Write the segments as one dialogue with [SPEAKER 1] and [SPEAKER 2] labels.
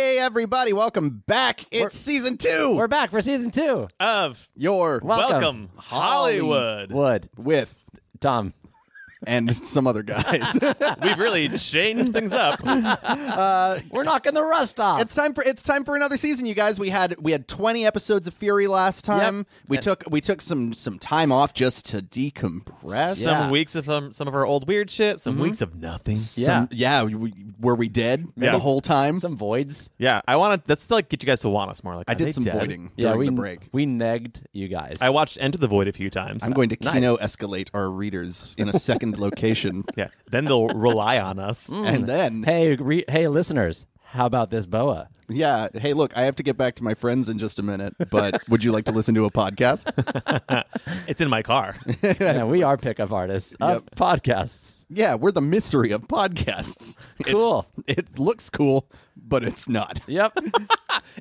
[SPEAKER 1] everybody. Welcome back. It's season two.
[SPEAKER 2] We're back for season two.
[SPEAKER 3] Of
[SPEAKER 1] Your
[SPEAKER 2] Welcome.
[SPEAKER 3] Welcome, Hollywood.
[SPEAKER 2] Wood,
[SPEAKER 1] with
[SPEAKER 2] Tom.
[SPEAKER 1] and some other guys.
[SPEAKER 3] We've really changed things up.
[SPEAKER 2] We're knocking the rust off.
[SPEAKER 1] it's time for it's time for another season, you guys. We had we had twenty episodes of Fury last time. We took we took some some time off just to decompress.
[SPEAKER 2] Yeah.
[SPEAKER 3] Some weeks of um, some of our old weird shit, some weeks of nothing.
[SPEAKER 1] Some- Mm-hmm. yeah. we, were we dead
[SPEAKER 3] Yeah.
[SPEAKER 1] the whole time?
[SPEAKER 2] Some voids.
[SPEAKER 3] Yeah, I want to. That's to, like get you guys to want us more. Like
[SPEAKER 1] I
[SPEAKER 3] are they
[SPEAKER 1] did some
[SPEAKER 3] dead?
[SPEAKER 1] voiding
[SPEAKER 2] Yeah,
[SPEAKER 1] during
[SPEAKER 2] we
[SPEAKER 1] the break.
[SPEAKER 2] we negged you guys.
[SPEAKER 3] I watched Enter the Void a few times.
[SPEAKER 1] I'm going to
[SPEAKER 2] Nice.
[SPEAKER 1] kino escalate our readers in a second location,
[SPEAKER 3] Yeah, then they'll rely on us.
[SPEAKER 1] and then
[SPEAKER 2] hey, re- hey, listeners, how about this boa?
[SPEAKER 1] Yeah. Hey, look, I have to get back to my friends in just a minute, but would you like to listen to a podcast?
[SPEAKER 3] It's in my car.
[SPEAKER 2] yeah, we are pickup artists of podcasts.
[SPEAKER 1] Yeah, we're the mystery of podcasts. It's-
[SPEAKER 2] Cool.
[SPEAKER 1] it looks cool, but it's not.
[SPEAKER 2] Yep,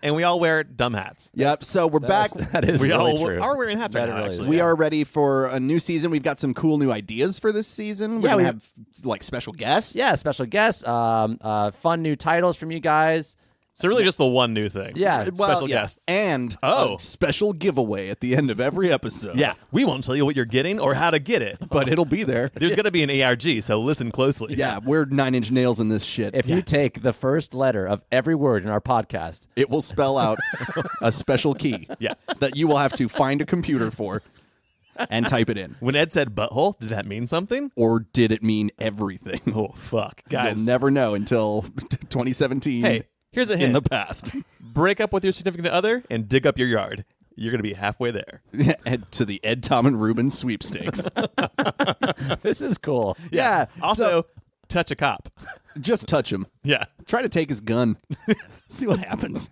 [SPEAKER 3] and we all wear dumb hats.
[SPEAKER 1] Yep. So we're back.
[SPEAKER 2] that is
[SPEAKER 3] we
[SPEAKER 2] really
[SPEAKER 3] all
[SPEAKER 2] true.
[SPEAKER 3] are wearing hats right
[SPEAKER 2] That
[SPEAKER 3] now,
[SPEAKER 2] really is
[SPEAKER 3] actually.
[SPEAKER 1] We are ready for a new season. We've got some cool new ideas for this season. We're
[SPEAKER 2] Yeah,
[SPEAKER 1] gonna
[SPEAKER 2] we-
[SPEAKER 1] have like special guests.
[SPEAKER 2] yeah, special guests, um, uh, fun new titles from you guys.
[SPEAKER 3] So really, just the one new thing.
[SPEAKER 2] Yeah.
[SPEAKER 1] Well,
[SPEAKER 3] special
[SPEAKER 1] yeah.
[SPEAKER 3] guests.
[SPEAKER 1] and
[SPEAKER 3] Oh.
[SPEAKER 1] a special giveaway at the end of every episode.
[SPEAKER 3] yeah, we won't tell you what you're getting or how to get it, but
[SPEAKER 1] but it'll be there.
[SPEAKER 3] there's going to be an ARG, so listen closely.
[SPEAKER 1] Yeah, we're nine inch nails in this shit.
[SPEAKER 2] If you take the first letter of every word in our podcast,
[SPEAKER 1] It will spell out a special key
[SPEAKER 3] Yeah.
[SPEAKER 1] that you will have to find a computer for and type it in.
[SPEAKER 3] When Ed said butthole, did that mean something?
[SPEAKER 1] Or did it mean everything?
[SPEAKER 3] Oh fuck, guys.
[SPEAKER 1] You'll never know until 2017
[SPEAKER 3] hey, here's a hint.
[SPEAKER 1] in the past
[SPEAKER 3] break up with your significant other and dig up your yard. You're going to be halfway there.
[SPEAKER 1] and to the Ed, Tom, and Ruben sweepstakes.
[SPEAKER 2] this is cool.
[SPEAKER 1] yeah.
[SPEAKER 3] Also, touch a cop.
[SPEAKER 1] so just touch him.
[SPEAKER 3] Yeah.
[SPEAKER 1] Try to take his gun. See what happens.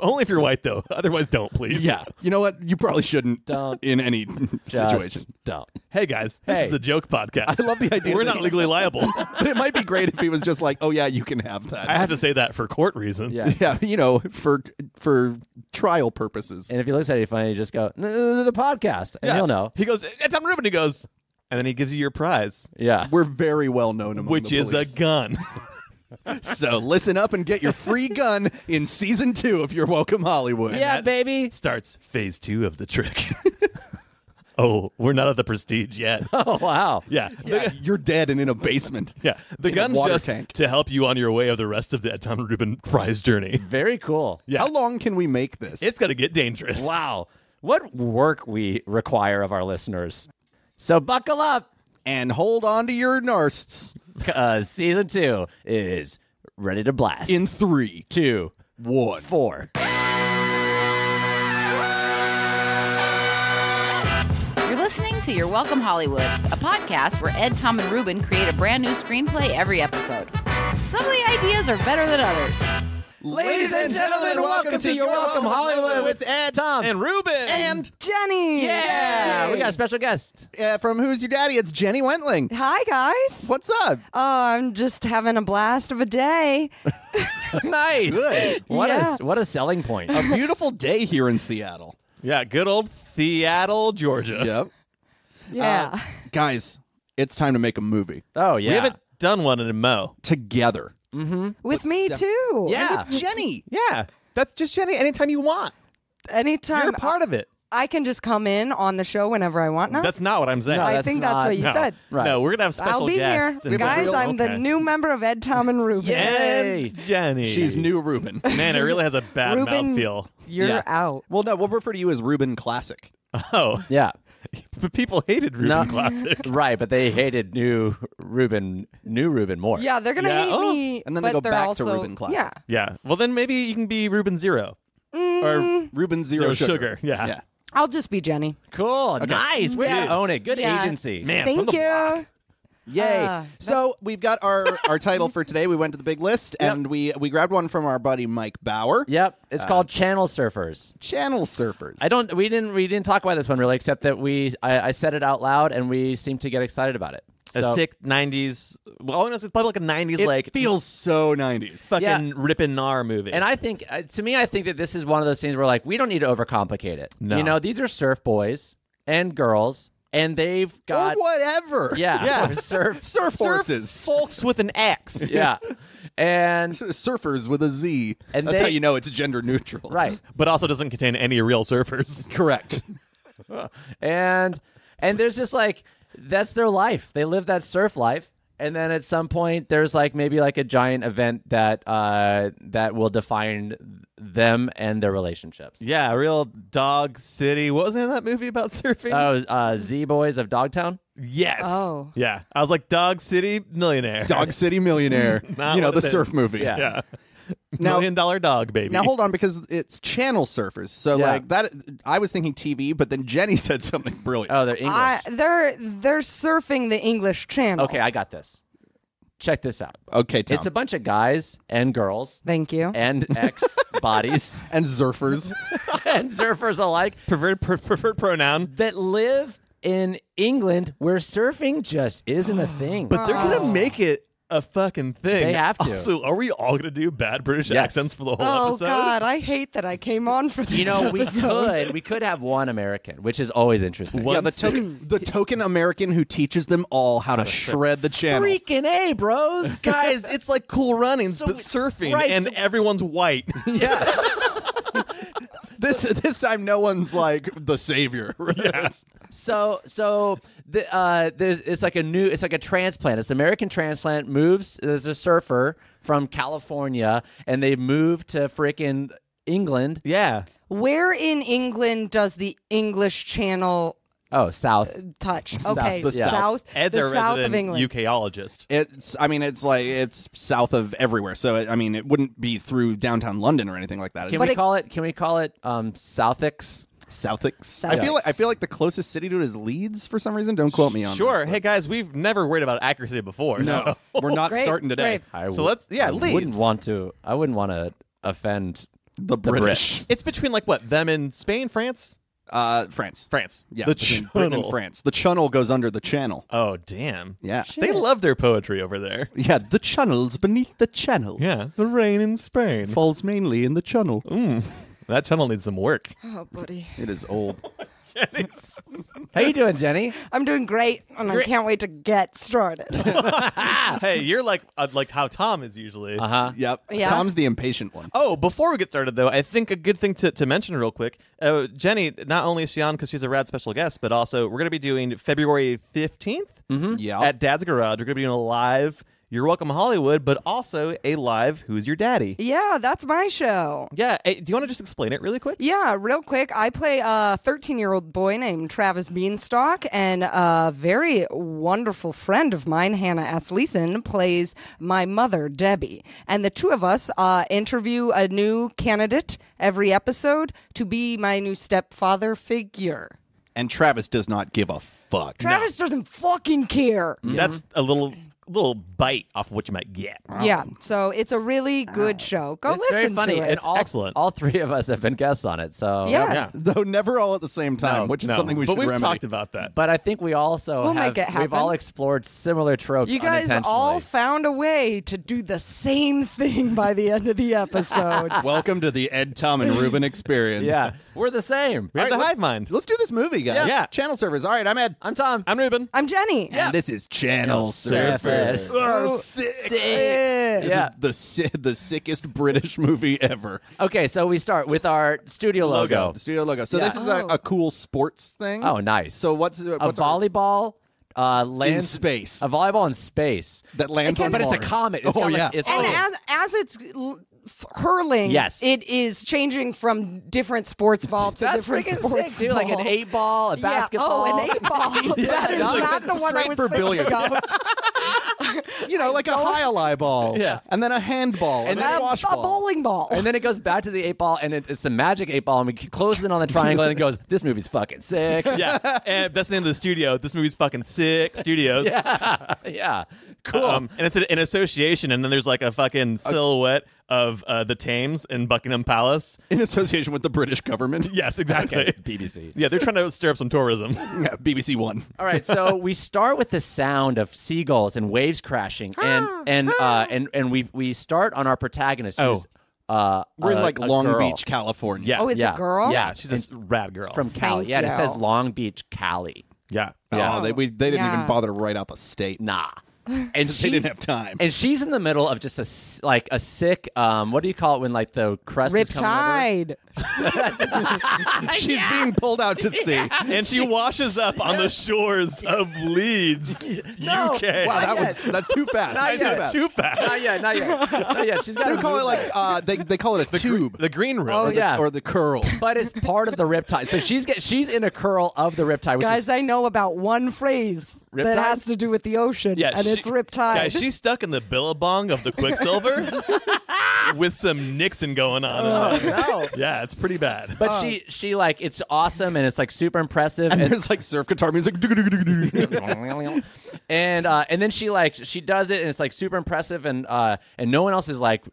[SPEAKER 3] Only if you're white, though. Otherwise, don't, please.
[SPEAKER 1] Yeah. You know what? You probably shouldn't
[SPEAKER 2] Don't.
[SPEAKER 1] in any
[SPEAKER 2] Just
[SPEAKER 1] situation.
[SPEAKER 2] Don't.
[SPEAKER 3] Hey, guys, this
[SPEAKER 2] Hey.
[SPEAKER 3] is a joke podcast.
[SPEAKER 1] I love the idea
[SPEAKER 3] We're
[SPEAKER 1] that-
[SPEAKER 3] not legally liable.
[SPEAKER 1] But it might be great if he was just like, oh, yeah, you can have that.
[SPEAKER 3] I have to say that for court reasons.
[SPEAKER 2] Yeah.
[SPEAKER 1] yeah, you know, for for trial purposes.
[SPEAKER 2] And if he looks at you funny, you just go, "N- n- n- the podcast. And
[SPEAKER 3] Yeah.
[SPEAKER 2] he'll know.
[SPEAKER 3] He goes, it's on Ruben. He goes, and then he gives you your prize,
[SPEAKER 2] Yeah.
[SPEAKER 1] We're very well known among
[SPEAKER 3] which
[SPEAKER 1] the
[SPEAKER 3] is a
[SPEAKER 1] police.
[SPEAKER 3] gun.
[SPEAKER 1] so listen up and get your free gun in season two of You're Welcome Hollywood.
[SPEAKER 2] yeah,
[SPEAKER 3] that-
[SPEAKER 2] baby.
[SPEAKER 3] Starts phase two of the trick. oh, we're not at the prestige yet.
[SPEAKER 2] Oh, wow.
[SPEAKER 3] Yeah.
[SPEAKER 1] Yeah, you're dead and in a basement.
[SPEAKER 3] Yeah, the
[SPEAKER 1] In a
[SPEAKER 3] gun's
[SPEAKER 1] water
[SPEAKER 3] just
[SPEAKER 1] tank.
[SPEAKER 3] to help you on your way of the rest of the Ed Tom Rubin prize journey.
[SPEAKER 2] Very cool.
[SPEAKER 3] Yeah.
[SPEAKER 1] How long can we make this?
[SPEAKER 3] It's gonna get dangerous.
[SPEAKER 2] Wow. What work we require of our listeners. So buckle up
[SPEAKER 1] and hold on to your narsts
[SPEAKER 2] because season two is ready to blast.
[SPEAKER 1] in three,
[SPEAKER 2] two,
[SPEAKER 1] one.
[SPEAKER 2] four.
[SPEAKER 4] You're listening to Your Welcome Hollywood, a podcast where Ed, Tom, and Ruben create a brand new screenplay every episode. Some of the ideas are better than others.
[SPEAKER 1] Ladies and gentlemen, welcome to You're Welcome Hollywood with Ed
[SPEAKER 2] Tom.
[SPEAKER 3] And Ruben
[SPEAKER 1] and
[SPEAKER 5] Jenny.
[SPEAKER 2] yeah. We got a special guest.
[SPEAKER 1] uh, from Who's Your Daddy? It's Jenny Wentling.
[SPEAKER 5] Hi guys.
[SPEAKER 1] What's up?
[SPEAKER 5] Oh, I'm just having a blast of a day.
[SPEAKER 2] nice.
[SPEAKER 1] Good.
[SPEAKER 2] What,
[SPEAKER 5] Yeah.
[SPEAKER 2] a, what a selling point.
[SPEAKER 1] A beautiful day here in Seattle.
[SPEAKER 3] yeah, good old Seattle, Georgia.
[SPEAKER 1] Yep.
[SPEAKER 5] Yeah.
[SPEAKER 1] Uh, guys, it's time to make a movie
[SPEAKER 2] Oh, yeah.
[SPEAKER 3] We haven't done one in a mo.
[SPEAKER 1] together.
[SPEAKER 5] with me too.
[SPEAKER 2] yeah.
[SPEAKER 1] Jenny.
[SPEAKER 3] Yeah, that's just Jenny. Anytime you want,
[SPEAKER 5] Anytime
[SPEAKER 3] you're a part of it.
[SPEAKER 5] I can just come in on the show whenever I want now.
[SPEAKER 3] That's not what I'm saying.
[SPEAKER 2] No,
[SPEAKER 5] I
[SPEAKER 2] that's
[SPEAKER 5] think
[SPEAKER 2] not-
[SPEAKER 5] that's what you
[SPEAKER 3] no.
[SPEAKER 5] said.
[SPEAKER 2] Right.
[SPEAKER 3] No, we're gonna have special
[SPEAKER 5] I'll be
[SPEAKER 3] guests.
[SPEAKER 5] here.
[SPEAKER 3] and-
[SPEAKER 5] Guys, I'm the
[SPEAKER 3] Okay.
[SPEAKER 5] new member of Ed, Tom, and Ruben.
[SPEAKER 2] Yay.
[SPEAKER 3] and Jenny.
[SPEAKER 1] She's new Ruben.
[SPEAKER 3] Man, it really has a bad
[SPEAKER 5] Ruben-
[SPEAKER 3] mouthfeel.
[SPEAKER 5] You're
[SPEAKER 1] Yeah.
[SPEAKER 5] out.
[SPEAKER 1] Well, no, we'll refer to you as Ruben Classic.
[SPEAKER 3] Oh,
[SPEAKER 2] Yeah.
[SPEAKER 3] but people hated Ruben
[SPEAKER 2] No.
[SPEAKER 3] Classic.
[SPEAKER 2] Right, but they hated new Ruben, new Ruben more.
[SPEAKER 5] Yeah, they're gonna
[SPEAKER 3] Yeah.
[SPEAKER 5] hate
[SPEAKER 3] Oh.
[SPEAKER 5] me.
[SPEAKER 1] And then they
[SPEAKER 5] but
[SPEAKER 1] go
[SPEAKER 5] they're
[SPEAKER 1] back to
[SPEAKER 5] also,
[SPEAKER 1] Ruben Classic.
[SPEAKER 5] Yeah.
[SPEAKER 3] Yeah. Well, then maybe you can be Ruben Zero
[SPEAKER 5] Mm.
[SPEAKER 3] or
[SPEAKER 1] Ruben Zero
[SPEAKER 3] Zero
[SPEAKER 1] Sugar.
[SPEAKER 3] Sugar, yeah.
[SPEAKER 1] yeah.
[SPEAKER 5] I'll just be Jenny.
[SPEAKER 2] Cool. Nice. Way
[SPEAKER 3] Dude.
[SPEAKER 2] to own it. Good
[SPEAKER 5] Yeah.
[SPEAKER 2] agency.
[SPEAKER 3] Man, from
[SPEAKER 5] Thank
[SPEAKER 3] the block.
[SPEAKER 5] you.
[SPEAKER 1] Yay!
[SPEAKER 5] Ah,
[SPEAKER 1] so we've got our our title for today. We went to the big list and we we grabbed one from our buddy Mike Bauer.
[SPEAKER 2] Yep.
[SPEAKER 3] Uh,
[SPEAKER 2] It's called Channel Surfers.
[SPEAKER 1] Channel surfers.
[SPEAKER 2] I don't we didn't we didn't talk about this one really, except that we I, I said it out loud and we seemed to get excited about it.
[SPEAKER 3] a
[SPEAKER 2] So-
[SPEAKER 3] sick '90s. Well, all I know is it's probably like a '90s
[SPEAKER 1] It
[SPEAKER 3] like
[SPEAKER 1] feels so nineties.
[SPEAKER 3] fucking
[SPEAKER 2] Yeah.
[SPEAKER 3] ripping Nar movie.
[SPEAKER 2] and I think uh, to me I think that this is one of those things where like we don't need to overcomplicate it.
[SPEAKER 3] No.
[SPEAKER 2] You know, these are surf boys and girls and they've got
[SPEAKER 1] or whatever.
[SPEAKER 2] yeah,
[SPEAKER 3] Yeah.
[SPEAKER 2] or surf
[SPEAKER 1] Surf horses.
[SPEAKER 3] folks with an axe.
[SPEAKER 2] yeah, and
[SPEAKER 1] Surfers with a Z.
[SPEAKER 2] And
[SPEAKER 1] That's
[SPEAKER 2] they-
[SPEAKER 1] how you know it's gender neutral.
[SPEAKER 2] right,
[SPEAKER 3] But also doesn't contain any real surfers.
[SPEAKER 1] Correct.
[SPEAKER 2] and and there's just like that's their life. They live that surf life. And then at some point, there's like maybe like a giant event that uh, that will define them and their relationships.
[SPEAKER 3] Yeah, real dog city. What was the name of that movie about surfing?
[SPEAKER 2] Oh, uh, Z Boys of Dogtown.
[SPEAKER 3] yes.
[SPEAKER 5] Oh.
[SPEAKER 3] Yeah. I was like, Dog City Millionaire.
[SPEAKER 1] Dog City Millionaire.
[SPEAKER 3] Not
[SPEAKER 1] you know,
[SPEAKER 3] what
[SPEAKER 1] the
[SPEAKER 3] it is.
[SPEAKER 1] surf movie.
[SPEAKER 2] Yeah.
[SPEAKER 3] Yeah.
[SPEAKER 1] Now-
[SPEAKER 3] Million dollar dog, baby.
[SPEAKER 1] Now hold on because it's channel surfers. So
[SPEAKER 2] Yeah.
[SPEAKER 1] like that I was thinking TV, but then Jenny said something brilliant.
[SPEAKER 2] Oh, they're English.
[SPEAKER 5] I, they're they're surfing the English Channel.
[SPEAKER 2] Okay, I got this. Check this out.
[SPEAKER 1] okay, Tom.
[SPEAKER 2] Oh. It's a bunch of guys and girls
[SPEAKER 5] Thank you.
[SPEAKER 2] and ex bodies
[SPEAKER 1] and surfers.
[SPEAKER 2] and surfers alike
[SPEAKER 3] Preferred, per- preferred pronoun.
[SPEAKER 2] that live in England where surfing just isn't a thing.
[SPEAKER 3] But they're going to make it a fucking thing.
[SPEAKER 2] They have to.
[SPEAKER 3] So are we all going to do bad British
[SPEAKER 2] Yes.
[SPEAKER 3] accents for the whole
[SPEAKER 5] oh
[SPEAKER 3] episode?
[SPEAKER 5] God, I hate that I came on for this.
[SPEAKER 2] you know, we
[SPEAKER 5] episode.
[SPEAKER 2] could we could have one American, which is always interesting.
[SPEAKER 1] yeah,
[SPEAKER 3] One
[SPEAKER 1] the token the token American who teaches them all how to shred the channel.
[SPEAKER 2] Freaking A, bros.
[SPEAKER 3] Guys, it's like cool runnings,
[SPEAKER 2] So
[SPEAKER 3] but
[SPEAKER 2] we-
[SPEAKER 3] surfing,
[SPEAKER 2] right,
[SPEAKER 3] and
[SPEAKER 2] so-
[SPEAKER 3] everyone's white.
[SPEAKER 1] Yeah. this this time no one's like the savior. Right?
[SPEAKER 2] So so the, uh, there's it's like a new it's like a transplant. It's an American transplant moves. There's a surfer from California, and they moved to freaking England.
[SPEAKER 3] yeah.
[SPEAKER 5] Where in England does the English Channel
[SPEAKER 2] Oh, South.
[SPEAKER 5] touch?
[SPEAKER 2] South,
[SPEAKER 5] okay,
[SPEAKER 2] the
[SPEAKER 5] south,
[SPEAKER 2] south.
[SPEAKER 3] Ed's
[SPEAKER 5] the
[SPEAKER 3] a
[SPEAKER 5] south of
[SPEAKER 3] resident
[SPEAKER 5] England.
[SPEAKER 3] UKologist.
[SPEAKER 1] It's I mean it's like it's south of everywhere. So I mean it wouldn't be through downtown London or anything like that.
[SPEAKER 2] Can
[SPEAKER 1] It's
[SPEAKER 5] But
[SPEAKER 2] we
[SPEAKER 5] it-
[SPEAKER 2] call it? Can we call it um, Southix?
[SPEAKER 1] Southix. I feel like I feel like the closest city to it is Leeds for some reason. Don't quote me on
[SPEAKER 3] Sure. Hey guys, we've never worried about accuracy before.
[SPEAKER 1] that. No. We're not
[SPEAKER 5] Great,
[SPEAKER 1] starting today.
[SPEAKER 5] great.
[SPEAKER 2] I
[SPEAKER 3] So let's- yeah,
[SPEAKER 2] I Wouldn't
[SPEAKER 3] Leeds.
[SPEAKER 2] want to. I wouldn't want to offend.
[SPEAKER 1] The British.
[SPEAKER 3] It's between like what them in Spain, France,
[SPEAKER 1] Uh France.
[SPEAKER 3] France.
[SPEAKER 1] Yeah.
[SPEAKER 3] the
[SPEAKER 1] between Britain and
[SPEAKER 3] channel.
[SPEAKER 1] France. The channel goes under the channel.
[SPEAKER 3] Oh damn.
[SPEAKER 1] Yeah.
[SPEAKER 3] They love their poetry over there.
[SPEAKER 1] Yeah, the channels beneath the channel.
[SPEAKER 3] Yeah, the rain in Spain.
[SPEAKER 1] Falls mainly in the channel.
[SPEAKER 3] that tunnel needs some work.
[SPEAKER 5] Oh, buddy,
[SPEAKER 1] It is old.
[SPEAKER 2] How you doing, Jenny?
[SPEAKER 5] I'm doing great, and I can't wait to get started.
[SPEAKER 3] hey, you're like uh, like how Tom is usually.
[SPEAKER 2] Uh huh.
[SPEAKER 1] yep.
[SPEAKER 5] Yeah.
[SPEAKER 1] Tom's the impatient one.
[SPEAKER 3] Oh, before we get started, though, I think a good thing to, to mention real quick uh, Jenny, not only is she on because she's a rad special guest, but also we're going to be doing February 15th
[SPEAKER 1] Yeah.
[SPEAKER 3] at Dad's Garage. We're going to be doing a live You're Welcome Hollywood, but also a live Who's Your Daddy?
[SPEAKER 5] yeah, that's my show.
[SPEAKER 3] Yeah. eh, do you want to just explain it really quick?
[SPEAKER 5] Yeah, real quick. I play a 13 year old boy named Travis Beanstalk, and a very wonderful friend of mine, Hannah S. Leeson, plays my mother, Debbie. And the two of us uh, interview a new candidate every episode to be my new stepfather figure.
[SPEAKER 1] and Travis does not give a fuck.
[SPEAKER 5] Travis doesn't fucking care.
[SPEAKER 2] Mm,
[SPEAKER 3] That's a little little bite off what you might get.
[SPEAKER 5] Yeah, so it's a really good show. Go
[SPEAKER 2] Ah. It's
[SPEAKER 5] Oh,
[SPEAKER 2] very
[SPEAKER 5] listen
[SPEAKER 2] funny.
[SPEAKER 5] to it.
[SPEAKER 2] and all,
[SPEAKER 3] excellent.
[SPEAKER 2] All three of us have been guests on it. So
[SPEAKER 5] yeah.
[SPEAKER 3] Yeah.
[SPEAKER 1] Though never all at the same time,
[SPEAKER 3] No,
[SPEAKER 1] Um, which is
[SPEAKER 3] no,
[SPEAKER 1] something we
[SPEAKER 3] but
[SPEAKER 1] should
[SPEAKER 3] we've
[SPEAKER 1] remedy.
[SPEAKER 3] talked about that.
[SPEAKER 2] But I think we also
[SPEAKER 5] We'll
[SPEAKER 2] have
[SPEAKER 5] make it
[SPEAKER 2] we've all
[SPEAKER 5] happen.
[SPEAKER 2] explored similar tropes.
[SPEAKER 5] You guys all
[SPEAKER 2] unintentionally.
[SPEAKER 5] found a way to do the same thing by the end of the episode.
[SPEAKER 1] Welcome to the Ed, Tom, and Ruben experience.
[SPEAKER 2] yeah, we're the same.
[SPEAKER 3] we
[SPEAKER 1] right,
[SPEAKER 3] have the
[SPEAKER 1] let's-
[SPEAKER 3] hive mind.
[SPEAKER 1] Let's do this movie, guys.
[SPEAKER 3] Yeah. Yeah.
[SPEAKER 1] Channel servers. All right, I'm Ed.
[SPEAKER 2] I'm Tom.
[SPEAKER 3] I'm Ruben.
[SPEAKER 5] I'm Jenny.
[SPEAKER 1] And this is Channel
[SPEAKER 2] Surfers.
[SPEAKER 1] Oh, sick.
[SPEAKER 2] Sick. Yeah.
[SPEAKER 1] The, the, si- the sickest British movie ever.
[SPEAKER 2] Okay, so we start with our studio logo.
[SPEAKER 1] The studio logo. So
[SPEAKER 2] Yeah.
[SPEAKER 1] this is a, a cool sports thing.
[SPEAKER 2] Oh, nice.
[SPEAKER 1] So what's, uh,
[SPEAKER 2] a
[SPEAKER 1] what's our-
[SPEAKER 2] volleyball uh, lands
[SPEAKER 1] space.
[SPEAKER 2] A volleyball in space.
[SPEAKER 1] that lands
[SPEAKER 5] It
[SPEAKER 1] on
[SPEAKER 5] can-
[SPEAKER 2] but it's a
[SPEAKER 1] Mars.
[SPEAKER 2] comet. It's
[SPEAKER 1] oh,
[SPEAKER 2] got, like,
[SPEAKER 1] yeah.
[SPEAKER 2] it's-
[SPEAKER 5] And
[SPEAKER 2] Oh.
[SPEAKER 5] as, as it's l- f- hurling,
[SPEAKER 2] Yes.
[SPEAKER 5] it is changing from different sports ball to
[SPEAKER 2] That's
[SPEAKER 5] different
[SPEAKER 2] freaking
[SPEAKER 5] sports
[SPEAKER 2] sick, dude. Like an
[SPEAKER 5] ball.
[SPEAKER 2] eight ball, a
[SPEAKER 5] Yeah.
[SPEAKER 2] basketball.
[SPEAKER 5] Oh, an eight ball. that is
[SPEAKER 2] dog.
[SPEAKER 5] not the one I
[SPEAKER 1] Straight
[SPEAKER 5] was
[SPEAKER 1] for
[SPEAKER 5] thinking
[SPEAKER 1] billiards.
[SPEAKER 5] of.
[SPEAKER 1] you know, like a high ally ball.
[SPEAKER 3] Yeah.
[SPEAKER 1] And then a handball. And,
[SPEAKER 2] And
[SPEAKER 1] a
[SPEAKER 2] then
[SPEAKER 5] A,
[SPEAKER 1] squash
[SPEAKER 5] a
[SPEAKER 1] ball.
[SPEAKER 5] bowling ball.
[SPEAKER 2] And then it goes back to the eight ball, and it, it's the magic eight ball, and we close in on the triangle, and it goes, "This movie's fucking sick."
[SPEAKER 3] yeah, and that's the name of the studio. This movie's fucking sick. Studios.
[SPEAKER 2] yeah, cool.
[SPEAKER 3] Um, and it's an association, and then there's like a fucking silhouette of uh, the Thames in Buckingham Palace.
[SPEAKER 1] In association with the British government.
[SPEAKER 3] Yes, exactly.
[SPEAKER 2] Okay, BBC.
[SPEAKER 3] Yeah, they're trying to stir up some tourism.
[SPEAKER 1] Yeah, BBC One.
[SPEAKER 2] All right, so we start with the sound of seagulls and waves crashing, and and uh, and and we we start on our protagonist. Who's, uh,
[SPEAKER 1] Oh. We're
[SPEAKER 2] a-
[SPEAKER 1] in like
[SPEAKER 2] a
[SPEAKER 1] Long
[SPEAKER 2] girl
[SPEAKER 1] Beach, California.
[SPEAKER 5] oh, it's
[SPEAKER 2] yeah,
[SPEAKER 5] a girl?
[SPEAKER 2] yeah.
[SPEAKER 3] she's a rad girl.
[SPEAKER 2] from Cali.
[SPEAKER 5] Thank
[SPEAKER 2] Yeah, and it
[SPEAKER 5] you.
[SPEAKER 2] says Long Beach, Cali.
[SPEAKER 1] Yeah.
[SPEAKER 3] Yeah.
[SPEAKER 1] Oh, they, we, they didn't
[SPEAKER 5] Yeah.
[SPEAKER 1] even bother to write out the state.
[SPEAKER 2] Nah. And
[SPEAKER 1] They
[SPEAKER 2] she
[SPEAKER 1] didn't have time.
[SPEAKER 2] And she's in the middle of just a s- like a sick um what do you call it when like the crest is coming over?
[SPEAKER 5] Riptide.
[SPEAKER 1] She's being pulled out to sea.
[SPEAKER 3] and she washes up on the shores of Leeds,
[SPEAKER 2] No.
[SPEAKER 1] Wow,
[SPEAKER 3] UK.
[SPEAKER 1] that
[SPEAKER 2] Not
[SPEAKER 1] was that's too fast. That's
[SPEAKER 2] Not
[SPEAKER 1] too
[SPEAKER 2] yet.
[SPEAKER 1] fast.
[SPEAKER 3] too fast.
[SPEAKER 2] Not yet, not yet. Not yet. She's got
[SPEAKER 1] They
[SPEAKER 2] to
[SPEAKER 1] call it like uh, they they call it a tube
[SPEAKER 3] The green room.
[SPEAKER 2] Oh,
[SPEAKER 1] or, the,
[SPEAKER 2] yeah.
[SPEAKER 1] or the curl.
[SPEAKER 2] but it's part of the riptide. So she's get she's in a curl of the riptide which
[SPEAKER 5] Guys,
[SPEAKER 2] is
[SPEAKER 5] I know about one phrase
[SPEAKER 2] Riptide?
[SPEAKER 5] that has to do with the ocean,
[SPEAKER 3] Yeah,
[SPEAKER 5] and
[SPEAKER 3] she-
[SPEAKER 5] it's Riptide.
[SPEAKER 3] Guys, she's stuck in the billabong of the Quicksilver with some Nixon going on. in there.
[SPEAKER 2] No.
[SPEAKER 3] Yeah, it's pretty bad.
[SPEAKER 2] But she she like it's awesome and it's like super impressive
[SPEAKER 1] And
[SPEAKER 2] and
[SPEAKER 1] there's like surf guitar music. That's
[SPEAKER 2] and uh, and then she like she does it and it's like super impressive and uh, and no one else is like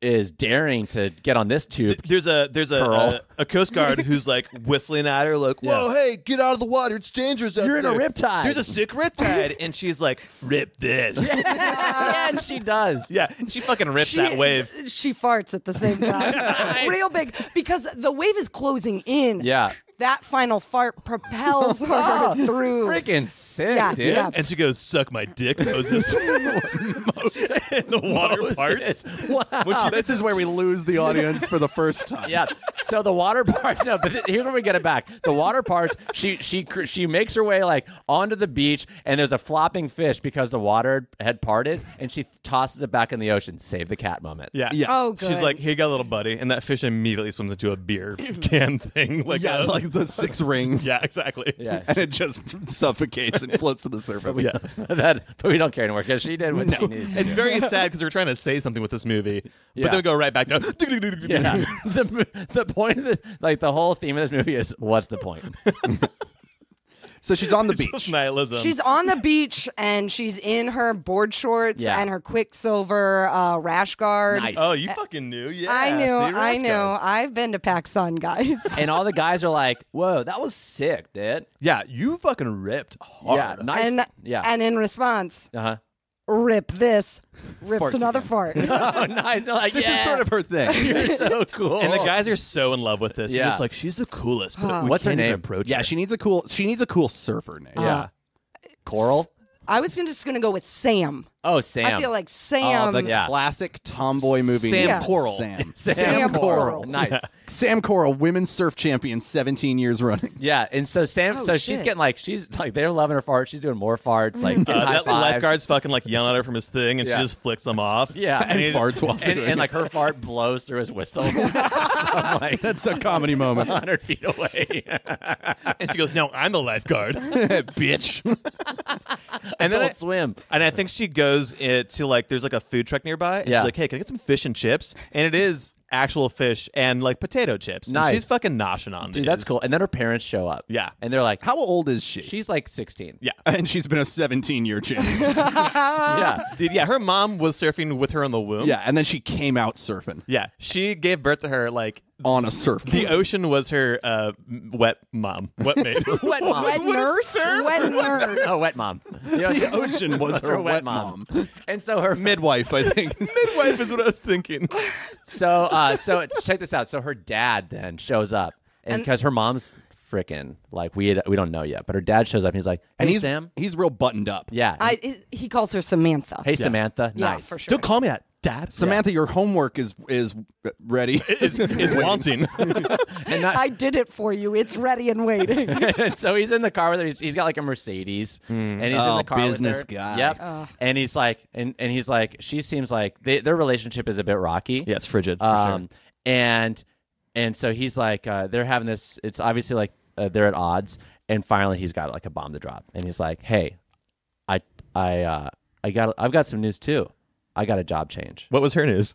[SPEAKER 2] is daring to get on this tube.
[SPEAKER 3] there's a there's a,
[SPEAKER 2] Pearl.
[SPEAKER 3] a a coast guard who's like whistling at her like, "Whoa,
[SPEAKER 1] Yeah.
[SPEAKER 3] hey, get out of the water! It's dangerous out
[SPEAKER 2] You're in a
[SPEAKER 3] there.
[SPEAKER 2] riptide."
[SPEAKER 3] There's a sick riptide," and she's like, "Rip this!" Yeah,
[SPEAKER 2] and she does.
[SPEAKER 3] and she fucking rips
[SPEAKER 5] She-
[SPEAKER 3] that wave.
[SPEAKER 5] She farts at the same time. Real big. Because the wave is closing in.
[SPEAKER 2] Yeah.
[SPEAKER 5] That final fart propels her through.
[SPEAKER 2] Freaking sick,
[SPEAKER 5] Yeah,
[SPEAKER 2] dude.
[SPEAKER 5] yeah.
[SPEAKER 3] And she goes, "Suck my dick, Moses." and the water parts.
[SPEAKER 2] Wow.
[SPEAKER 1] this is where we lose the audience for the first time.
[SPEAKER 2] Oh. yeah. So the water parts. No, but th- here's where we get it back. The water parts. She she cr- she makes her way like onto the beach, and there's a flopping fish because the water had parted, and she tosses it back in the ocean. Save the cat moment.
[SPEAKER 3] Yeah.
[SPEAKER 1] Yeah.
[SPEAKER 5] Oh, good.
[SPEAKER 3] She's like, "Here you go, little buddy," and that fish immediately swims into a beer can thing. Like,
[SPEAKER 1] Yeah,
[SPEAKER 3] a-
[SPEAKER 1] like the six rings.
[SPEAKER 3] yeah, exactly.
[SPEAKER 2] Yeah.
[SPEAKER 1] And it just suffocates and floats to the surface.
[SPEAKER 3] yeah.
[SPEAKER 2] that, but we don't care anymore because she did what she needed. To
[SPEAKER 3] It's
[SPEAKER 2] do.
[SPEAKER 3] very sad because we're trying to say something with this movie,
[SPEAKER 2] Yeah.
[SPEAKER 3] but then we go right back to.
[SPEAKER 2] Yeah. the, mo- the point of the like the whole theme of this movie is what's the point?
[SPEAKER 1] So she's on the
[SPEAKER 3] It's just
[SPEAKER 1] beach.
[SPEAKER 3] nihilism.
[SPEAKER 5] She's on the beach and she's in her board shorts
[SPEAKER 2] Yeah.
[SPEAKER 5] and her Quicksilver uh, rash guard.
[SPEAKER 2] Nice.
[SPEAKER 3] Oh, you fucking knew. Yeah.
[SPEAKER 5] I knew,
[SPEAKER 3] see,
[SPEAKER 5] I
[SPEAKER 3] Roscoe.
[SPEAKER 5] knew. I've been to PacSun, guys.
[SPEAKER 2] and all the guys are like, "Whoa, that was sick, dude."
[SPEAKER 3] Yeah, you fucking ripped hard.
[SPEAKER 2] Yeah, nice.
[SPEAKER 5] and
[SPEAKER 2] yeah.
[SPEAKER 5] and in response,
[SPEAKER 2] uh huh.
[SPEAKER 5] rip this, rips
[SPEAKER 1] Farts
[SPEAKER 5] another fart.
[SPEAKER 2] Oh, nice. They're like,
[SPEAKER 1] This
[SPEAKER 2] yeah,
[SPEAKER 1] is sort of her thing.
[SPEAKER 2] you're so cool.
[SPEAKER 3] and the guys are so in love with this.
[SPEAKER 2] Oh.
[SPEAKER 3] Yeah.
[SPEAKER 2] Yeah.
[SPEAKER 3] You're just like, she's the coolest.
[SPEAKER 5] Oh.
[SPEAKER 3] But we
[SPEAKER 2] What's her
[SPEAKER 3] can't even
[SPEAKER 2] name?
[SPEAKER 3] Approach
[SPEAKER 1] Yeah,
[SPEAKER 3] her.
[SPEAKER 1] she needs a cool she needs a cool surfer name.
[SPEAKER 2] yeah.
[SPEAKER 5] Uh,
[SPEAKER 2] Coral.
[SPEAKER 5] I was just gonna go with Sam.
[SPEAKER 2] Oh, Sam.
[SPEAKER 5] I feel like
[SPEAKER 1] Oh,
[SPEAKER 5] Sam.
[SPEAKER 1] the
[SPEAKER 2] Yeah.
[SPEAKER 1] classic tomboy movie.
[SPEAKER 3] Sam
[SPEAKER 1] name.
[SPEAKER 3] Coral.
[SPEAKER 1] Sam.
[SPEAKER 2] Sam,
[SPEAKER 5] Sam
[SPEAKER 2] Coral.
[SPEAKER 5] Coral.
[SPEAKER 2] Nice.
[SPEAKER 1] Sam Coral, women's surf champion, 17 years running.
[SPEAKER 2] Yeah, and so Sam,
[SPEAKER 5] Oh,
[SPEAKER 2] so she's
[SPEAKER 5] shit.
[SPEAKER 2] getting like she's like they're loving her farts. She's doing more farts, like getting
[SPEAKER 3] Uh,
[SPEAKER 2] high
[SPEAKER 3] that
[SPEAKER 2] fives.
[SPEAKER 3] lifeguard's fucking like yelling at her from his thing, and
[SPEAKER 2] Yeah.
[SPEAKER 3] she just flicks him off.
[SPEAKER 2] Yeah,
[SPEAKER 1] And
[SPEAKER 2] he-
[SPEAKER 1] farts while
[SPEAKER 2] and,
[SPEAKER 1] doing
[SPEAKER 2] and
[SPEAKER 1] it.
[SPEAKER 2] like her fart blows through his whistle. I'm like
[SPEAKER 1] That's a comedy moment.
[SPEAKER 2] 100 feet away.
[SPEAKER 3] and she goes, "No, I'm the lifeguard, bitch." and then
[SPEAKER 2] Don't
[SPEAKER 3] I,
[SPEAKER 2] swim.
[SPEAKER 3] and I think she goes it to like there's like a food truck nearby, and
[SPEAKER 2] Yeah.
[SPEAKER 3] she's like, "Hey, can I get some fish and chips?" And it is actual fish and like potato chips. And
[SPEAKER 2] Nice.
[SPEAKER 3] she's fucking noshing on
[SPEAKER 2] Dude,
[SPEAKER 3] these.
[SPEAKER 2] that's cool. And then her parents show up.
[SPEAKER 3] Yeah.
[SPEAKER 2] And they're like,
[SPEAKER 1] How old is she?
[SPEAKER 2] she's like 16.
[SPEAKER 3] Yeah.
[SPEAKER 1] and she's been a 17 year champion.
[SPEAKER 2] Yeah.
[SPEAKER 3] Dude, yeah, her mom was surfing with her in the womb.
[SPEAKER 1] yeah, and then she came out surfing
[SPEAKER 3] Yeah, she gave birth to her like
[SPEAKER 1] on a surfboard.
[SPEAKER 3] the ocean was her uh, m- wet mom, wet maid.
[SPEAKER 2] Wet mom.
[SPEAKER 5] wet nurse, wet nurse.
[SPEAKER 2] oh, wet mom. You know,
[SPEAKER 1] The ocean was her, wet, mom.
[SPEAKER 2] And so her
[SPEAKER 1] Midwife, I think.
[SPEAKER 3] Midwife is what I was thinking.
[SPEAKER 2] so uh so check this out. So her dad then shows up. And because her mom's freaking like we we don't know yet, but her dad shows up and he's like, "Hey
[SPEAKER 1] and he's
[SPEAKER 2] Sam."
[SPEAKER 1] he's real buttoned up.
[SPEAKER 2] Yeah.
[SPEAKER 5] I, he calls her Samantha.
[SPEAKER 2] hey Samantha.
[SPEAKER 5] yeah,
[SPEAKER 2] nice.
[SPEAKER 5] for sure.
[SPEAKER 3] Don't call me that, Dad.
[SPEAKER 1] Samantha, your homework is is ready.
[SPEAKER 3] is, is wanting.
[SPEAKER 2] And not,
[SPEAKER 5] I did it for you. It's ready and waiting.
[SPEAKER 2] and so he's in the car with her. He's, he's got like a Mercedes, and he's in
[SPEAKER 1] Oh,
[SPEAKER 2] the car
[SPEAKER 1] business
[SPEAKER 2] with her.
[SPEAKER 1] guy.
[SPEAKER 2] Yep. And he's like, and and he's like, she seems like they, their relationship is a bit rocky.
[SPEAKER 3] yeah, it's frigid. For
[SPEAKER 2] Um, and and so he's like, uh, they're having this. It's obviously like uh, they're at odds, and finally he's got like a bomb to drop, and he's like, hey, I I uh, I got I've got some news too. I got a job change.
[SPEAKER 3] What was her news?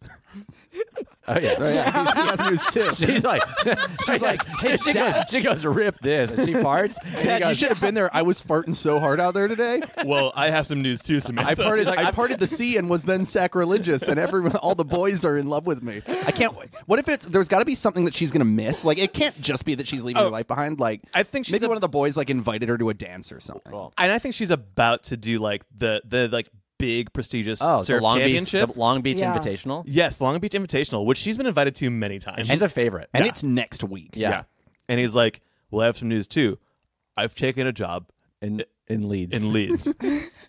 [SPEAKER 2] Oh yeah.
[SPEAKER 1] Oh, yeah, he, he has news too.
[SPEAKER 2] She's like, she's
[SPEAKER 1] like, "Hey,
[SPEAKER 2] she, goes,
[SPEAKER 1] Dad."
[SPEAKER 2] she goes, rip this, and she farts. and he
[SPEAKER 1] Dad, you
[SPEAKER 2] goes,
[SPEAKER 1] should have been there. I was farting so hard out there today.
[SPEAKER 3] well, I have some news too, Samantha.
[SPEAKER 1] I parted. I parted the sea and was then sacrilegious, and everyone, all the boys are in love with me. I can't. wait. What if it's? There's got to be something that she's gonna miss. Like it can't just be that she's leaving her life behind. Like
[SPEAKER 3] Oh. I think she's
[SPEAKER 1] maybe
[SPEAKER 3] a-
[SPEAKER 1] one of the boys like invited her to a dance or something.
[SPEAKER 3] and I think she's about to do like the the like big prestigious
[SPEAKER 2] Oh, the
[SPEAKER 3] surf
[SPEAKER 2] Long Beach,
[SPEAKER 3] championship.
[SPEAKER 2] the Long Beach
[SPEAKER 5] Yeah.
[SPEAKER 2] Invitational.
[SPEAKER 3] yes, the Long Beach Invitational, which she's been invited to many times.
[SPEAKER 2] She's a favorite.
[SPEAKER 1] And it's next week.
[SPEAKER 2] yeah.
[SPEAKER 3] And he's like, "Well, I have some news too. I've taken a job
[SPEAKER 2] in in Leeds.
[SPEAKER 3] in Leeds.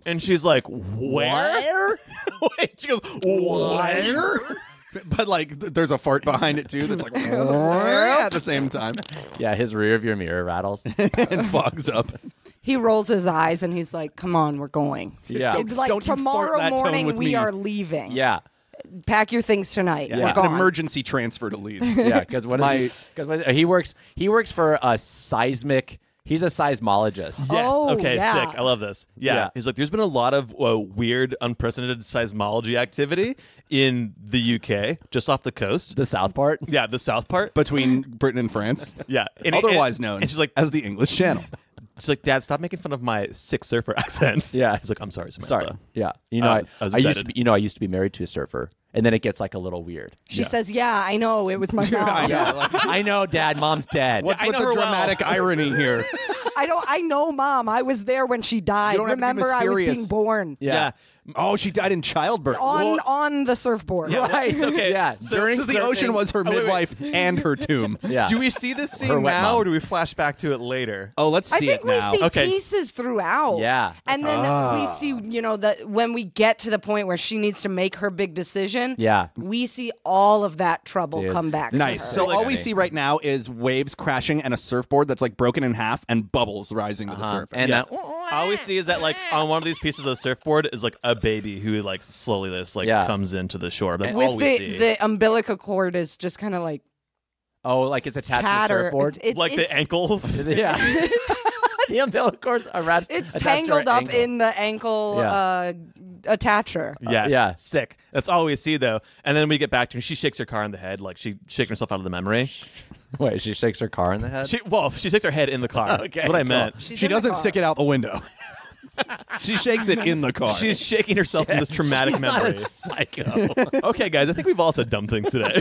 [SPEAKER 3] and she's like, Where? Wait, she goes, Where?
[SPEAKER 1] But like, th- there's a fart behind it too. That's like at the same time
[SPEAKER 2] Yeah, his rear view mirror rattles.
[SPEAKER 1] and fogs up.
[SPEAKER 5] He rolls his eyes and he's like, "Come on, we're going."
[SPEAKER 2] Yeah.
[SPEAKER 1] Don't-
[SPEAKER 5] like
[SPEAKER 1] don't you fart
[SPEAKER 5] tomorrow
[SPEAKER 1] that tone
[SPEAKER 5] morning,
[SPEAKER 1] with
[SPEAKER 5] we
[SPEAKER 1] me.
[SPEAKER 5] are leaving.
[SPEAKER 2] Yeah.
[SPEAKER 5] Pack your things tonight.
[SPEAKER 1] Yeah,
[SPEAKER 5] We're
[SPEAKER 1] it's an
[SPEAKER 5] gone.
[SPEAKER 1] emergency transfer to Leeds.
[SPEAKER 2] Yeah, because what
[SPEAKER 1] My-
[SPEAKER 2] is he? Because he, works he works for a seismic. He's a seismologist.
[SPEAKER 3] Yes.
[SPEAKER 5] Oh,
[SPEAKER 3] okay.
[SPEAKER 5] yeah.
[SPEAKER 3] Sick. I love this. Yeah.
[SPEAKER 2] Yeah.
[SPEAKER 3] He's like, there's been a lot of uh, weird, unprecedented seismology activity in the UK, just off the coast.
[SPEAKER 2] The south part.
[SPEAKER 3] yeah, the south part.
[SPEAKER 1] between Britain and France.
[SPEAKER 3] yeah, And- and-
[SPEAKER 1] otherwise known
[SPEAKER 3] And she's like,
[SPEAKER 1] as the English Channel.
[SPEAKER 3] she's like, Dad, stop making fun of my sick surfer accents.
[SPEAKER 2] Yeah.
[SPEAKER 3] He's like, I'm sorry, Samantha.
[SPEAKER 2] Sorry. Yeah. You know,
[SPEAKER 3] Uh, I
[SPEAKER 2] I,
[SPEAKER 3] was- I was
[SPEAKER 2] I used to
[SPEAKER 3] excited.
[SPEAKER 2] be, you know I used to be married to a surfer, and then it gets like a little weird.
[SPEAKER 5] She says, "Yeah, I know. It was my
[SPEAKER 1] I
[SPEAKER 5] mom.
[SPEAKER 1] know, like,
[SPEAKER 2] I know, Dad. Mom's dead.
[SPEAKER 1] what's
[SPEAKER 3] I
[SPEAKER 1] with
[SPEAKER 3] know
[SPEAKER 1] the
[SPEAKER 3] her well.
[SPEAKER 1] dramatic irony here?
[SPEAKER 5] I don't. I know, mom. I was there when she died.
[SPEAKER 1] You don't have to be
[SPEAKER 5] Remember, I was being
[SPEAKER 1] mysterious.
[SPEAKER 5] born
[SPEAKER 2] Yeah.
[SPEAKER 1] Oh, she died in childbirth.
[SPEAKER 3] Oh,
[SPEAKER 5] on
[SPEAKER 1] Well,
[SPEAKER 5] on the surfboard.
[SPEAKER 3] Yeah.
[SPEAKER 2] Right.
[SPEAKER 3] Okay.
[SPEAKER 2] Yeah.
[SPEAKER 3] So-
[SPEAKER 2] During
[SPEAKER 1] so the
[SPEAKER 3] surfing-
[SPEAKER 1] ocean was her
[SPEAKER 3] Oh, wait, wait.
[SPEAKER 1] midwife and her tomb.
[SPEAKER 2] Yeah.
[SPEAKER 3] Do we see this
[SPEAKER 2] Her
[SPEAKER 3] scene
[SPEAKER 2] wet
[SPEAKER 3] now,
[SPEAKER 2] mom.
[SPEAKER 3] or do we flash back to it later?
[SPEAKER 1] Oh, let's
[SPEAKER 5] I
[SPEAKER 1] see
[SPEAKER 5] think
[SPEAKER 1] it
[SPEAKER 5] we
[SPEAKER 1] now. Ah.
[SPEAKER 5] see
[SPEAKER 3] Okay.
[SPEAKER 5] pieces throughout.
[SPEAKER 2] Yeah.
[SPEAKER 5] And then we see, you know, that when we get to the point where she needs to make her big decision,
[SPEAKER 2] Yeah.
[SPEAKER 5] we see all of that trouble
[SPEAKER 2] Dude.
[SPEAKER 5] come back. to
[SPEAKER 1] Nice.
[SPEAKER 5] her.
[SPEAKER 1] So
[SPEAKER 3] Really
[SPEAKER 1] all we
[SPEAKER 2] good.
[SPEAKER 1] see right now is waves crashing and a surfboard that's like broken in half and bubbles rising
[SPEAKER 3] Uh-huh.
[SPEAKER 1] to the surface.
[SPEAKER 2] and
[SPEAKER 1] yeah.
[SPEAKER 2] uh,
[SPEAKER 3] All we see is that like on one of these pieces of the surfboard is like a baby who like slowly this like
[SPEAKER 2] Yeah.
[SPEAKER 3] comes into the shore. That's all
[SPEAKER 5] With
[SPEAKER 3] we
[SPEAKER 5] the,
[SPEAKER 3] see.
[SPEAKER 5] the umbilical cord is just kind of like
[SPEAKER 2] oh, like it's attached to the
[SPEAKER 5] tattered.
[SPEAKER 2] surfboard.
[SPEAKER 5] It-
[SPEAKER 3] like
[SPEAKER 5] it's-
[SPEAKER 3] the ankle.
[SPEAKER 2] yeah. the umbilical cord's arras-
[SPEAKER 5] It's
[SPEAKER 2] attached to her
[SPEAKER 5] tangled up
[SPEAKER 2] ankle.
[SPEAKER 5] in the ankle
[SPEAKER 2] Yeah.
[SPEAKER 5] uh, attacher.
[SPEAKER 3] yes.
[SPEAKER 2] yeah.
[SPEAKER 3] Sick. That's all we see though. And then we get back to she shakes her car in the head, like she shaking herself out of the memory.
[SPEAKER 2] Wait, she shakes her car in the head.
[SPEAKER 3] She well, she shakes her head in the car.
[SPEAKER 2] Okay,
[SPEAKER 3] That's what I
[SPEAKER 2] cool.
[SPEAKER 3] meant.
[SPEAKER 5] She's
[SPEAKER 1] she
[SPEAKER 5] in the
[SPEAKER 1] doesn't
[SPEAKER 5] car.
[SPEAKER 1] stick it out the window. she shakes it in the car.
[SPEAKER 3] She's shaking herself in this traumatic
[SPEAKER 2] She's not
[SPEAKER 3] memory.
[SPEAKER 2] a psycho.
[SPEAKER 3] okay, guys, I think we've all said dumb things today.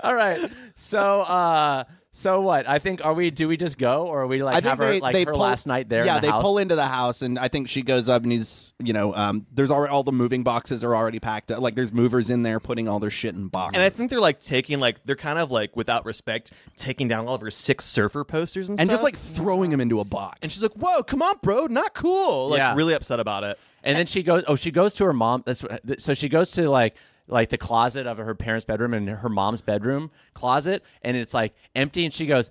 [SPEAKER 2] All right. So, uh, so what? I think are we? Do we just go, or are we
[SPEAKER 1] I
[SPEAKER 2] like
[SPEAKER 1] think
[SPEAKER 2] have her
[SPEAKER 1] they,
[SPEAKER 2] like
[SPEAKER 1] they
[SPEAKER 2] her
[SPEAKER 1] pull,
[SPEAKER 2] last night there?
[SPEAKER 1] Yeah,
[SPEAKER 2] in the
[SPEAKER 1] they
[SPEAKER 2] house?
[SPEAKER 1] pull into the house, and I think she goes up, and he's, you know, um, there's already all the moving boxes are already packed up. Like there's movers in there putting all their shit in boxes.
[SPEAKER 3] and I think they're like taking like they're kind of like without respect taking down all of her six surfer posters and,
[SPEAKER 1] and
[SPEAKER 3] stuff.
[SPEAKER 1] just like throwing him into a box.
[SPEAKER 3] and she's like, "Whoa, come on, bro, not cool." Like
[SPEAKER 2] Yeah.
[SPEAKER 3] really upset about it.
[SPEAKER 2] And then she goes. Oh, she goes to her mom. That's what, th- so she goes to like like the closet of her parents' bedroom and her mom's bedroom closet, and it's like empty. And she goes,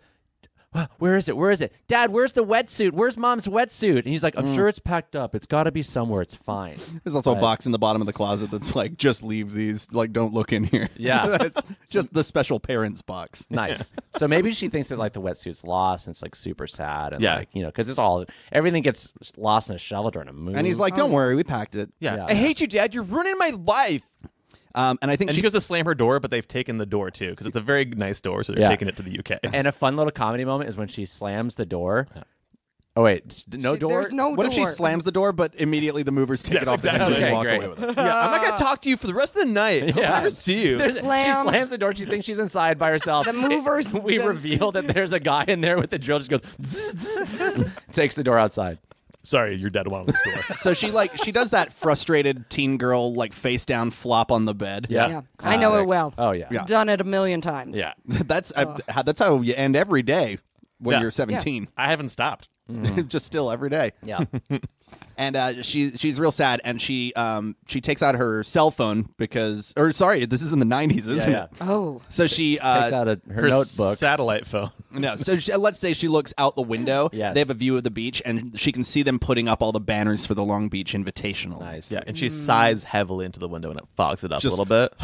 [SPEAKER 2] "Wh- "Where is it? Where is it, Dad? Where's the wetsuit? Where's Mom's wetsuit?" And he's like, "I'm
[SPEAKER 1] Mm.
[SPEAKER 2] sure it's packed up. It's got to be somewhere. It's fine."
[SPEAKER 1] there's also a box in the bottom of the closet that's like, just leave these. Like, don't look in here.
[SPEAKER 2] Yeah.
[SPEAKER 1] it's just the special parents box.
[SPEAKER 2] Nice. so maybe she thinks that like the wetsuit's lost and it's like super sad and
[SPEAKER 3] Yeah.
[SPEAKER 2] like you know because it's all everything gets lost in a shovel during a movie.
[SPEAKER 1] And he's like, don't worry, we packed it.
[SPEAKER 3] Yeah.
[SPEAKER 2] Yeah.
[SPEAKER 3] I hate you, Dad. You're ruining my life.
[SPEAKER 1] Um, and I think
[SPEAKER 3] And she
[SPEAKER 1] she
[SPEAKER 3] goes to slam her door, but they've taken the door too because it's a very nice door, so they're
[SPEAKER 2] Yeah.
[SPEAKER 3] taking it to the UK.
[SPEAKER 2] And a fun little comedy moment is when she slams the door. Oh wait, s- no
[SPEAKER 5] She-
[SPEAKER 2] door.
[SPEAKER 5] There's no
[SPEAKER 1] What if she
[SPEAKER 5] door.
[SPEAKER 1] slams the door, but immediately the movers take
[SPEAKER 3] Yes,
[SPEAKER 1] it off
[SPEAKER 3] exactly.
[SPEAKER 1] and just
[SPEAKER 2] Okay,
[SPEAKER 1] walk
[SPEAKER 2] great.
[SPEAKER 1] away with it?
[SPEAKER 3] yeah, I'm not gonna talk to you for the rest of the night.
[SPEAKER 2] Yeah.
[SPEAKER 3] I'll never see you.
[SPEAKER 2] There's- She
[SPEAKER 5] Slam.
[SPEAKER 2] slams the door. She thinks she's inside by herself.
[SPEAKER 5] The movers-
[SPEAKER 2] It- we
[SPEAKER 5] the-
[SPEAKER 2] reveal that there's a guy in there with the drill. Just goes, zzz, zzz, zzz, takes the door outside.
[SPEAKER 3] Sorry, your dad wanted this door.
[SPEAKER 1] So she like she does that frustrated teen girl like face down flop on the bed.
[SPEAKER 2] Yeah.
[SPEAKER 5] Yeah, I know it well.
[SPEAKER 2] Oh yeah.
[SPEAKER 1] Yeah.
[SPEAKER 5] Done it a million times.
[SPEAKER 3] yeah,
[SPEAKER 1] that's I- how- that's how you end every day when
[SPEAKER 3] Yeah.
[SPEAKER 1] you're 17.
[SPEAKER 3] I haven't stopped.
[SPEAKER 2] Mm.
[SPEAKER 1] Just still every day.
[SPEAKER 2] Mm-hmm. Yeah.
[SPEAKER 1] And uh, she she's real sad, and she um she takes out her cell phone because or sorry, this is in the 90s, isn't
[SPEAKER 2] yeah.
[SPEAKER 1] it?
[SPEAKER 5] Oh.
[SPEAKER 1] So she
[SPEAKER 2] Takes
[SPEAKER 1] uh,
[SPEAKER 2] out a, her,
[SPEAKER 3] Her
[SPEAKER 2] notebook.
[SPEAKER 3] satellite phone.
[SPEAKER 1] no. So she, let's say she looks out the window.
[SPEAKER 2] Yes.
[SPEAKER 1] They have a view of the beach, and she can see them putting up all the banners for the Long Beach Invitational.
[SPEAKER 2] nice.
[SPEAKER 3] Yeah, and she sighs heavily into the window, and it fogs it up
[SPEAKER 1] Just-
[SPEAKER 3] a little bit.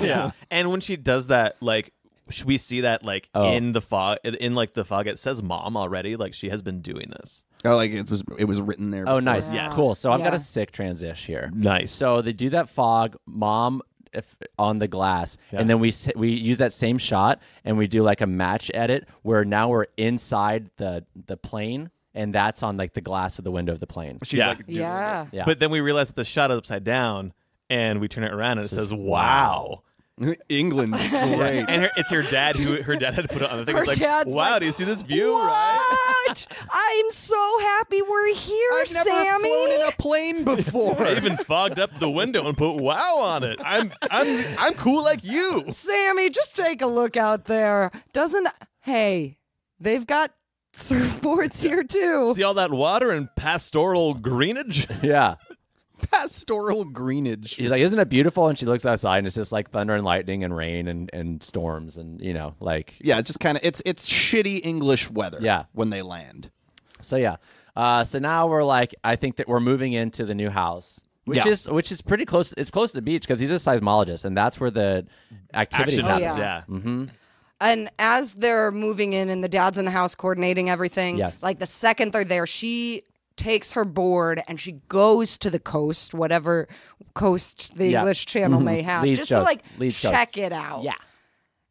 [SPEAKER 2] Yeah.
[SPEAKER 3] And when she does that, like sh- we see that like
[SPEAKER 2] Oh.
[SPEAKER 3] in the fog, in like the fog, it says "mom" already. Like she has been doing this.
[SPEAKER 1] Oh, like it was it was written there.
[SPEAKER 2] Oh,
[SPEAKER 1] before.
[SPEAKER 2] nice.
[SPEAKER 5] Yes.
[SPEAKER 2] Cool. So I've got
[SPEAKER 5] Yeah.
[SPEAKER 2] a sick transish here.
[SPEAKER 3] Nice.
[SPEAKER 2] So they do that fog, mom if, on the glass, and then we s- we use that same shot and we do like a match edit where now we're inside the the plane and that's on like the glass of the window of the plane.
[SPEAKER 1] She's
[SPEAKER 3] Yeah.
[SPEAKER 1] like, doing
[SPEAKER 5] Yeah.
[SPEAKER 2] Yeah.
[SPEAKER 3] But then we realize that the shot is upside down, and we turn it around, and it says "Wow."
[SPEAKER 1] it. England's great.
[SPEAKER 3] And her, it's her dad who her dad had put it on the thing.
[SPEAKER 5] Her
[SPEAKER 3] It's like,
[SPEAKER 5] dad's
[SPEAKER 3] wow,
[SPEAKER 5] like,
[SPEAKER 3] do you see this view? Right?
[SPEAKER 5] What? I'm so happy we're here,
[SPEAKER 1] I've never
[SPEAKER 5] Sammy.
[SPEAKER 1] flown in a plane
[SPEAKER 3] I
[SPEAKER 1] before.
[SPEAKER 3] even fogged up the window and put wow on it. I'm I'm I'm cool like you.
[SPEAKER 5] Sammy, just take a look out there. Doesn't hey, They've got surfboards here too.
[SPEAKER 3] See all that water and pastoral greenage?
[SPEAKER 2] Yeah.
[SPEAKER 1] Pastoral greenage.
[SPEAKER 2] She's like, isn't it beautiful? And she looks outside and it's just like thunder and lightning and rain and, and storms and, you know, like,
[SPEAKER 1] Yeah, it's just kind of it's it's shitty English weather.
[SPEAKER 2] Yeah.
[SPEAKER 1] when they land.
[SPEAKER 2] so yeah. Uh, so now we're like, I think that we're moving into the new house, which
[SPEAKER 1] Yeah.
[SPEAKER 2] is, which is pretty close. It's close to the beach because he's a seismologist and that's where the activities
[SPEAKER 3] Action
[SPEAKER 5] Oh,
[SPEAKER 2] happen.
[SPEAKER 5] yeah.
[SPEAKER 3] happens, yeah.
[SPEAKER 1] Mm-hmm.
[SPEAKER 5] And as they're moving in and the dad's in the house coordinating everything,
[SPEAKER 2] Yes.
[SPEAKER 5] like the second they're there, she takes her board and she goes to the coast, whatever coast the
[SPEAKER 2] Yeah. Mm-hmm.
[SPEAKER 5] English Channel may have,
[SPEAKER 2] Leeds
[SPEAKER 5] just to
[SPEAKER 2] coast.
[SPEAKER 5] like
[SPEAKER 2] Leeds coast.
[SPEAKER 5] check it out.
[SPEAKER 2] Yeah.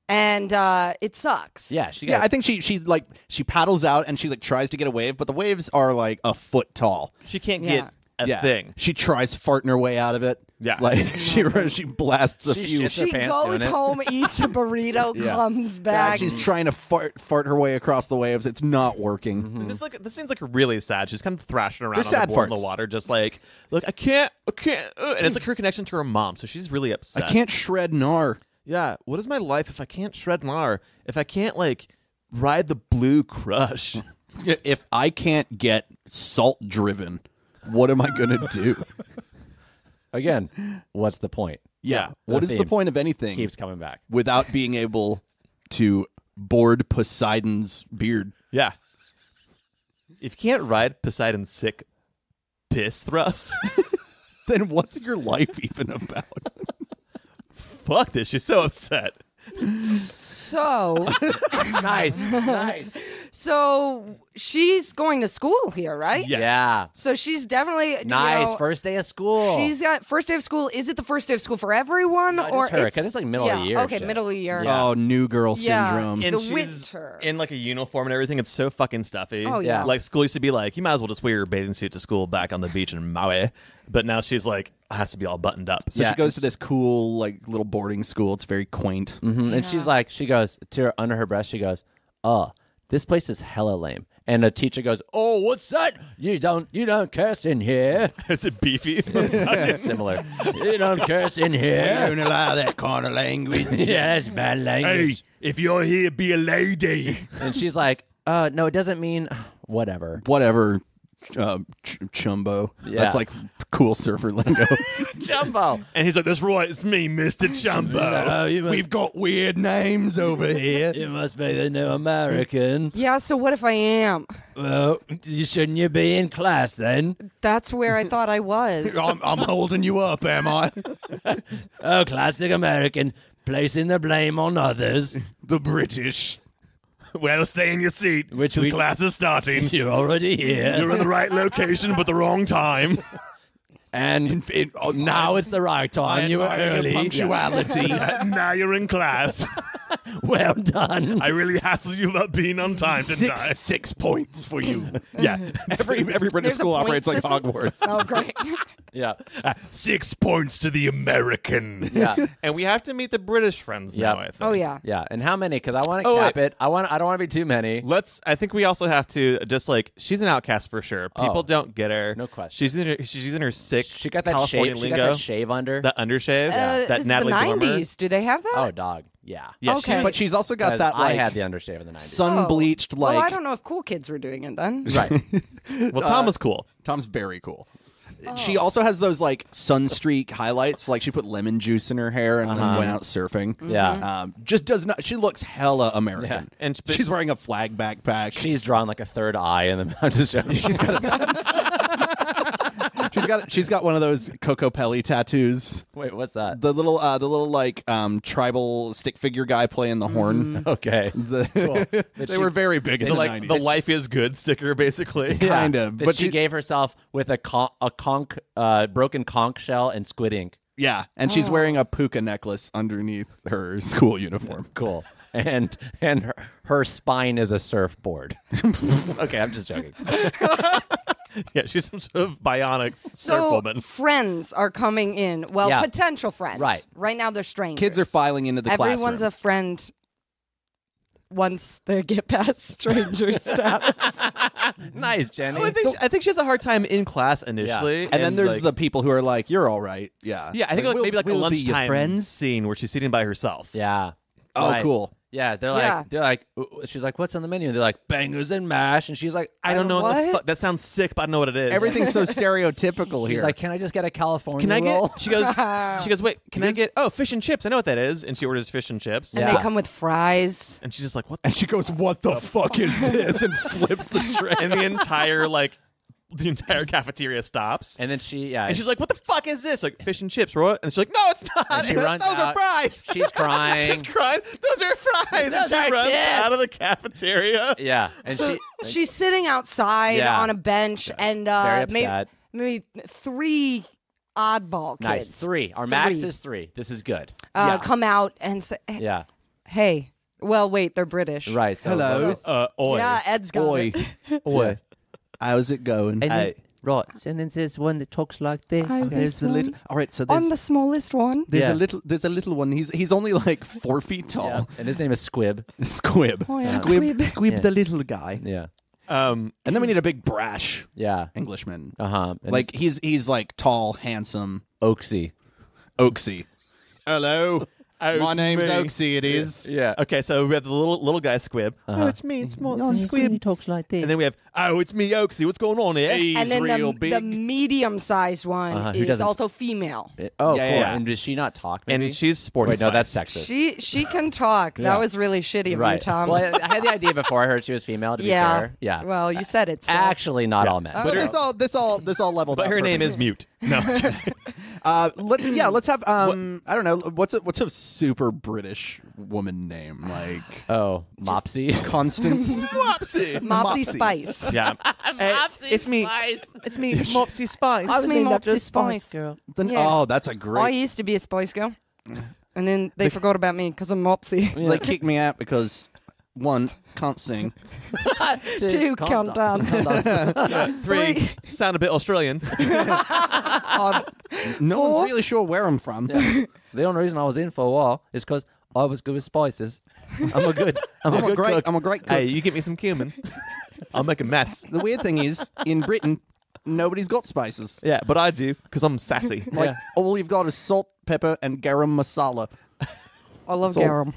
[SPEAKER 5] And uh, it sucks.
[SPEAKER 2] Yeah. She
[SPEAKER 1] Yeah,
[SPEAKER 2] got
[SPEAKER 1] I think she she like she paddles out and she like tries to get a wave, but the waves are like a foot tall.
[SPEAKER 3] She can't
[SPEAKER 5] Yeah.
[SPEAKER 3] get a
[SPEAKER 1] yeah. Mm-hmm.
[SPEAKER 3] thing.
[SPEAKER 1] She tries farting her way out of it.
[SPEAKER 3] Yeah.
[SPEAKER 1] Like she she blasts a
[SPEAKER 2] She
[SPEAKER 1] few.
[SPEAKER 2] shits her
[SPEAKER 5] She
[SPEAKER 2] pants
[SPEAKER 5] goes
[SPEAKER 2] doing it.
[SPEAKER 5] home, eats a burrito, comes
[SPEAKER 1] Yeah,
[SPEAKER 5] back.
[SPEAKER 1] she's trying to fart fart her way across the waves. It's not working.
[SPEAKER 3] This like this seems like really sad. She's kind of thrashing around
[SPEAKER 1] They're
[SPEAKER 3] on
[SPEAKER 1] sad
[SPEAKER 3] the board in
[SPEAKER 1] farts.
[SPEAKER 3] the water, just like, look, I can't, I can't, uh," and it's like her connection to her mom. So she's really upset.
[SPEAKER 1] I can't shred gnar.
[SPEAKER 3] Yeah. What is my life if I can't shred nar? If I can't like ride the blue crush?
[SPEAKER 1] If I can't get salt driven, what am I gonna do?
[SPEAKER 2] again, what's the point?
[SPEAKER 1] yeah. What
[SPEAKER 2] the
[SPEAKER 1] is the
[SPEAKER 2] theme
[SPEAKER 1] point of anything
[SPEAKER 2] Keeps coming back.
[SPEAKER 1] without being able to board Poseidon's beard?
[SPEAKER 3] yeah. If you can't ride Poseidon's sick piss thrust,
[SPEAKER 1] Then what's your life even about?
[SPEAKER 3] fuck this. She's so upset.
[SPEAKER 5] so,
[SPEAKER 2] nice. Nice.
[SPEAKER 5] so she's going to school here, right?
[SPEAKER 3] Yes.
[SPEAKER 2] Yeah.
[SPEAKER 5] So she's definitely you
[SPEAKER 2] Nice.
[SPEAKER 5] know,
[SPEAKER 2] First day of school.
[SPEAKER 5] She's got first day of school. Is it the first day of school for everyone,
[SPEAKER 2] just
[SPEAKER 5] or
[SPEAKER 2] her, 'cause it's, like, middle of
[SPEAKER 5] yeah,
[SPEAKER 2] the year
[SPEAKER 5] Okay,
[SPEAKER 2] shit.
[SPEAKER 5] middle of the year.
[SPEAKER 2] Yeah.
[SPEAKER 1] Oh, new girl
[SPEAKER 5] Yeah.
[SPEAKER 1] syndrome.
[SPEAKER 5] It-
[SPEAKER 3] And
[SPEAKER 5] The
[SPEAKER 3] she's
[SPEAKER 5] winter.
[SPEAKER 3] in like a uniform and everything. It's so fucking stuffy.
[SPEAKER 5] Oh, yeah.
[SPEAKER 3] Like school used to be like, you might as well just wear your bathing suit to school back on the beach in Maui. But now she's like, it has to be all buttoned up. So
[SPEAKER 1] so
[SPEAKER 2] yeah.
[SPEAKER 1] she goes to this cool, like, little boarding school. It's very quaint.
[SPEAKER 2] Mhm. And she's like, she goes to her under her breath, she goes, Oh, this place is hella lame. And a teacher goes, Oh, what's that? You don't you don't curse in here.
[SPEAKER 3] is it beefy?
[SPEAKER 2] Similar. You don't curse in here.
[SPEAKER 1] Don't allow that kind of language.
[SPEAKER 2] Yeah, that's bad language.
[SPEAKER 3] if you're here, be a lady.
[SPEAKER 2] And she's like, uh, no, it doesn't mean whatever.
[SPEAKER 1] Whatever, um, ch- chumbo.
[SPEAKER 2] Yeah.
[SPEAKER 1] That's like cool surfer lingo.
[SPEAKER 2] Jumbo.
[SPEAKER 3] And he's like, "That's right, it's me, Mister Chumbo.
[SPEAKER 1] We've got weird names over here.
[SPEAKER 2] Uh, You must be the new American.
[SPEAKER 5] Yeah, so what if I am?
[SPEAKER 2] Well, you shouldn't you be in class then?
[SPEAKER 5] That's where I thought I was.
[SPEAKER 1] I'm, I'm holding you up, am I?
[SPEAKER 2] Oh, classic American, placing the blame on others.
[SPEAKER 1] The British.
[SPEAKER 3] well, stay in your seat.
[SPEAKER 2] Which
[SPEAKER 3] This
[SPEAKER 2] we-
[SPEAKER 3] class is starting.
[SPEAKER 2] You're already here,
[SPEAKER 3] You're in the right location, but the wrong time.
[SPEAKER 2] and
[SPEAKER 1] It- oh,
[SPEAKER 2] now it's the right time. You were
[SPEAKER 1] admire your
[SPEAKER 2] early.
[SPEAKER 1] Punctuality.
[SPEAKER 3] now you're in class.
[SPEAKER 2] Well done.
[SPEAKER 3] I really hassled you about being on time, didn't I?
[SPEAKER 1] six, six points for you.
[SPEAKER 3] Yeah,
[SPEAKER 1] Every, every British
[SPEAKER 5] There's a
[SPEAKER 1] school
[SPEAKER 5] point
[SPEAKER 1] operates
[SPEAKER 5] system?
[SPEAKER 1] like Hogwarts.
[SPEAKER 5] Oh, great.
[SPEAKER 2] Yeah.
[SPEAKER 3] six points to the American.
[SPEAKER 2] Yeah.
[SPEAKER 3] and we have to meet the British friends
[SPEAKER 2] now,
[SPEAKER 3] now.
[SPEAKER 2] I
[SPEAKER 3] I
[SPEAKER 2] think.
[SPEAKER 3] think.
[SPEAKER 5] Oh, yeah.
[SPEAKER 2] uh, Yeah. And how many? Because I want to
[SPEAKER 3] Oh,
[SPEAKER 2] cap
[SPEAKER 3] wait.
[SPEAKER 2] it. I want. I don't want to be too many.
[SPEAKER 3] Let's. I think we also have to just like she's an outcast for sure. People
[SPEAKER 2] Oh.
[SPEAKER 3] don't get her.
[SPEAKER 2] No question.
[SPEAKER 3] She's in her. She's in her sick.
[SPEAKER 2] She got that
[SPEAKER 3] California
[SPEAKER 2] shave. She
[SPEAKER 3] lingo.
[SPEAKER 2] got that shave under.
[SPEAKER 3] that undershave.
[SPEAKER 5] Uh,
[SPEAKER 3] that
[SPEAKER 5] this
[SPEAKER 3] Natalie
[SPEAKER 5] is the
[SPEAKER 3] Dormer.
[SPEAKER 5] 90s. Do they have that?
[SPEAKER 2] oh, dog. Yeah.
[SPEAKER 3] Yeah, she
[SPEAKER 5] Okay.
[SPEAKER 1] But she's also got
[SPEAKER 2] Because
[SPEAKER 1] that,
[SPEAKER 2] I
[SPEAKER 1] like,
[SPEAKER 2] had the undershave in the nineties.
[SPEAKER 5] Oh.
[SPEAKER 1] sun bleached, like.
[SPEAKER 5] Well, I don't know if cool kids were doing it then.
[SPEAKER 2] right.
[SPEAKER 3] Well, Tom
[SPEAKER 2] Uh,
[SPEAKER 3] was cool.
[SPEAKER 1] Tom's very cool.
[SPEAKER 5] Oh.
[SPEAKER 1] She also has those like sunstreak highlights. Like she put lemon juice in her hair and then went out surfing.
[SPEAKER 2] Uh-huh. Yeah. Mm-hmm.
[SPEAKER 1] um, just does not. She looks hella American.
[SPEAKER 2] Yeah.
[SPEAKER 3] And- but-
[SPEAKER 1] she's wearing a flag backpack.
[SPEAKER 2] She's drawn like a third eye in the. I'm just joking.
[SPEAKER 1] she's got. A, she's got. She's got one of those Coco Pelli tattoos.
[SPEAKER 2] Wait, what's that?
[SPEAKER 1] The little, uh, the little like um, tribal stick figure guy playing the horn.
[SPEAKER 2] Okay.
[SPEAKER 1] The- they
[SPEAKER 2] Mm-hmm. she-
[SPEAKER 1] were very big in
[SPEAKER 3] The,
[SPEAKER 1] the
[SPEAKER 3] like
[SPEAKER 1] nineties.
[SPEAKER 3] the life is good sticker, basically.
[SPEAKER 1] Yeah. kind of,
[SPEAKER 2] That
[SPEAKER 1] but
[SPEAKER 2] she,
[SPEAKER 1] she-
[SPEAKER 2] gave herself with a con- a conch, uh, broken conch shell and squid ink.
[SPEAKER 1] yeah, and
[SPEAKER 5] Oh.
[SPEAKER 1] she's wearing a puka necklace underneath her school uniform.
[SPEAKER 2] Cool. And and her, her spine is a surfboard. okay, I'm just joking.
[SPEAKER 3] Yeah, she's some sort of bionic surf
[SPEAKER 5] So
[SPEAKER 3] woman.
[SPEAKER 5] friends are coming in. Well,
[SPEAKER 2] Yeah.
[SPEAKER 5] potential friends.
[SPEAKER 2] Right.
[SPEAKER 5] Right now they're strangers.
[SPEAKER 1] Kids are filing into the classroom.
[SPEAKER 5] Everyone's a friend once they get past stranger status.
[SPEAKER 2] nice, Jenny.
[SPEAKER 3] Oh, I think, I think she has a hard time in class initially.
[SPEAKER 1] And, then there's the people who are like, "You're all right, yeah,
[SPEAKER 3] yeah. I think like,
[SPEAKER 1] we'll-
[SPEAKER 3] maybe like
[SPEAKER 1] we'll
[SPEAKER 3] a
[SPEAKER 1] be your
[SPEAKER 3] lunchtime
[SPEAKER 1] friends."
[SPEAKER 3] scene where she's sitting by herself.
[SPEAKER 2] yeah.
[SPEAKER 1] Oh,
[SPEAKER 2] Right.
[SPEAKER 1] cool.
[SPEAKER 2] Yeah, they're
[SPEAKER 5] Yeah.
[SPEAKER 2] like they're like "Ooh," she's like what's on the menu? They're like bangers and mash and she's like
[SPEAKER 3] I don't know what the
[SPEAKER 5] What?
[SPEAKER 3] fuck. That sounds sick, but I don't know what it is.
[SPEAKER 1] Everything's so stereotypical
[SPEAKER 2] She's
[SPEAKER 1] here.
[SPEAKER 2] like can I just get a California
[SPEAKER 3] Can I
[SPEAKER 2] roll?
[SPEAKER 3] get? She goes. She goes. Wait. Can I get? Oh, fish and chips. I know what that is. And she orders fish and chips.
[SPEAKER 5] And
[SPEAKER 2] Yeah.
[SPEAKER 5] they come with fries.
[SPEAKER 3] And she's just like, what? the
[SPEAKER 1] and she goes, "What the fuck is this?" and flips the tray.
[SPEAKER 3] And the entire like, the entire cafeteria stops.
[SPEAKER 2] and then she yeah
[SPEAKER 3] And she's like, what the fuck is this? Like fish and chips, Roy. And she's like, no, it's not.
[SPEAKER 2] she
[SPEAKER 3] Those
[SPEAKER 2] runs
[SPEAKER 3] are
[SPEAKER 2] out.
[SPEAKER 3] fries.
[SPEAKER 2] she's crying.
[SPEAKER 3] she's crying. Those are fries. and
[SPEAKER 2] Those
[SPEAKER 3] she
[SPEAKER 2] are
[SPEAKER 3] runs
[SPEAKER 2] chips.
[SPEAKER 3] out of the cafeteria.
[SPEAKER 2] yeah, and
[SPEAKER 5] So
[SPEAKER 2] she
[SPEAKER 5] she's sitting outside
[SPEAKER 2] Yeah.
[SPEAKER 5] on a bench, and
[SPEAKER 2] Very
[SPEAKER 5] uh, may-
[SPEAKER 2] upset.
[SPEAKER 5] maybe three oddball
[SPEAKER 2] nice.
[SPEAKER 5] kids.
[SPEAKER 2] 3. Our max
[SPEAKER 5] Three.
[SPEAKER 2] is 3. This is good.
[SPEAKER 5] uh, come out and say, "Hey,
[SPEAKER 2] Yeah.
[SPEAKER 5] "Hey, well, wait, they're British."
[SPEAKER 2] Right. So
[SPEAKER 1] Hello,
[SPEAKER 3] Uh, oi.
[SPEAKER 5] Yeah, Ed's got
[SPEAKER 1] boy.
[SPEAKER 5] it.
[SPEAKER 3] Oi.
[SPEAKER 1] How's it going? Uh,
[SPEAKER 3] then-
[SPEAKER 2] right, and then there's one that talks like this.
[SPEAKER 5] Hi,
[SPEAKER 1] there's
[SPEAKER 5] this
[SPEAKER 1] the
[SPEAKER 5] one.
[SPEAKER 1] little. All right, so
[SPEAKER 5] I'm
[SPEAKER 1] there's
[SPEAKER 5] the smallest one.
[SPEAKER 1] there's
[SPEAKER 2] Yeah.
[SPEAKER 1] a little there's a little one. He's he's only like four feet
[SPEAKER 2] Yeah.
[SPEAKER 1] tall.
[SPEAKER 2] And his name is Squib.
[SPEAKER 1] Squib,
[SPEAKER 5] Oh, yeah.
[SPEAKER 1] squib,
[SPEAKER 5] Squib.
[SPEAKER 1] squib,
[SPEAKER 2] Yeah.
[SPEAKER 1] the little guy.
[SPEAKER 2] Yeah.
[SPEAKER 3] Um,
[SPEAKER 1] And then we need a big brash
[SPEAKER 2] Yeah.
[SPEAKER 1] Englishman.
[SPEAKER 2] Uh huh.
[SPEAKER 1] Like he's he's like tall, handsome,
[SPEAKER 2] Oaksy.
[SPEAKER 1] Oaksy. Hello,
[SPEAKER 3] Oh,
[SPEAKER 1] my
[SPEAKER 3] it's
[SPEAKER 1] name's
[SPEAKER 3] me.
[SPEAKER 1] Oaksy. It is.
[SPEAKER 2] Yeah. Uh-huh.
[SPEAKER 3] Okay, so we have the little little guy Squib. Oh, it's me. It's more Squib.
[SPEAKER 2] talks like this.
[SPEAKER 3] And then we have, oh, it's me, Oaksy. What's going on here?
[SPEAKER 1] He's
[SPEAKER 5] and then
[SPEAKER 1] real
[SPEAKER 5] the,
[SPEAKER 1] big.
[SPEAKER 5] the medium-sized one
[SPEAKER 2] Uh-huh, who
[SPEAKER 5] is
[SPEAKER 2] doesn't-
[SPEAKER 5] also female.
[SPEAKER 2] oh,
[SPEAKER 1] Yeah,
[SPEAKER 2] cool.
[SPEAKER 1] yeah.
[SPEAKER 2] And does she not talk? Maybe?
[SPEAKER 3] and she's sporting.
[SPEAKER 2] Wait, no, that's
[SPEAKER 3] spice.
[SPEAKER 2] sexist.
[SPEAKER 5] She she can talk.
[SPEAKER 2] Yeah.
[SPEAKER 5] That was really shitty of you,
[SPEAKER 2] right.
[SPEAKER 5] Tom.
[SPEAKER 2] Well, I, I had the idea before I heard she was female. To be
[SPEAKER 5] yeah,
[SPEAKER 2] fair. Yeah.
[SPEAKER 5] Well, you said it. so- Oh.
[SPEAKER 2] actually, not all men.
[SPEAKER 1] So this all this all this all leveled
[SPEAKER 3] But
[SPEAKER 1] up.
[SPEAKER 3] her name
[SPEAKER 1] perfectly.
[SPEAKER 3] is Mute. No.
[SPEAKER 1] Uh, let's yeah, let's have um I don't know what's a what's a super British woman name like
[SPEAKER 2] oh, Mopsy.
[SPEAKER 1] Constance Mopsy
[SPEAKER 5] Mopsy Spice.
[SPEAKER 3] yeah. Mopsy it's me. It's me, Mopsy Spice.
[SPEAKER 5] was named after a Spice
[SPEAKER 2] Girl.
[SPEAKER 1] Then-
[SPEAKER 5] Yeah.
[SPEAKER 1] Oh, that's a
[SPEAKER 5] I
[SPEAKER 1] great.
[SPEAKER 5] used to be a Spice Girl, and then they forgot about me because I'm Mopsy.
[SPEAKER 1] They kicked me out because one can't sing.
[SPEAKER 5] Two
[SPEAKER 2] count
[SPEAKER 5] countdowns.
[SPEAKER 3] Three. Sound a bit Australian.
[SPEAKER 1] Uh, no
[SPEAKER 5] Four.
[SPEAKER 1] one's really sure where I'm from.
[SPEAKER 2] the only reason I was in for a while is because I was good with spices. I'm a good.
[SPEAKER 1] I'm
[SPEAKER 2] I'm, a
[SPEAKER 1] a
[SPEAKER 2] good
[SPEAKER 1] Oh, great
[SPEAKER 2] cook.
[SPEAKER 1] I'm a great cook.
[SPEAKER 3] hey, you get me some cumin. I'll make a mess.
[SPEAKER 1] The weird thing is in Britain nobody's got spices.
[SPEAKER 3] Yeah, but I do because I'm sassy.
[SPEAKER 1] Like all you've got is salt, pepper and garam masala.
[SPEAKER 5] I love
[SPEAKER 1] all-
[SPEAKER 5] Garum.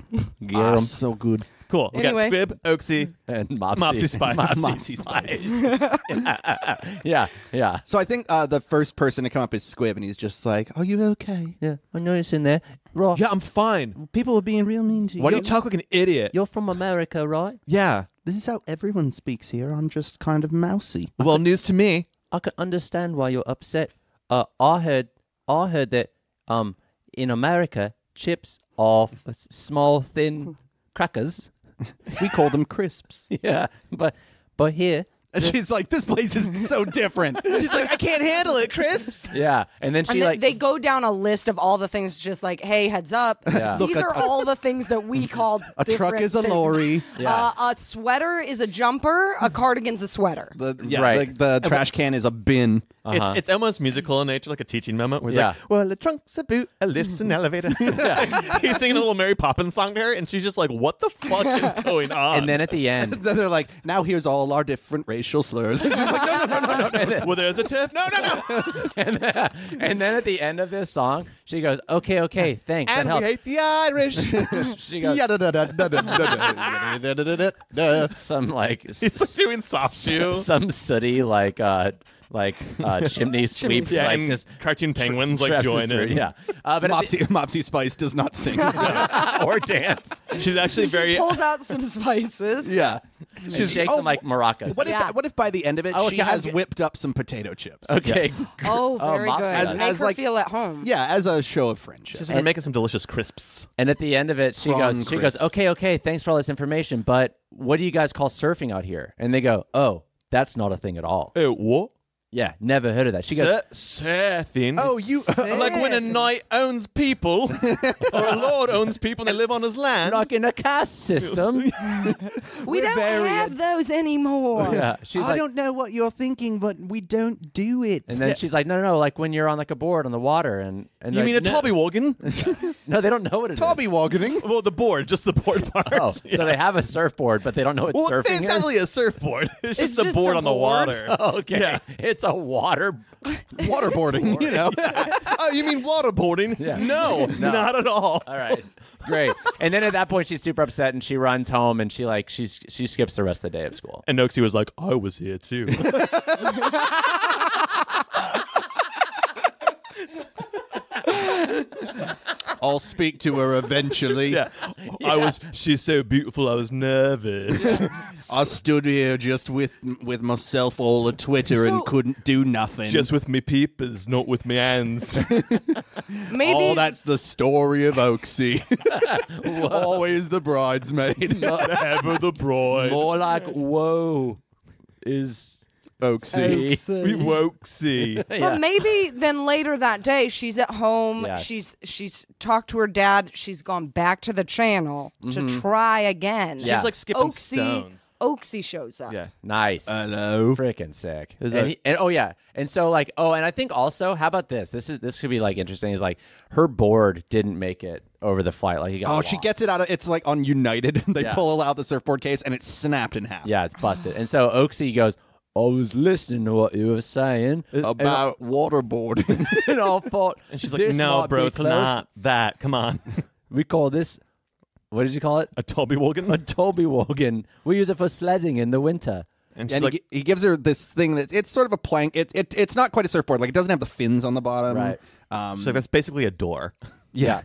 [SPEAKER 1] Ah, so good.
[SPEAKER 3] cool. We got
[SPEAKER 5] Anyway.
[SPEAKER 3] Squib, Oaksy,
[SPEAKER 2] and Mopsy.
[SPEAKER 3] Mopsy Spice.
[SPEAKER 1] Mopsy spice.
[SPEAKER 2] Yeah. Yeah.
[SPEAKER 1] So I think uh, the first person to come up is Squib, and he's just like, "Oh, "Are you okay?
[SPEAKER 2] Yeah, I noticed in there. Right.
[SPEAKER 3] Yeah, I'm fine.
[SPEAKER 1] People are being real mean to you.
[SPEAKER 3] Why do you talk like an idiot?
[SPEAKER 2] You're from America, right?
[SPEAKER 3] Yeah.
[SPEAKER 1] This is how everyone speaks here. I'm just kind of mousy.
[SPEAKER 3] Well, news to me.
[SPEAKER 2] I can understand why you're upset. Uh, I heard, I heard that um, in America, chips are f- small, thin crackers.
[SPEAKER 1] We call them crisps."
[SPEAKER 2] Yeah, but but here,
[SPEAKER 1] And she's like, "This place is so different."
[SPEAKER 3] She's like, I can't handle it, crisps.
[SPEAKER 2] yeah, and then she
[SPEAKER 5] And then
[SPEAKER 2] like
[SPEAKER 5] they go down a list of all the things, just like, hey, heads up.
[SPEAKER 2] Yeah.
[SPEAKER 5] These
[SPEAKER 1] Look, a-
[SPEAKER 5] are all the things that we called.
[SPEAKER 1] A truck
[SPEAKER 5] different
[SPEAKER 1] is a
[SPEAKER 5] things.
[SPEAKER 1] lorry.
[SPEAKER 2] Yeah.
[SPEAKER 5] Uh, a sweater is a jumper. A cardigan's a sweater.
[SPEAKER 1] The, yeah,
[SPEAKER 2] Right.
[SPEAKER 1] the, the trash can is a bin.
[SPEAKER 3] It's, it's almost musical in nature, like a teaching moment. Where he's
[SPEAKER 2] Yeah.
[SPEAKER 3] like, "Well, a trunk's a boot, a lift's an elevator." he's singing a little Mary Poppins song to her, and she's just like, "What the fuck is going on?"
[SPEAKER 2] and then at the end,
[SPEAKER 1] Then they're like, "Now here's all our different racial slurs." And she's like, "No, no, no, no, no."
[SPEAKER 3] well, there's a tiff. No, no, no.
[SPEAKER 2] and, then at the end of this song, she goes, "Okay, okay, thanks."
[SPEAKER 3] and
[SPEAKER 2] that
[SPEAKER 3] we
[SPEAKER 2] helped."
[SPEAKER 3] hate the Irish.
[SPEAKER 2] She goes
[SPEAKER 1] Yeah-da-da-da-da-da-da-da-da-da-da.
[SPEAKER 2] some like s-
[SPEAKER 3] It's like doing soft shoe.
[SPEAKER 2] some sooty like uh like uh chimney sweep
[SPEAKER 3] yeah,
[SPEAKER 2] like
[SPEAKER 3] and
[SPEAKER 2] just
[SPEAKER 3] cartoon penguins like
[SPEAKER 2] tresses
[SPEAKER 3] join
[SPEAKER 2] through,
[SPEAKER 3] it.
[SPEAKER 2] yeah uh, but at the-
[SPEAKER 1] Mopsy, Mopsy Spice does not sing.
[SPEAKER 2] or dance.
[SPEAKER 3] She's actually very.
[SPEAKER 5] Pulls out some spices.
[SPEAKER 1] yeah.
[SPEAKER 2] She shakes
[SPEAKER 1] oh,
[SPEAKER 2] them like maracas.
[SPEAKER 1] What if,
[SPEAKER 5] Yeah.
[SPEAKER 1] what if by the end of it,
[SPEAKER 2] Oh,
[SPEAKER 1] she
[SPEAKER 2] okay,
[SPEAKER 1] has
[SPEAKER 2] okay.
[SPEAKER 1] whipped up some potato chips?
[SPEAKER 2] okay,
[SPEAKER 5] Oh, very
[SPEAKER 2] Mopsy
[SPEAKER 5] good.
[SPEAKER 2] does.
[SPEAKER 1] As-
[SPEAKER 5] Make
[SPEAKER 1] as
[SPEAKER 5] her
[SPEAKER 1] like-
[SPEAKER 5] feel at home.
[SPEAKER 1] Yeah, as a show of friendship.
[SPEAKER 3] She's been making some delicious crisps.
[SPEAKER 2] and at the end of it, she
[SPEAKER 1] Prawn
[SPEAKER 2] goes, she
[SPEAKER 1] crisps.
[SPEAKER 2] goes, okay, okay, thanks for all this information, but what do you guys call surfing out here? And they go, oh, that's not a thing at all.
[SPEAKER 3] Oh, what?
[SPEAKER 2] Yeah, never heard of that. She goes,
[SPEAKER 3] surfing.
[SPEAKER 1] oh, you.
[SPEAKER 3] like when a knight owns people, or a lord owns people, and they live on his land.
[SPEAKER 2] like in a caste system.
[SPEAKER 5] we
[SPEAKER 1] we're
[SPEAKER 5] don't
[SPEAKER 1] very-
[SPEAKER 5] have those anymore.
[SPEAKER 2] yeah, she's like,
[SPEAKER 1] know what you're thinking, but we don't do it.
[SPEAKER 2] and then she's like, no, no, no, like when you're on like a board on the water, and and
[SPEAKER 3] you
[SPEAKER 2] like,
[SPEAKER 3] mean a
[SPEAKER 2] no,
[SPEAKER 3] Toby Wogan?
[SPEAKER 2] No, they don't know what it is.
[SPEAKER 1] Tobby Wogging.
[SPEAKER 3] well, the board, just the board part.
[SPEAKER 2] Oh, so they have a surfboard, but they don't know what
[SPEAKER 3] Well,
[SPEAKER 2] surfing
[SPEAKER 3] it's not
[SPEAKER 2] is.
[SPEAKER 3] really a surfboard. It's, just a
[SPEAKER 5] just
[SPEAKER 3] board Oh.
[SPEAKER 5] a
[SPEAKER 3] on the
[SPEAKER 5] board.
[SPEAKER 3] water.
[SPEAKER 2] okay,
[SPEAKER 3] Yeah.
[SPEAKER 2] it's it's a water.
[SPEAKER 1] waterboarding, you know.
[SPEAKER 3] oh, you mean waterboarding?
[SPEAKER 2] Yeah.
[SPEAKER 3] No,
[SPEAKER 2] No.
[SPEAKER 3] not at all.
[SPEAKER 2] All right, great. And then at that point, she's super upset and she runs home and she like she's she skips the rest of the day of school.
[SPEAKER 3] And Noxie was like, I was here too.
[SPEAKER 1] I'll speak to her eventually.
[SPEAKER 3] yeah. I was, she's so beautiful, I was nervous.
[SPEAKER 1] I stood here just with with myself all a Twitter
[SPEAKER 5] So-
[SPEAKER 1] and couldn't do nothing.
[SPEAKER 3] Just with me peepers, not with me hands.
[SPEAKER 5] Maybe
[SPEAKER 1] Oh, that's the story of Oaksy. Always the bridesmaid.
[SPEAKER 3] Ever the bride.
[SPEAKER 2] More like whoa, is
[SPEAKER 1] Oaksy.
[SPEAKER 3] We wokesy.
[SPEAKER 2] yeah.
[SPEAKER 5] Well, maybe then later that day she's at home.
[SPEAKER 2] Yes.
[SPEAKER 5] She's she's talked to her dad. She's gone back to the channel to try again.
[SPEAKER 2] Mm-hmm. She's, Yeah. like,
[SPEAKER 3] skipping
[SPEAKER 5] Oh,
[SPEAKER 3] stones.
[SPEAKER 5] Oaksy shows up.
[SPEAKER 3] Yeah.
[SPEAKER 2] nice.
[SPEAKER 1] Uh, Hello.
[SPEAKER 2] Freaking sick. And,
[SPEAKER 3] Is that-
[SPEAKER 2] he, and oh yeah, and so like oh, and I think also how about this? This is this could be like interesting. Is like her board didn't make it over the flight. Like he got
[SPEAKER 1] Oh, she
[SPEAKER 2] lost.
[SPEAKER 1] gets it out of it's like on United. they
[SPEAKER 2] Yeah.
[SPEAKER 1] pull out the surfboard case and it's snapped in half.
[SPEAKER 2] yeah, it's busted. And so Oaksy goes, I was listening to what you were saying
[SPEAKER 1] About waterboarding.
[SPEAKER 2] and I thought,
[SPEAKER 3] And she's like, no, bro, it's not that. Come on.
[SPEAKER 2] We call this. What did you call it?
[SPEAKER 3] A Toby Wogan?
[SPEAKER 2] A Toby Wogan. We use it for sledding in the winter.
[SPEAKER 3] And she's
[SPEAKER 1] and
[SPEAKER 3] like,
[SPEAKER 1] he, gi- he gives her this thing that it's sort of a plank. It, it it's not quite a surfboard. Like it doesn't have the fins on the bottom.
[SPEAKER 2] Right.
[SPEAKER 1] Um,
[SPEAKER 3] she's like, that's basically a door.
[SPEAKER 1] yeah.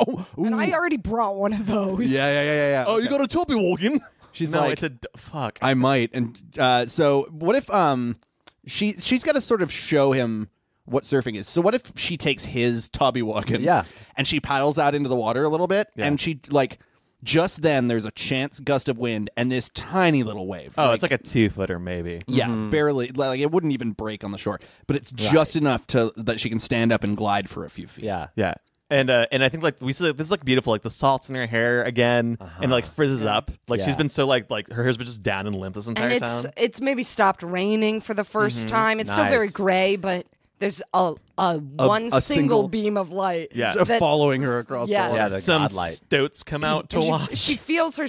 [SPEAKER 1] oh, ooh.
[SPEAKER 5] And I already brought one of those.
[SPEAKER 1] yeah, yeah, yeah, yeah, yeah.
[SPEAKER 2] Oh,
[SPEAKER 3] Oh, you got a Toby Wogan?
[SPEAKER 1] She's
[SPEAKER 3] no,
[SPEAKER 1] like-
[SPEAKER 3] it's a d- fuck.
[SPEAKER 1] I might. And uh, so, what if um, she she's got to sort of show him what surfing is. So, what if she takes his Toby Walken,
[SPEAKER 2] Yeah.
[SPEAKER 1] and she paddles out into the water a little bit, and she like just then there's a chance gust of wind and this tiny little wave.
[SPEAKER 3] oh, it's like a two footer, maybe.
[SPEAKER 1] yeah, barely like it wouldn't even break on the shore, but it's just enough to that she can stand up and glide for a few feet.
[SPEAKER 2] Yeah.
[SPEAKER 3] Yeah. And uh, and I think like we see this is like beautiful like the salts in her hair again and like frizzes up like
[SPEAKER 2] Yeah.
[SPEAKER 3] she's been so like like her hair's been just down and limp this entire
[SPEAKER 5] And it's
[SPEAKER 3] time.
[SPEAKER 5] it's maybe stopped raining for the 1st time. It's still very
[SPEAKER 2] Nice.
[SPEAKER 5] gray, but there's a a one
[SPEAKER 1] a
[SPEAKER 5] single,
[SPEAKER 1] single-
[SPEAKER 5] beam of light.
[SPEAKER 3] Yeah.
[SPEAKER 1] Just
[SPEAKER 5] that-
[SPEAKER 1] following her across
[SPEAKER 5] Yes.
[SPEAKER 1] the
[SPEAKER 2] Yeah,
[SPEAKER 1] water.
[SPEAKER 2] the
[SPEAKER 3] Some
[SPEAKER 2] godlight.
[SPEAKER 3] stoats come out to
[SPEAKER 5] and she-
[SPEAKER 3] watch.
[SPEAKER 5] She, feels her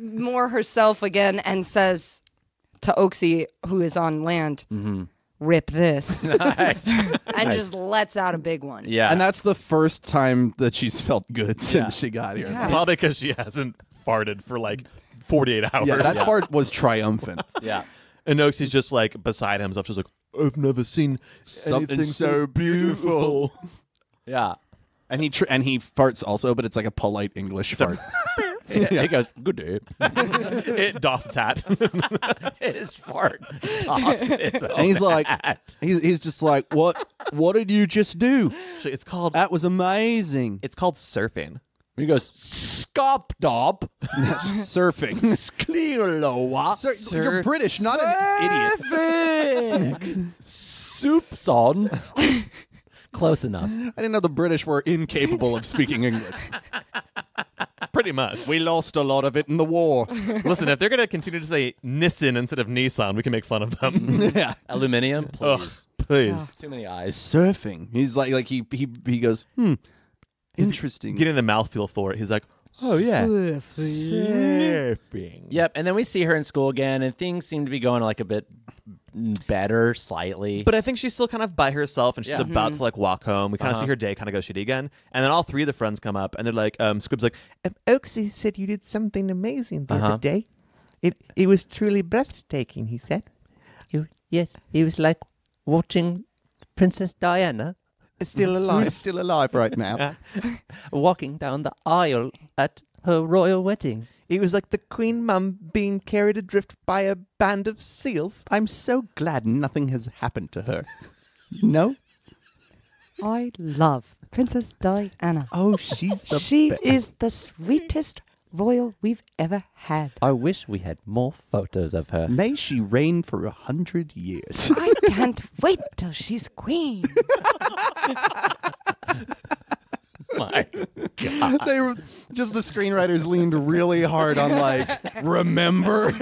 [SPEAKER 5] more herself again and says to Oaksy, who is on land,
[SPEAKER 2] Mm-hmm.
[SPEAKER 5] "Rip this," and just lets out a big one.
[SPEAKER 2] Yeah.
[SPEAKER 1] And that's the first time that she's felt good since she got here.
[SPEAKER 3] Probably because she hasn't farted for like 48 hours.
[SPEAKER 1] Yeah, that part was triumphant.
[SPEAKER 2] yeah.
[SPEAKER 3] and Oxy's just like beside himself. She's like, I've never seen
[SPEAKER 1] Something
[SPEAKER 3] anything
[SPEAKER 1] so beautiful.
[SPEAKER 2] Yeah.
[SPEAKER 1] And he tr- and he farts also, but it's like a polite English fart.
[SPEAKER 2] It, it goes, good day.
[SPEAKER 3] it doffs its hat.
[SPEAKER 2] it is fart. Tops. It's
[SPEAKER 1] and he's like, he's, he's just like, what? What did you just do?
[SPEAKER 3] Actually, it's called
[SPEAKER 1] That was amazing.
[SPEAKER 3] it's called surfing.
[SPEAKER 2] he goes, scop dob.
[SPEAKER 1] Just surfing.
[SPEAKER 2] Clearloa.
[SPEAKER 1] Sir, you're British, not an idiot.
[SPEAKER 2] Soups on. Close enough.
[SPEAKER 1] I didn't know the British were incapable of speaking English.
[SPEAKER 3] Pretty much.
[SPEAKER 1] We lost a lot of it in the war.
[SPEAKER 3] Listen, if they're gonna continue to say Nissan instead of Nissan, we can make fun of them.
[SPEAKER 1] yeah.
[SPEAKER 2] Aluminium, please.
[SPEAKER 3] Please.
[SPEAKER 2] Too many eyes.
[SPEAKER 1] Surfing. He's like, like he he he goes, hmm, interesting.
[SPEAKER 3] Getting the mouthfeel for it. He's like, Oh yeah. Surfing.
[SPEAKER 2] Yep. And then we see her in school again, and things seem to be going like a bit better, slightly.
[SPEAKER 3] But I think she's still kind of by herself and she's
[SPEAKER 2] Yeah.
[SPEAKER 3] about to like walk home. We kind of see her day kind of go shitty again. And then all three of the friends come up and they're like, um, Squib's like,
[SPEAKER 6] Um, Oaksy said you did something amazing the
[SPEAKER 2] Uh-huh.
[SPEAKER 6] other day. It it was truly breathtaking, he said. You, yes, it was like watching Princess Diana still alive
[SPEAKER 1] Who's still alive right now?
[SPEAKER 6] walking down the aisle at her royal wedding. It was like the Queen Mum being carried adrift by a band of seals.
[SPEAKER 1] I'm so glad nothing has happened to her. No?
[SPEAKER 5] I love Princess Diana.
[SPEAKER 1] Oh, she's the
[SPEAKER 5] she is the sweetest royal we've ever had.
[SPEAKER 2] I wish we had more photos of her.
[SPEAKER 1] May she reign for a hundred years.
[SPEAKER 5] I can't wait till she's queen.
[SPEAKER 2] My
[SPEAKER 1] they were just the screenwriters leaned really hard on like remember.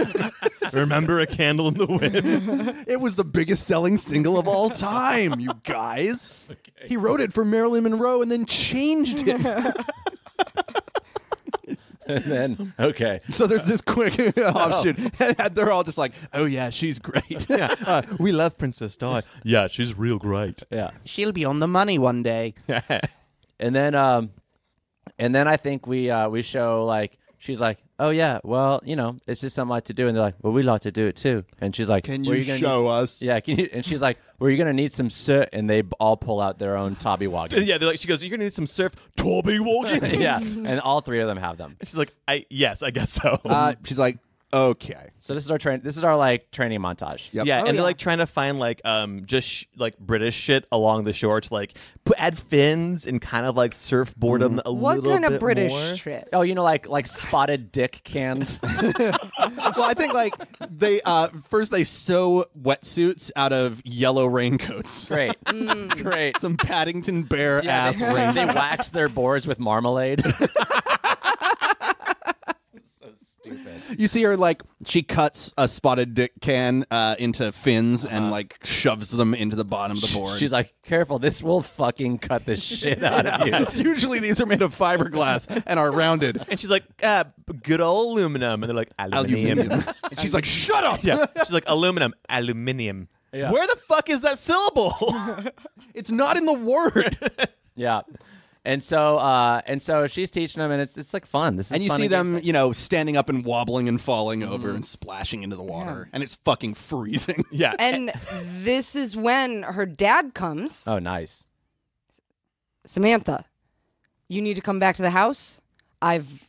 [SPEAKER 3] Remember a candle in the wind.
[SPEAKER 1] It was the biggest selling single of all time, you guys. He wrote it for Marilyn Monroe and then changed it.
[SPEAKER 2] and then okay.
[SPEAKER 1] So there's this quick offshoot. And they're all just like, oh, yeah, she's great.
[SPEAKER 3] yeah, uh, we love Princess Di. Yeah, she's real great.
[SPEAKER 2] Yeah.
[SPEAKER 1] She'll be on the money one day.
[SPEAKER 2] And then um and then I think we uh we show like she's like, "Oh yeah, well, you know, it's just something I like to do." And they're like, "Well, we like to do it too." And she's like,
[SPEAKER 1] Can
[SPEAKER 2] "Well,
[SPEAKER 1] you
[SPEAKER 2] you're gonna
[SPEAKER 1] show
[SPEAKER 2] need-
[SPEAKER 1] us?
[SPEAKER 2] Yeah, can you and she's like, "Well, you're going to need some soot." And they b- all pull out their own Tobby Wagon.
[SPEAKER 3] Yeah, they're like, she goes, "You're gonna need some surf, Toby Wogan."
[SPEAKER 2] yeah. And all three of them have them.
[SPEAKER 3] she's like, "I yes, I guess so."
[SPEAKER 1] Uh, she's like, okay.
[SPEAKER 2] So this is our train this is our like training montage.
[SPEAKER 1] Yep.
[SPEAKER 3] Yeah,
[SPEAKER 5] Oh,
[SPEAKER 3] and
[SPEAKER 5] yeah.
[SPEAKER 3] they're like trying to find like um just sh- like British shit along the shore to like put add fins and kind of like surfboard them a
[SPEAKER 5] What
[SPEAKER 3] little
[SPEAKER 5] kind of
[SPEAKER 3] bit
[SPEAKER 5] British
[SPEAKER 3] more.
[SPEAKER 5] shit?
[SPEAKER 2] Oh, you know like like spotted dick cans.
[SPEAKER 1] well, I think like they uh first they sew wetsuits out of yellow raincoats.
[SPEAKER 2] Great. Great.
[SPEAKER 1] Some Paddington Bear
[SPEAKER 2] Yeah,
[SPEAKER 1] ass
[SPEAKER 2] they,
[SPEAKER 1] rain.
[SPEAKER 2] they wax their boards with marmalade.
[SPEAKER 1] You see her like she cuts a spotted dick can uh, into fins
[SPEAKER 2] Uh-huh.
[SPEAKER 1] and like shoves them into the bottom of the board.
[SPEAKER 2] She's like, careful, this will fucking cut the shit out of you.
[SPEAKER 1] Usually these are made of fiberglass and are rounded.
[SPEAKER 3] And she's like, uh, good old aluminum. And they're like, aluminum.
[SPEAKER 1] Aluminium. And she's like, shut up.
[SPEAKER 3] yeah. She's like, aluminum, aluminium.
[SPEAKER 2] Yeah.
[SPEAKER 3] Where the fuck is that syllable?
[SPEAKER 1] It's not in the word.
[SPEAKER 2] Yeah. And so uh and so she's teaching them and it's it's like fun. This is
[SPEAKER 1] and you
[SPEAKER 2] fun
[SPEAKER 1] see
[SPEAKER 2] again.
[SPEAKER 1] them, you know, standing up and wobbling and falling over and splashing into the water. And it's fucking freezing.
[SPEAKER 3] yeah.
[SPEAKER 5] And this is when her dad comes.
[SPEAKER 2] Oh nice.
[SPEAKER 5] Samantha, you need to come back to the house. I've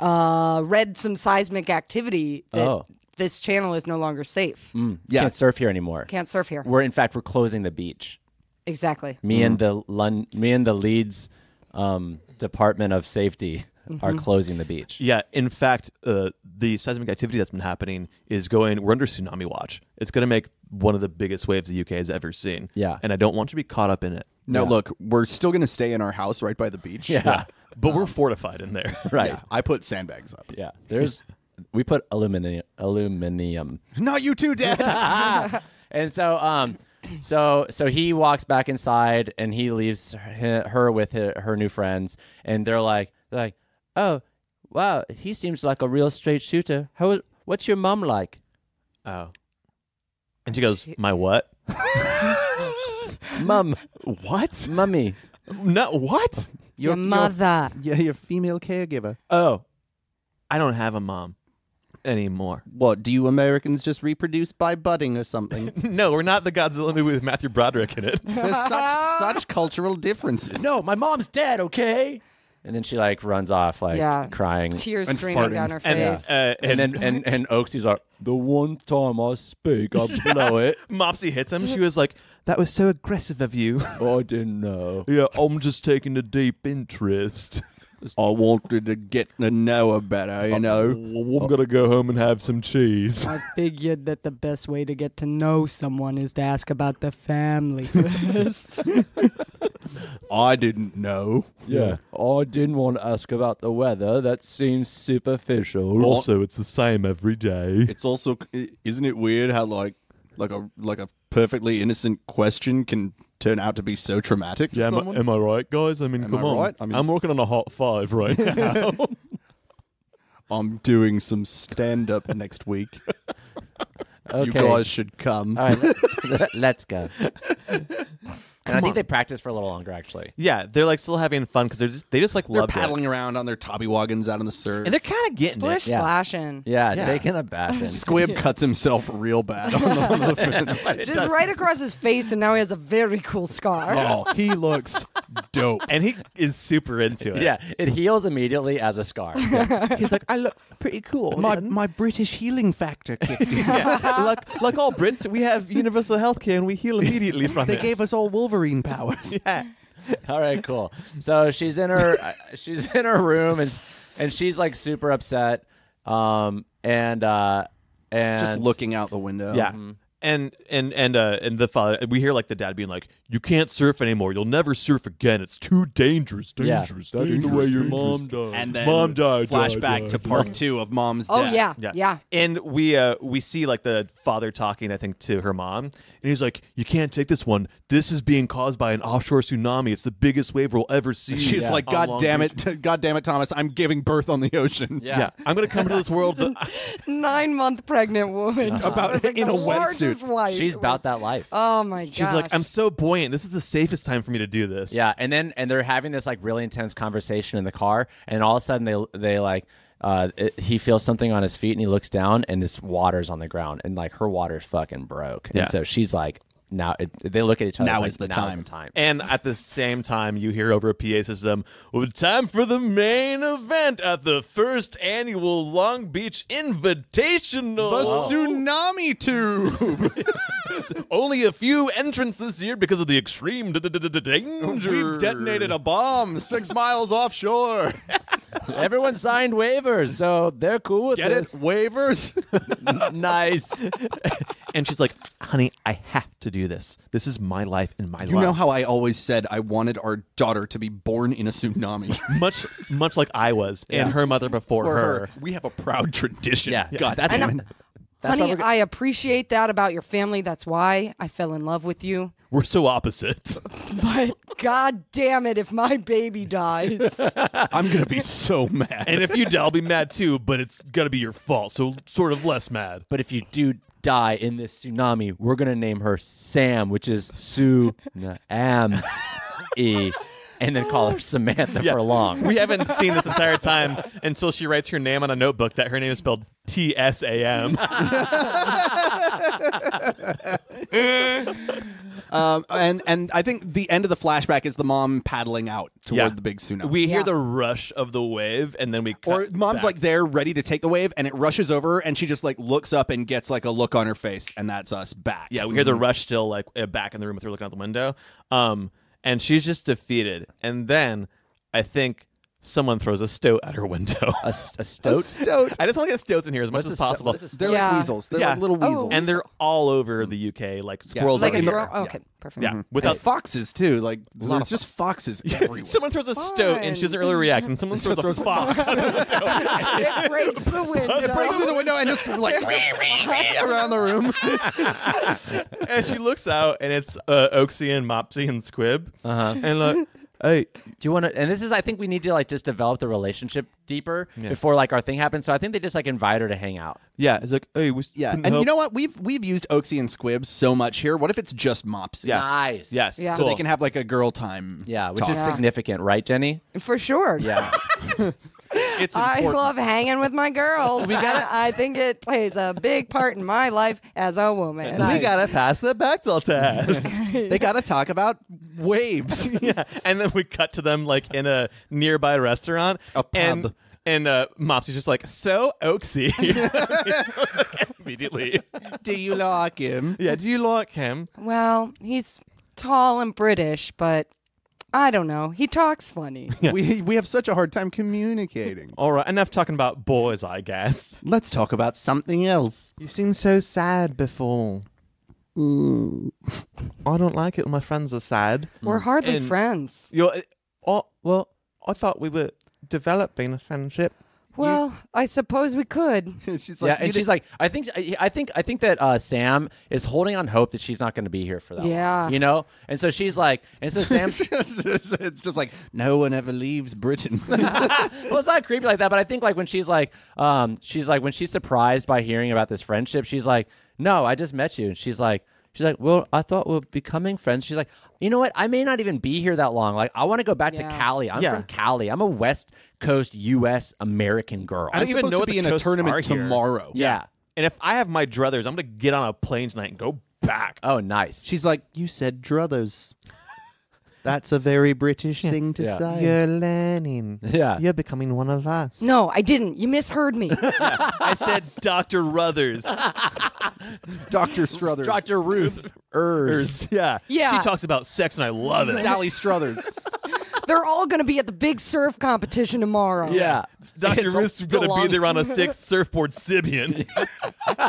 [SPEAKER 5] uh, read some seismic activity that
[SPEAKER 2] Oh.
[SPEAKER 5] this channel is no longer safe.
[SPEAKER 1] Yeah.
[SPEAKER 2] Can't surf here anymore.
[SPEAKER 5] Can't surf here.
[SPEAKER 2] We're in fact we're closing the beach.
[SPEAKER 5] Exactly.
[SPEAKER 2] Me and
[SPEAKER 1] Mm-hmm.
[SPEAKER 2] the Lon- me and the Leeds um, Department of Safety are
[SPEAKER 1] Mm-hmm.
[SPEAKER 2] closing the beach.
[SPEAKER 3] yeah. In fact, uh, the seismic activity that's been happening is going, we're under tsunami watch. It's going to make one of the biggest waves the UK has ever seen.
[SPEAKER 2] Yeah.
[SPEAKER 3] And I don't want you to be caught up in it.
[SPEAKER 1] No, look, we're still going to stay in our house right by the beach.
[SPEAKER 2] Yeah.
[SPEAKER 3] But we're fortified in there.
[SPEAKER 2] Right.
[SPEAKER 1] Yeah, I put sandbags up.
[SPEAKER 2] yeah. There's we put aluminum aluminum
[SPEAKER 1] Not you too, Dad.
[SPEAKER 2] And so, um, so so he walks back inside, and he leaves her, her with her, her new friends, and they're like, they're like, oh, wow, he seems like a real straight shooter. How? What's your mom like?
[SPEAKER 3] oh. And she goes, my what?
[SPEAKER 2] Mum,
[SPEAKER 3] What?
[SPEAKER 2] mummy.
[SPEAKER 3] No, what?
[SPEAKER 5] Your, mother.
[SPEAKER 1] yeah, your female caregiver.
[SPEAKER 3] Oh, I don't have a mom anymore.
[SPEAKER 1] What, do you Americans just reproduce by budding or something?
[SPEAKER 3] No, we're not the Godzilla movie with Matthew Broderick in it.
[SPEAKER 1] There's such, such cultural differences.
[SPEAKER 2] No, my mom's dead. Okay. And then she like runs off, like
[SPEAKER 5] Yeah.
[SPEAKER 2] crying.
[SPEAKER 5] Tears
[SPEAKER 1] And
[SPEAKER 5] streaming
[SPEAKER 1] farting.
[SPEAKER 5] down her
[SPEAKER 3] And,
[SPEAKER 5] face.
[SPEAKER 3] uh,
[SPEAKER 2] And then and and Oaksy's like, the one time I speak, I blow it.
[SPEAKER 3] Mopsy hits him. She was like, "That was so aggressive of you."
[SPEAKER 2] "Oh, I didn't know.
[SPEAKER 3] yeah, I'm just taking a deep interest.
[SPEAKER 1] I wanted to get to know her better, you know?
[SPEAKER 3] I'm gonna go home and have some cheese.
[SPEAKER 7] I figured that the best way to get to know someone is to ask about the family first.
[SPEAKER 1] I didn't know.
[SPEAKER 2] Yeah. I didn't want to ask about the weather. That seems superficial.
[SPEAKER 3] it's the same every day.
[SPEAKER 1] It's also, isn't it weird how, like, like a like a perfectly innocent question can turn out to be so traumatic to someone?
[SPEAKER 3] I right, guys? I mean,
[SPEAKER 1] Am I right? I mean-
[SPEAKER 3] working on a hot five right now.
[SPEAKER 1] I'm doing some stand up next week.
[SPEAKER 2] okay.
[SPEAKER 1] You guys should come.
[SPEAKER 2] All right, let, let's go. and I think they practiced for a little longer, actually.
[SPEAKER 3] yeah, they're like still having fun because they're just they just like
[SPEAKER 1] They're
[SPEAKER 3] love
[SPEAKER 1] paddling around on their tobbywagons out on the surf.
[SPEAKER 3] and they're kind of getting
[SPEAKER 5] Splish
[SPEAKER 3] it.
[SPEAKER 2] yeah.
[SPEAKER 5] splashing.
[SPEAKER 2] Yeah, taking a bath. And,
[SPEAKER 1] Squib cuts himself real bad on the, on the fin.
[SPEAKER 5] Just right across his face, and now he has a very cool scar.
[SPEAKER 1] Oh, he looks dope.
[SPEAKER 3] And he is super into it.
[SPEAKER 2] yeah, it heals immediately as a scar.
[SPEAKER 6] He's like, I look pretty cool. son."
[SPEAKER 1] British healing factor kicked
[SPEAKER 3] Yeah. like like all Brits, we have universal health care and we heal immediately from it.
[SPEAKER 1] us all Wolverine powers.
[SPEAKER 2] All right, cool. So she's in her uh, she's in her room and and she's like super upset. Um and uh and
[SPEAKER 1] Just looking out the window.
[SPEAKER 3] Yeah. and and and uh, and the father and we hear like the dad being like, "You can't surf anymore. You'll never surf again. It's too dangerous.
[SPEAKER 2] Yeah.
[SPEAKER 3] Dangerous. That's the way your mom died.
[SPEAKER 1] And then
[SPEAKER 3] mom died. died,
[SPEAKER 1] flashback
[SPEAKER 3] died,
[SPEAKER 1] to
[SPEAKER 3] died.
[SPEAKER 1] part two of mom's
[SPEAKER 5] Oh
[SPEAKER 1] death.
[SPEAKER 5] yeah, yeah.
[SPEAKER 3] Yeah. And we uh we see like the father talking, I think, to her mom, and he's like, "You can't take this one. This is being caused by an offshore tsunami. It's the biggest wave we'll ever see."
[SPEAKER 1] She's like,
[SPEAKER 3] on
[SPEAKER 1] God
[SPEAKER 3] Long
[SPEAKER 1] damn
[SPEAKER 3] Beach."
[SPEAKER 1] it, God damn it, Thomas, I'm giving birth on the ocean.
[SPEAKER 3] Yeah. I'm gonna come into this world. But
[SPEAKER 5] Nine month pregnant woman
[SPEAKER 1] About-
[SPEAKER 5] Like
[SPEAKER 1] in
[SPEAKER 5] the
[SPEAKER 1] a
[SPEAKER 5] largest
[SPEAKER 1] wetsuit.
[SPEAKER 5] wife.
[SPEAKER 2] She's about that life.
[SPEAKER 5] Oh my god.
[SPEAKER 3] she's like, "I'm so buoyant. This is the safest time for me to do this."
[SPEAKER 2] Yeah, and then and they're having this like really intense conversation in the car, and all of a sudden they they like uh, it- he feels something on his feet, and he looks down, and this water's on the ground, and like her water's fucking broke,
[SPEAKER 3] Yeah.
[SPEAKER 2] and so she's like, now it, they look at each other.
[SPEAKER 1] Now
[SPEAKER 2] it's
[SPEAKER 1] is
[SPEAKER 2] like,
[SPEAKER 1] the
[SPEAKER 2] now
[SPEAKER 1] time."
[SPEAKER 2] Is the time.
[SPEAKER 3] And at the same time, you hear over a PA system, well, time for the main event at the first annual Long Beach Invitational.
[SPEAKER 1] The tsunami tube.
[SPEAKER 3] Only a few entrants this year because of the extreme d- d- d- d- danger.
[SPEAKER 1] We've detonated a bomb six miles offshore.
[SPEAKER 2] Everyone signed waivers, so they're cool with
[SPEAKER 1] Get it?
[SPEAKER 2] this.
[SPEAKER 1] Waivers?
[SPEAKER 2] Nice.
[SPEAKER 3] And she's like, honey, I have to do this. This is my life and my
[SPEAKER 1] You know how I always said I wanted our daughter to be born in a tsunami.
[SPEAKER 3] much, much like I was and her mother before
[SPEAKER 1] For
[SPEAKER 3] her.
[SPEAKER 1] her, we have a proud tradition.
[SPEAKER 2] Yeah.
[SPEAKER 1] God,
[SPEAKER 2] That's-
[SPEAKER 1] damn it.
[SPEAKER 2] That's why
[SPEAKER 5] Honey, I appreciate that about your family. That's why I fell in love with you.
[SPEAKER 3] We're so opposites.
[SPEAKER 5] But god damn it, if my baby dies.
[SPEAKER 1] I'm gonna be so mad.
[SPEAKER 3] and if you do, I'll be mad too, but it's going to be your fault. So sort of less mad.
[SPEAKER 2] But if you do die in this tsunami, we're gonna name her Sam, which is Sue Am E, and then call her Samantha for long.
[SPEAKER 3] We haven't seen this entire time until she writes her name on a notebook that her name is spelled T S A M.
[SPEAKER 1] Um, and and I think the end of the flashback is the mom paddling out toward
[SPEAKER 3] Yeah.
[SPEAKER 1] the big tsunami.
[SPEAKER 3] We hear the rush of the wave, and then we cut
[SPEAKER 1] or mom's
[SPEAKER 3] back.
[SPEAKER 1] like there, ready to take the wave, and it rushes over, and she just like looks up and gets like a look on her face, and that's us back.
[SPEAKER 3] Yeah, we hear the rush still like uh, back in the room with her looking out the window. Um, and she's just defeated. And then I think someone throws a stoat at her window.
[SPEAKER 2] A, s- a stoat.
[SPEAKER 1] Stoat.
[SPEAKER 3] I just want to get stoats in here as much as
[SPEAKER 2] a sto-
[SPEAKER 3] possible.
[SPEAKER 2] what's a sto-
[SPEAKER 1] They're like
[SPEAKER 5] Yeah.
[SPEAKER 1] weasels. They're
[SPEAKER 3] Yeah.
[SPEAKER 1] like little
[SPEAKER 5] Oh.
[SPEAKER 1] weasels.
[SPEAKER 3] and they're all over the UK, like squirrels.
[SPEAKER 1] Like
[SPEAKER 5] like
[SPEAKER 3] are
[SPEAKER 5] a
[SPEAKER 1] in the-
[SPEAKER 5] squirrel?
[SPEAKER 1] yeah.
[SPEAKER 5] okay, perfect.
[SPEAKER 3] Yeah,
[SPEAKER 1] and
[SPEAKER 3] without
[SPEAKER 1] foxes too. Like there's just foxes everywhere.
[SPEAKER 3] someone throws a stoat and she doesn't really react, and someone throws, a fox.
[SPEAKER 5] It breaks the window.
[SPEAKER 1] it breaks through the window and just like around the room.
[SPEAKER 3] and she looks out, and it's uh, Oxy and Mopsy and Squib. Uh-huh. And like, hey,
[SPEAKER 2] Do you want to? And this is, I think we need to like just develop the relationship deeper before like our thing happens. So I think they just like invite her to hang out.
[SPEAKER 3] yeah, it's like, hey, we
[SPEAKER 1] Yeah,
[SPEAKER 3] couldn't
[SPEAKER 1] and you
[SPEAKER 3] help-
[SPEAKER 1] know what? We've we've used Oxy and Squib so much here. What if it's just Mopsy?
[SPEAKER 3] Yeah.
[SPEAKER 2] Nice.
[SPEAKER 3] yes,
[SPEAKER 5] Yeah.
[SPEAKER 1] so
[SPEAKER 3] cool.
[SPEAKER 1] they can have like a girl time.
[SPEAKER 2] Yeah, which
[SPEAKER 1] talk.
[SPEAKER 2] is
[SPEAKER 5] Yeah.
[SPEAKER 2] significant, right, Jenny?
[SPEAKER 5] For sure.
[SPEAKER 2] Yeah.
[SPEAKER 1] It's
[SPEAKER 5] I
[SPEAKER 1] important.
[SPEAKER 5] love hanging with my girls. I, I think it plays a big part in my life as a woman.
[SPEAKER 3] we gotta pass the Bechdel test.
[SPEAKER 1] they got to talk about waves.
[SPEAKER 3] yeah, and then we cut to them like in a nearby restaurant,
[SPEAKER 1] A pub.
[SPEAKER 3] and and uh, Mopsy's just like so Oaksy immediately.
[SPEAKER 1] Do you like him?
[SPEAKER 3] Yeah, do you like him?
[SPEAKER 5] Well, he's tall and British, but I don't know. He talks funny.
[SPEAKER 2] Hmm.
[SPEAKER 1] We we have such a hard time communicating.
[SPEAKER 3] All right, enough talking about boys, I guess.
[SPEAKER 1] Let's talk about something else.
[SPEAKER 6] You seem so sad before.
[SPEAKER 3] I don't like it when my friends are sad.
[SPEAKER 5] We're hardly
[SPEAKER 3] And-
[SPEAKER 5] friends.
[SPEAKER 3] You're, oh well, I thought we were developing a friendship.
[SPEAKER 5] Well, I suppose we could.
[SPEAKER 1] she's like,
[SPEAKER 2] yeah, and she's like, I think, I I think, I think that uh, Sam is holding on hope that she's not going to be here for that. long,
[SPEAKER 5] Yeah.
[SPEAKER 2] you know, and so she's like, and so Sam,
[SPEAKER 1] it's just like no one ever leaves Britain.
[SPEAKER 2] well, it's not creepy like that, but I think like when she's like, um, she's like when she's surprised by hearing about this friendship, she's like, no, I just met you, and she's like, she's like, well, I thought we're becoming friends. She's like, you know what? I may not even be here that long. Like, I want to go back to
[SPEAKER 5] Yeah.
[SPEAKER 2] Cali. I'm
[SPEAKER 3] Yeah.
[SPEAKER 2] from Cali. I'm a West Coast U.S. American girl.
[SPEAKER 3] I
[SPEAKER 1] I'm
[SPEAKER 3] don't even
[SPEAKER 1] supposed
[SPEAKER 3] know
[SPEAKER 1] to
[SPEAKER 3] what
[SPEAKER 1] be
[SPEAKER 3] the
[SPEAKER 1] in a
[SPEAKER 3] coasts are
[SPEAKER 1] tournament
[SPEAKER 3] here.
[SPEAKER 1] tomorrow.
[SPEAKER 2] yeah.
[SPEAKER 3] And if I have my druthers, I'm gonna get on a plane tonight and go back.
[SPEAKER 2] Oh, nice.
[SPEAKER 1] She's like, you said druthers. That's a very British thing to
[SPEAKER 2] Yeah.
[SPEAKER 1] say.
[SPEAKER 6] You're learning.
[SPEAKER 2] Yeah.
[SPEAKER 6] You're becoming one of us.
[SPEAKER 5] No, I didn't. You misheard me.
[SPEAKER 3] I said Doctor Ruthers.
[SPEAKER 1] Dr. Struthers.
[SPEAKER 2] Dr. Ruth Ers.
[SPEAKER 3] Yeah.
[SPEAKER 5] Yeah.
[SPEAKER 3] She talks about sex and I love it.
[SPEAKER 1] Sally Struthers.
[SPEAKER 5] They're all going to be at the big surf competition tomorrow.
[SPEAKER 2] Oh, Yeah.
[SPEAKER 3] Dr.
[SPEAKER 5] It's a
[SPEAKER 3] Ruth's going to be
[SPEAKER 5] full-on-
[SPEAKER 3] there on a sixth surfboard Sibian,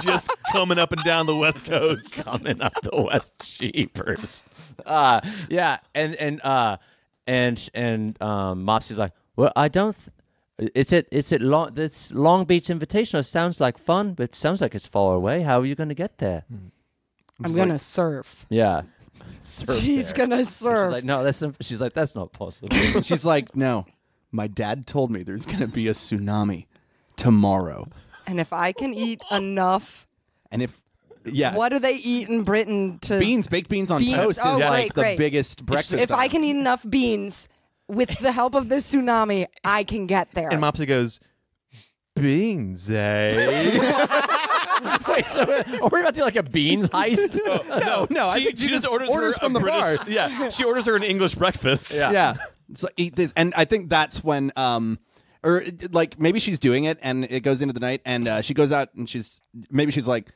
[SPEAKER 3] just coming up and down the West Coast.
[SPEAKER 2] coming up the West Jeepers. Uh, yeah, and and uh, and and um, Mopsy's like, well, I don't. Th- it's at it's at Long this Long Beach Invitational sounds like fun, but sounds like it's far away. How are you going to get there?
[SPEAKER 5] I'm going to surf.
[SPEAKER 2] Yeah, Surf
[SPEAKER 5] She's
[SPEAKER 2] there.
[SPEAKER 5] going to
[SPEAKER 2] She's
[SPEAKER 5] surf.
[SPEAKER 2] like, no, that's not-" she's like, that's not possible.
[SPEAKER 1] She's like, no, my dad told me there's going to be a tsunami tomorrow.
[SPEAKER 5] and if I can eat enough,
[SPEAKER 1] And if, yeah,
[SPEAKER 5] what do they eat in Britain to
[SPEAKER 1] beans, baked beans on
[SPEAKER 5] Beans.
[SPEAKER 1] toast
[SPEAKER 5] Oh,
[SPEAKER 1] is
[SPEAKER 5] right,
[SPEAKER 1] like the
[SPEAKER 5] great.
[SPEAKER 1] biggest breakfast.
[SPEAKER 5] If I
[SPEAKER 1] item.
[SPEAKER 5] can eat enough beans with the help of this tsunami, I can get there.
[SPEAKER 3] And Mopsy goes, Beans, eh?
[SPEAKER 2] Wait, so are we about to do like a beans heist?
[SPEAKER 1] no, no, I
[SPEAKER 3] she,
[SPEAKER 1] think
[SPEAKER 3] she just orders, her
[SPEAKER 1] from the
[SPEAKER 3] a British,
[SPEAKER 1] bar.
[SPEAKER 3] Yeah, she orders her an English breakfast.
[SPEAKER 2] Yeah.
[SPEAKER 1] yeah. It's like eat this, and I think that's when, um, or like maybe she's doing it, and it goes into the night, and uh, she goes out, and she's maybe she's like,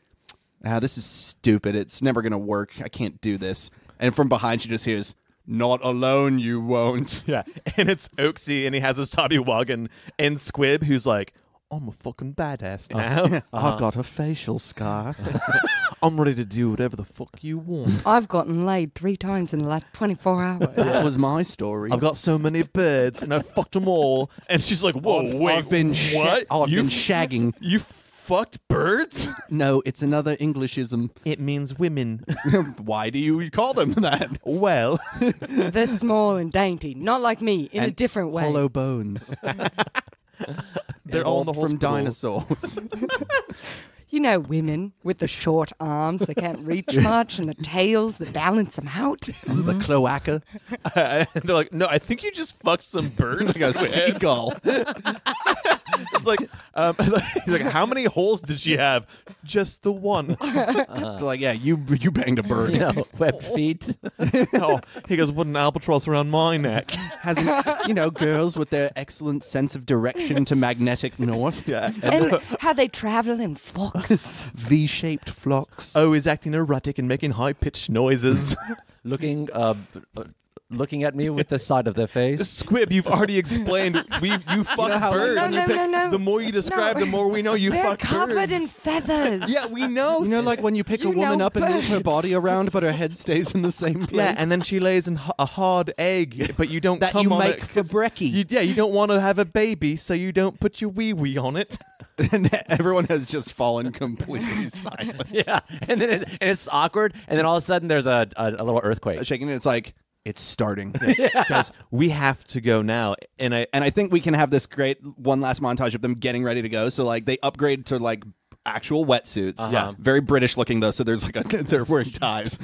[SPEAKER 1] ah, "This is stupid. It's never gonna work. I can't do this." And from behind, she just hears, "Not alone, you won't."
[SPEAKER 3] Yeah, and it's Oaksy, and he has his Tommy Wagon and Squib, who's like, I'm a fucking badass now. I've got a facial scar. I'm ready to do whatever the fuck you want.
[SPEAKER 5] I've gotten laid three times in the last 24 hours.
[SPEAKER 1] That was my story.
[SPEAKER 3] I've got so many birds, and I fucked them all. And she's like, Whoa,
[SPEAKER 1] I've,
[SPEAKER 3] wait,
[SPEAKER 1] I've been sha-
[SPEAKER 3] what?
[SPEAKER 1] I've
[SPEAKER 3] you
[SPEAKER 1] been
[SPEAKER 3] f-
[SPEAKER 1] shagging.
[SPEAKER 3] you fucked birds?
[SPEAKER 1] No, it's another Englishism.
[SPEAKER 6] It means women.
[SPEAKER 1] Why do you call them that?
[SPEAKER 3] well,
[SPEAKER 5] They're small and dainty, not like me, in a
[SPEAKER 1] And
[SPEAKER 5] different way.
[SPEAKER 1] Hollow bones.
[SPEAKER 3] They're all in the
[SPEAKER 1] Evolved from
[SPEAKER 3] hospital.
[SPEAKER 1] dinosaurs.
[SPEAKER 5] You know, women with the short arms that can't reach much and the tails that balance them out.
[SPEAKER 1] the
[SPEAKER 5] Mm-hmm.
[SPEAKER 1] cloaca,
[SPEAKER 3] and they're like, No, I think you just fucked some birds.
[SPEAKER 1] like a
[SPEAKER 3] Squib."
[SPEAKER 1] seagull.
[SPEAKER 3] Uh. It's like, um, he's like, How many holes did she have? Just the one.
[SPEAKER 1] like, yeah, you you banged a bird.
[SPEAKER 2] You know, webbed feet.
[SPEAKER 3] oh, he goes, What an albatross around my neck.
[SPEAKER 1] Has an, you know girls with their excellent sense of direction to magnetic north. Yeah,
[SPEAKER 5] And how they travel in flocks.
[SPEAKER 1] V-shaped flocks.
[SPEAKER 3] Oh, is acting erratic and making high pitched noises.
[SPEAKER 2] looking uh, b- uh, looking at me with the side of their face.
[SPEAKER 3] Squib, you've already explained we've you fucked
[SPEAKER 1] how-
[SPEAKER 3] birds.
[SPEAKER 5] No, no, no, no.
[SPEAKER 3] The more you describe,
[SPEAKER 5] No.
[SPEAKER 3] the more we know you
[SPEAKER 5] They're
[SPEAKER 3] fucked
[SPEAKER 5] covered
[SPEAKER 3] birds.
[SPEAKER 5] in feathers.
[SPEAKER 1] Yeah, we know. You know, like when you pick
[SPEAKER 5] You
[SPEAKER 1] a woman
[SPEAKER 5] know
[SPEAKER 1] up and move her
[SPEAKER 5] birds.
[SPEAKER 1] body around, but her head stays in the same place.
[SPEAKER 3] yeah, and then she lays in h- a hard egg, but you don't
[SPEAKER 1] That
[SPEAKER 3] come
[SPEAKER 1] you
[SPEAKER 3] on
[SPEAKER 1] make
[SPEAKER 3] it
[SPEAKER 1] for
[SPEAKER 3] 'cause
[SPEAKER 1] brekkie.
[SPEAKER 3] You, yeah, you don't want to have a baby, so you don't put your wee wee on it.
[SPEAKER 1] and everyone has just fallen completely silent.
[SPEAKER 2] Yeah, and then it, and it's awkward, and then all of a sudden there's a a, a little earthquake.
[SPEAKER 1] Shaking, and it's like it's starting.
[SPEAKER 3] Guys, we have to go now, and I
[SPEAKER 1] and I think we can have this great one last montage of them getting ready to go. So like they upgrade to like actual wetsuits.
[SPEAKER 3] Uh-huh. Yeah.
[SPEAKER 1] Very British looking though, so there's like a they're wearing ties.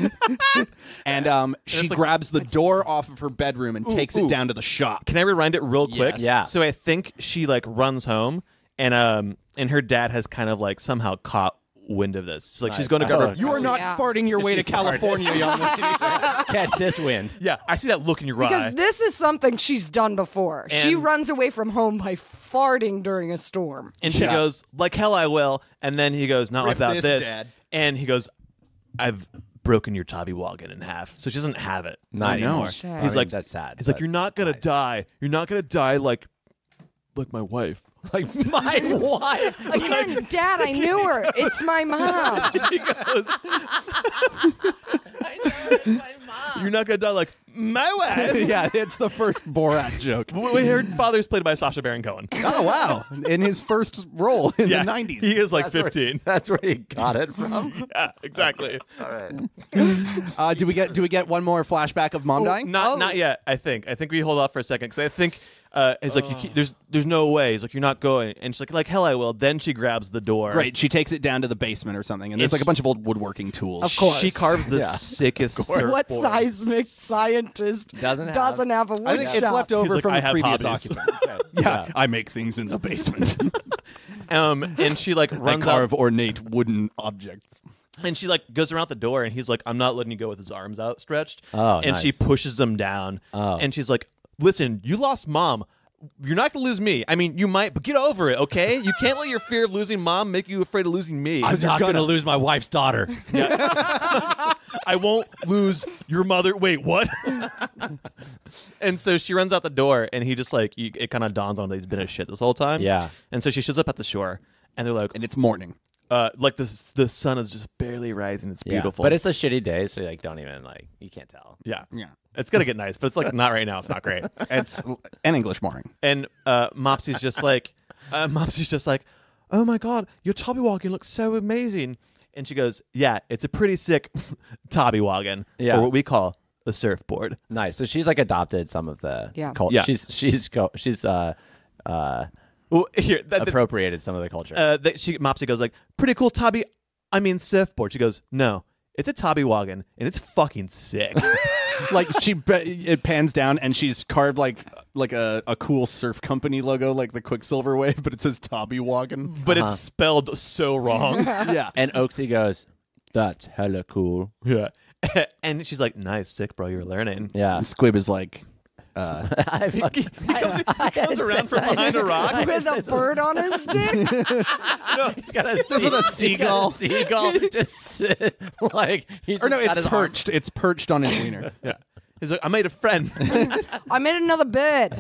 [SPEAKER 1] and um she grabs the door off of her bedroom and takes
[SPEAKER 3] ooh.
[SPEAKER 1] it down to the shop.
[SPEAKER 3] Can I rewind it real quick?
[SPEAKER 1] Yes.
[SPEAKER 2] Yeah.
[SPEAKER 3] So I think she like runs home and um and her dad has kind of like somehow caught wind of this. She's like she's
[SPEAKER 2] Nice.
[SPEAKER 3] going to grab
[SPEAKER 2] Oh,
[SPEAKER 3] her.
[SPEAKER 1] you are not
[SPEAKER 5] Yeah.
[SPEAKER 1] farting your way to California, young lady.
[SPEAKER 2] Catch this wind.
[SPEAKER 3] Yeah, I see that look in your eye.
[SPEAKER 5] Because this is something she's done before. she
[SPEAKER 3] And-
[SPEAKER 5] runs away from home by farting during a storm.
[SPEAKER 3] and she
[SPEAKER 1] Yeah.
[SPEAKER 3] goes like hell I will. And then he goes not
[SPEAKER 1] Rip
[SPEAKER 3] without
[SPEAKER 1] this,
[SPEAKER 3] this.
[SPEAKER 1] Dad.
[SPEAKER 3] And he goes, I've broken your Tavi Wagon in half. So she doesn't have it.
[SPEAKER 2] Nice.
[SPEAKER 1] know.
[SPEAKER 5] Sure.
[SPEAKER 2] I
[SPEAKER 3] He's
[SPEAKER 2] mean,
[SPEAKER 3] like
[SPEAKER 2] that's sad.
[SPEAKER 3] He's like
[SPEAKER 2] but-
[SPEAKER 3] you're not gonna die. You're not gonna die like like my wife. Like
[SPEAKER 2] my wife.
[SPEAKER 5] Again, Dad, I knew her. It's my mom.
[SPEAKER 3] he goes. You're not gonna die like my wife.
[SPEAKER 1] yeah, it's the first Borat joke.
[SPEAKER 3] Wait, wait, her father's played by Sasha Baron Cohen.
[SPEAKER 1] Oh wow. In his first role in the
[SPEAKER 3] He
[SPEAKER 1] nineties.
[SPEAKER 3] is like 15.
[SPEAKER 2] That's where he got it from.
[SPEAKER 3] Yeah, exactly.
[SPEAKER 1] Uh, do we get do we get one more flashback of mom dying?
[SPEAKER 3] Oh, Not not yet, I think. I think we hold off for a second cuz I think uh, it's like
[SPEAKER 1] Oh.
[SPEAKER 3] you, ke- there's there's no way. He's like you're not going. And she's like like hell I will. Then she grabs the door.
[SPEAKER 1] Great. She takes it down to the basement or something, and there's
[SPEAKER 3] It's-
[SPEAKER 1] like a bunch of old woodworking tools.
[SPEAKER 5] Of course.
[SPEAKER 3] She carves the sickest surfboard.
[SPEAKER 5] What seismic scientist
[SPEAKER 2] Doesn't have-
[SPEAKER 5] doesn't have a wood
[SPEAKER 1] I think it's
[SPEAKER 5] shop?
[SPEAKER 1] left over
[SPEAKER 3] like,
[SPEAKER 1] from the
[SPEAKER 3] "I have
[SPEAKER 1] previous
[SPEAKER 3] hobbies."
[SPEAKER 1] occupant. yeah, I make things in the basement.
[SPEAKER 3] Um and she like
[SPEAKER 1] I
[SPEAKER 3] runs out
[SPEAKER 1] carve ornate wooden objects.
[SPEAKER 3] and she like goes around the door and he's like I'm not letting you go with his arms outstretched.
[SPEAKER 2] Oh,
[SPEAKER 3] and she
[SPEAKER 2] nice.
[SPEAKER 3] pushes him down.
[SPEAKER 2] Oh.
[SPEAKER 3] And she's like listen, you lost mom. you're not gonna lose me. I mean, you might, but get over it, okay? You can't let your fear of losing mom make you afraid of losing me.
[SPEAKER 8] I'm not going to lose my wife's daughter.
[SPEAKER 3] I won't lose your mother. Wait, what? and so she runs out the door, and he just like you, it kind of dawns on that he's been a shit this whole time.
[SPEAKER 2] Yeah.
[SPEAKER 3] And so she shows up at the shore, and they're like,
[SPEAKER 1] and it's morning.
[SPEAKER 3] uh, like the the sun is just barely rising. It's
[SPEAKER 2] Yeah.
[SPEAKER 3] beautiful,
[SPEAKER 2] But it's a shitty day, so like don't even like you can't tell.
[SPEAKER 3] yeah,
[SPEAKER 1] Yeah.
[SPEAKER 3] It's gonna get nice, but it's like not right now. It's not great.
[SPEAKER 1] It's an English morning.
[SPEAKER 3] And uh, Mopsy's just like, uh, Mopsy's just like, oh my god, your Toby Wagon looks so amazing. And she goes, yeah, it's a pretty sick Toby Wagon,
[SPEAKER 2] Yeah.
[SPEAKER 3] or what we call a surfboard.
[SPEAKER 2] Nice. So she's like adopted some of the
[SPEAKER 5] Yeah.
[SPEAKER 2] culture.
[SPEAKER 3] Yeah.
[SPEAKER 2] She's she's co- she's uh uh
[SPEAKER 3] Well, here, that, that's-
[SPEAKER 2] appropriated some of the culture.
[SPEAKER 3] uh, that she Mopsy goes like, pretty cool Toby. I mean surfboard. She goes, no, it's a Toby Wagon, and it's fucking sick.
[SPEAKER 1] like she be- it pans down and she's carved like like a, a cool surf company logo like the quicksilver wave but it says Toby Wagon
[SPEAKER 3] but
[SPEAKER 2] Uh-huh.
[SPEAKER 3] it's spelled so wrong.
[SPEAKER 1] yeah
[SPEAKER 2] and Oaksy goes, "That's hella cool."
[SPEAKER 3] yeah. and she's like, nice, sick, bro. You're learning.
[SPEAKER 2] Yeah.
[SPEAKER 1] and uh, Squib is like
[SPEAKER 2] I fucking, I,
[SPEAKER 3] Comes around from behind a rock.
[SPEAKER 5] with a bird on his dick.
[SPEAKER 2] He's got a
[SPEAKER 1] with a
[SPEAKER 2] he's
[SPEAKER 1] seagull.
[SPEAKER 2] got a seagull just like he's
[SPEAKER 1] or no
[SPEAKER 2] just got
[SPEAKER 1] it's
[SPEAKER 2] his arm-
[SPEAKER 1] perched it's perched on his wiener
[SPEAKER 3] Yeah. He's like, I made a friend.
[SPEAKER 5] I made another bed.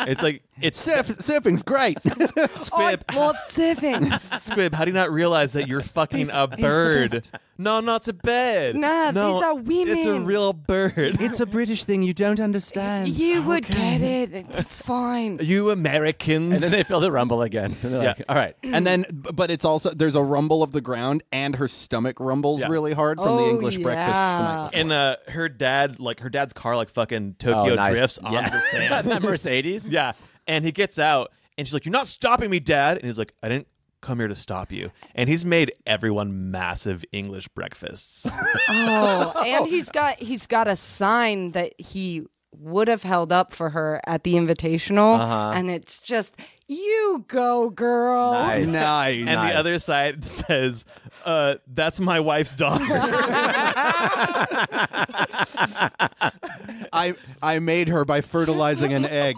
[SPEAKER 3] it's like, it's
[SPEAKER 1] surf surfing's great
[SPEAKER 5] Oh, I
[SPEAKER 3] Squib.
[SPEAKER 5] love surfing.
[SPEAKER 3] Squib, how do you not realize that you're fucking
[SPEAKER 5] He's-
[SPEAKER 3] a
[SPEAKER 5] he's the
[SPEAKER 3] bird?
[SPEAKER 5] best.
[SPEAKER 3] No, not a bed.
[SPEAKER 5] No, these are
[SPEAKER 3] It's a
[SPEAKER 5] women.
[SPEAKER 3] real bird.
[SPEAKER 1] it's a British thing you don't understand
[SPEAKER 5] You would get it. It's fine.
[SPEAKER 3] You Americans.
[SPEAKER 2] And then they feel the rumble again. And they're
[SPEAKER 3] Yeah.
[SPEAKER 2] like, all right.
[SPEAKER 1] and then b- but it's also there's a rumble of the ground and her stomach rumbles
[SPEAKER 3] Yeah.
[SPEAKER 1] really hard from the
[SPEAKER 5] Oh,
[SPEAKER 1] English breakfast the night
[SPEAKER 5] yeah.
[SPEAKER 1] before.
[SPEAKER 3] and uh, her dad, like her dad's car, like fucking Tokyo
[SPEAKER 2] oh, nice.
[SPEAKER 3] drifts onto
[SPEAKER 2] yeah.
[SPEAKER 3] the sand.
[SPEAKER 2] that Mercedes.
[SPEAKER 3] yeah, and he gets out, and she's like, "You're not stopping me, Dad." And he's like, "I didn't come here to stop you." And he's made everyone massive English breakfasts.
[SPEAKER 5] Oh, and he's got he's got a sign that he would have held up for her at the invitational, and it's just you go, girl.
[SPEAKER 2] Nice.
[SPEAKER 1] nice
[SPEAKER 3] and the other side says, uh, "That's my wife's daughter."
[SPEAKER 1] I I made her by fertilizing an egg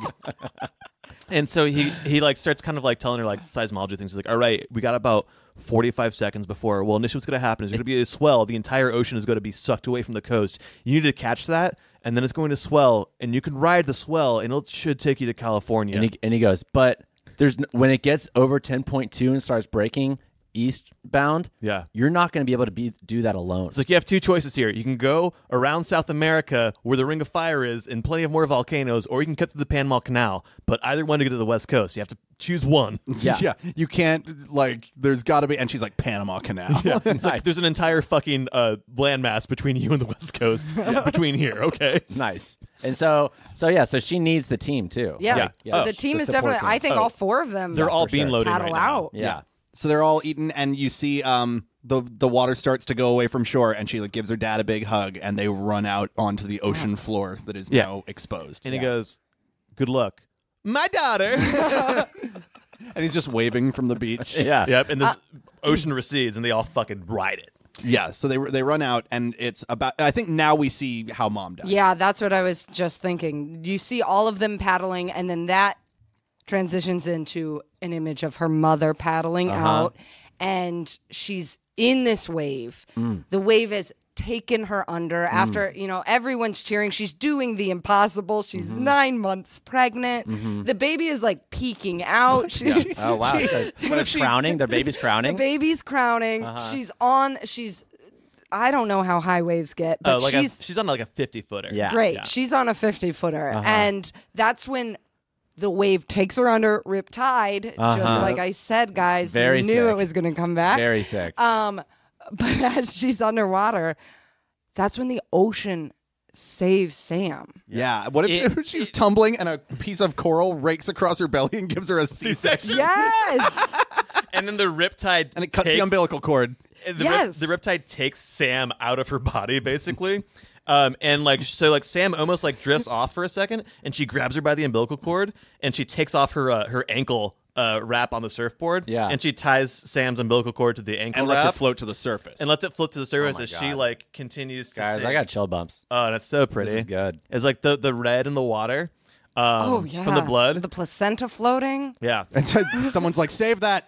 [SPEAKER 3] and so he he like starts kind of like telling her like seismology things. He's like, "All right, we got about." 45 seconds before, well, initially what's going to happen is there's going to be a swell. The entire ocean is going to be sucked away from the coast. You need to catch that, and then it's going to swell, and you can ride the swell, and it should take you to California.
[SPEAKER 2] And he, and he goes, but there's n- when it gets over 10.2 and starts breaking eastbound,
[SPEAKER 3] Yeah.
[SPEAKER 2] you're not going to be able to be do that alone.
[SPEAKER 3] It's like you have two choices here. You can go around South America where the Ring of Fire is and plenty of more volcanoes, or you can cut through the Panama Canal. But either one to get to the West Coast, you have to choose one.
[SPEAKER 2] Yeah.
[SPEAKER 1] you can't like there's got to be and she's like Panama Canal
[SPEAKER 3] It's like there's an entire fucking uh, landmass between you and the West Coast, between here, okay?
[SPEAKER 2] nice. And so, so yeah, so she needs the team too.
[SPEAKER 5] Yeah.
[SPEAKER 3] Yeah.
[SPEAKER 5] So
[SPEAKER 3] Oh,
[SPEAKER 5] the team
[SPEAKER 2] the
[SPEAKER 5] is
[SPEAKER 2] support
[SPEAKER 5] definitely.
[SPEAKER 2] team.
[SPEAKER 5] I think
[SPEAKER 3] Oh.
[SPEAKER 5] all four of them.
[SPEAKER 3] They're all
[SPEAKER 2] for sure.
[SPEAKER 3] bean loading
[SPEAKER 5] paddle
[SPEAKER 3] right now.
[SPEAKER 5] out.
[SPEAKER 2] Yeah.
[SPEAKER 1] So they're all eaten, and you see um, the the water starts to go away from shore, and she like gives her dad a big hug, and they run out onto the ocean floor that is
[SPEAKER 3] Yeah.
[SPEAKER 1] now exposed.
[SPEAKER 3] And he goes, "Good luck, my daughter."
[SPEAKER 1] And he's just waving from the beach.
[SPEAKER 2] Yeah.
[SPEAKER 3] yep. And this ocean recedes, and they all fucking ride it.
[SPEAKER 1] yeah. So they they run out, and it's about. I think now we see how mom died.
[SPEAKER 5] Yeah, that's what I was just thinking. You see all of them paddling, and then that transitions into an image of her mother paddling
[SPEAKER 3] Uh-huh.
[SPEAKER 5] out, and she's in this wave.
[SPEAKER 3] Mm.
[SPEAKER 5] The wave has taken her under after, you know, everyone's cheering. She's doing the impossible. She's
[SPEAKER 3] Mm-hmm.
[SPEAKER 5] nine months pregnant. The baby is like peeking out. She,
[SPEAKER 2] Oh wow! So, what if crowning? Their baby's crowning.
[SPEAKER 5] baby's crowning.
[SPEAKER 3] Uh-huh.
[SPEAKER 5] She's on, she's, I don't know how high waves get, but
[SPEAKER 3] Oh, like
[SPEAKER 5] she's
[SPEAKER 3] she's she's on like a fifty footer.
[SPEAKER 2] Yeah. Uh-huh.
[SPEAKER 5] Great. She's on a 50 footer. And that's when the wave takes her under rip tide. Just like I said, guys,
[SPEAKER 2] Uh-huh. Very
[SPEAKER 5] you knew
[SPEAKER 2] sick.
[SPEAKER 5] it was going to come back.
[SPEAKER 2] Very sick.
[SPEAKER 5] Um, but as she's underwater, that's when the ocean saves Sam.
[SPEAKER 1] Yeah. What if she's tumbling, and a piece of coral rakes across her belly and gives her a C section,
[SPEAKER 5] Yes.
[SPEAKER 3] And then the riptide
[SPEAKER 1] and it cuts the
[SPEAKER 3] takes-
[SPEAKER 1] umbilical cord.
[SPEAKER 3] And the,
[SPEAKER 5] Yes.
[SPEAKER 3] rip, the riptide takes Sam out of her body, basically. Um, and like so, like Sam almost like drifts off for a second, and she grabs her by the umbilical cord, and she takes off her uh, her ankle uh, wrap on the surfboard,
[SPEAKER 2] Yeah.
[SPEAKER 3] and she ties Sam's umbilical cord to the ankle
[SPEAKER 1] And lets
[SPEAKER 3] wrap
[SPEAKER 1] it float to the surface.
[SPEAKER 3] and lets it float to the surface as she like continues to.
[SPEAKER 2] Oh Guys, I
[SPEAKER 3] sink.
[SPEAKER 2] got chill bumps.
[SPEAKER 3] Oh, that's so pretty.
[SPEAKER 2] is good.
[SPEAKER 3] It's like the the red in the water. um,
[SPEAKER 5] oh yeah,
[SPEAKER 3] from the blood.
[SPEAKER 5] the placenta floating.
[SPEAKER 3] yeah.
[SPEAKER 1] And so someone's like, save that.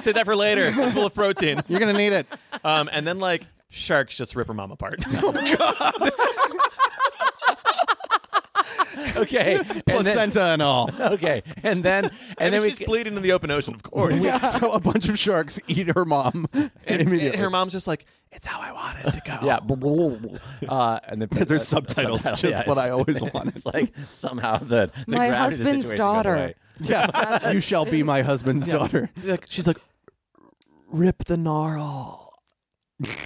[SPEAKER 3] Save that for later. It's full of protein.
[SPEAKER 1] You're going to need it.
[SPEAKER 3] Um, and then like sharks just rip her mom apart.
[SPEAKER 2] Okay. and then,
[SPEAKER 1] Placenta and all.
[SPEAKER 2] okay. And then and
[SPEAKER 3] and
[SPEAKER 2] then we
[SPEAKER 3] she's bleeding in the open ocean, of course.
[SPEAKER 1] So a bunch of sharks eat her mom immediately.
[SPEAKER 3] And her mom's just like, it's how I want it to go.
[SPEAKER 2] yeah. Uh, and then
[SPEAKER 1] There's subtitles,
[SPEAKER 2] Subtitle,
[SPEAKER 1] just
[SPEAKER 2] yeah,
[SPEAKER 1] what
[SPEAKER 2] it's-
[SPEAKER 1] I always wanted.
[SPEAKER 2] It's like somehow the, the gravity
[SPEAKER 5] My
[SPEAKER 2] of the
[SPEAKER 5] husband's
[SPEAKER 2] situation goes
[SPEAKER 5] daughter.
[SPEAKER 2] away.
[SPEAKER 1] yeah, you shall be my husband's daughter.
[SPEAKER 3] Like, she's like, rip the gnarl.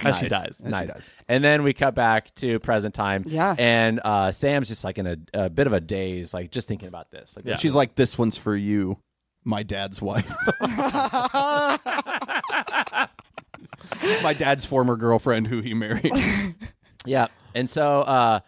[SPEAKER 3] As she dies.
[SPEAKER 2] nice. And then we cut back to present time.
[SPEAKER 5] Yeah.
[SPEAKER 2] And uh, Sam's just like in a, a bit of a daze, like just thinking about this. Like,
[SPEAKER 3] Yeah.
[SPEAKER 1] She's like, this one's for you, my dad's wife. my dad's former girlfriend who he married.
[SPEAKER 2] Yeah. And so uh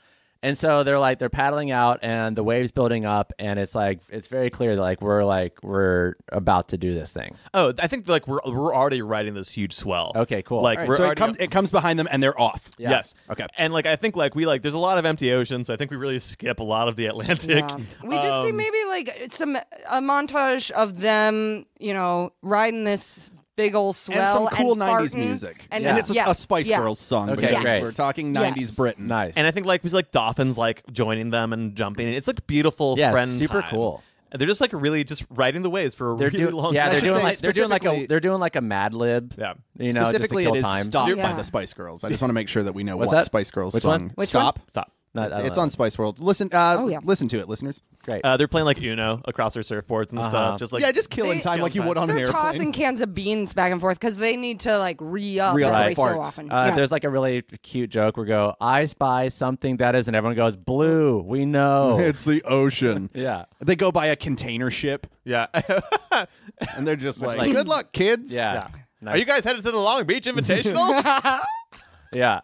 [SPEAKER 2] and so they're like they're paddling out and the waves building up and it's like it's very clear that like we're like we're about to do this thing.
[SPEAKER 3] Oh, I think like we're we're already riding this huge swell.
[SPEAKER 2] Okay, cool.
[SPEAKER 3] Like
[SPEAKER 1] All right,
[SPEAKER 3] we're
[SPEAKER 1] so it,
[SPEAKER 3] already
[SPEAKER 1] come, it comes behind them and they're off.
[SPEAKER 2] Yeah.
[SPEAKER 3] Yes.
[SPEAKER 1] Okay.
[SPEAKER 3] And like I think like we like there's a lot of empty ocean, so I think we really skip a lot of the Atlantic.
[SPEAKER 5] Yeah. We just
[SPEAKER 2] Um,
[SPEAKER 5] see maybe like some a montage of them, you know, riding this big old
[SPEAKER 1] And
[SPEAKER 5] swell
[SPEAKER 1] some cool 90s
[SPEAKER 5] farting.
[SPEAKER 1] music. And,
[SPEAKER 2] Yeah.
[SPEAKER 1] it's a,
[SPEAKER 5] yeah,
[SPEAKER 1] a Spice
[SPEAKER 5] yeah.
[SPEAKER 1] Girls song.
[SPEAKER 2] Okay,
[SPEAKER 1] because
[SPEAKER 2] great.
[SPEAKER 1] We're talking 90s
[SPEAKER 5] Yes.
[SPEAKER 1] Britain.
[SPEAKER 2] Nice.
[SPEAKER 3] And I think like we see like dolphins like joining them and jumping. It's like beautiful
[SPEAKER 2] Yeah,
[SPEAKER 3] friend.
[SPEAKER 2] super
[SPEAKER 3] time.
[SPEAKER 2] cool.
[SPEAKER 3] And they're just like really just riding the waves for a
[SPEAKER 2] they're
[SPEAKER 3] really
[SPEAKER 2] doing
[SPEAKER 3] long
[SPEAKER 1] I
[SPEAKER 2] Yeah,
[SPEAKER 3] time.
[SPEAKER 2] they're
[SPEAKER 1] should
[SPEAKER 2] doing
[SPEAKER 1] say
[SPEAKER 2] like they're doing like a
[SPEAKER 1] specifically-
[SPEAKER 2] they're doing like a mad lib.
[SPEAKER 3] Yeah.
[SPEAKER 2] You know,
[SPEAKER 1] Specifically,
[SPEAKER 2] just to kill
[SPEAKER 1] it is
[SPEAKER 2] time.
[SPEAKER 1] Stop by
[SPEAKER 5] Yeah.
[SPEAKER 1] the Spice Girls. I just want to make sure that we know
[SPEAKER 2] What's
[SPEAKER 1] what
[SPEAKER 2] that?
[SPEAKER 1] Spice Girls
[SPEAKER 2] Which
[SPEAKER 1] song.
[SPEAKER 2] one? Which
[SPEAKER 1] Stop.
[SPEAKER 2] Stop. Not, I don't
[SPEAKER 1] It's
[SPEAKER 2] know.
[SPEAKER 1] on Spice World. Listen, uh,
[SPEAKER 5] Oh, yeah.
[SPEAKER 1] listen to it, listeners.
[SPEAKER 2] Great.
[SPEAKER 3] Uh, they're playing like Uno across their surfboards and
[SPEAKER 2] Uh-huh.
[SPEAKER 3] stuff. Just like
[SPEAKER 1] yeah, just killing
[SPEAKER 5] They-
[SPEAKER 1] time like you would on an
[SPEAKER 5] They're
[SPEAKER 1] airplane.
[SPEAKER 5] tossing cans of beans back and forth because they need to like re up
[SPEAKER 1] Re-up the
[SPEAKER 5] every so
[SPEAKER 1] farts.
[SPEAKER 5] often.
[SPEAKER 2] Uh,
[SPEAKER 5] Yeah.
[SPEAKER 2] There's like a really cute joke where go, I spy something that is, and everyone goes, blue, we know.
[SPEAKER 1] It's the ocean.
[SPEAKER 2] Oh. yeah.
[SPEAKER 1] They go by a container ship
[SPEAKER 3] yeah.
[SPEAKER 1] and they're just like,
[SPEAKER 2] like-
[SPEAKER 1] "Good luck, kids."
[SPEAKER 2] Yeah. Nice.
[SPEAKER 3] Are you guys headed to the Long Beach Invitational?
[SPEAKER 2] Yeah.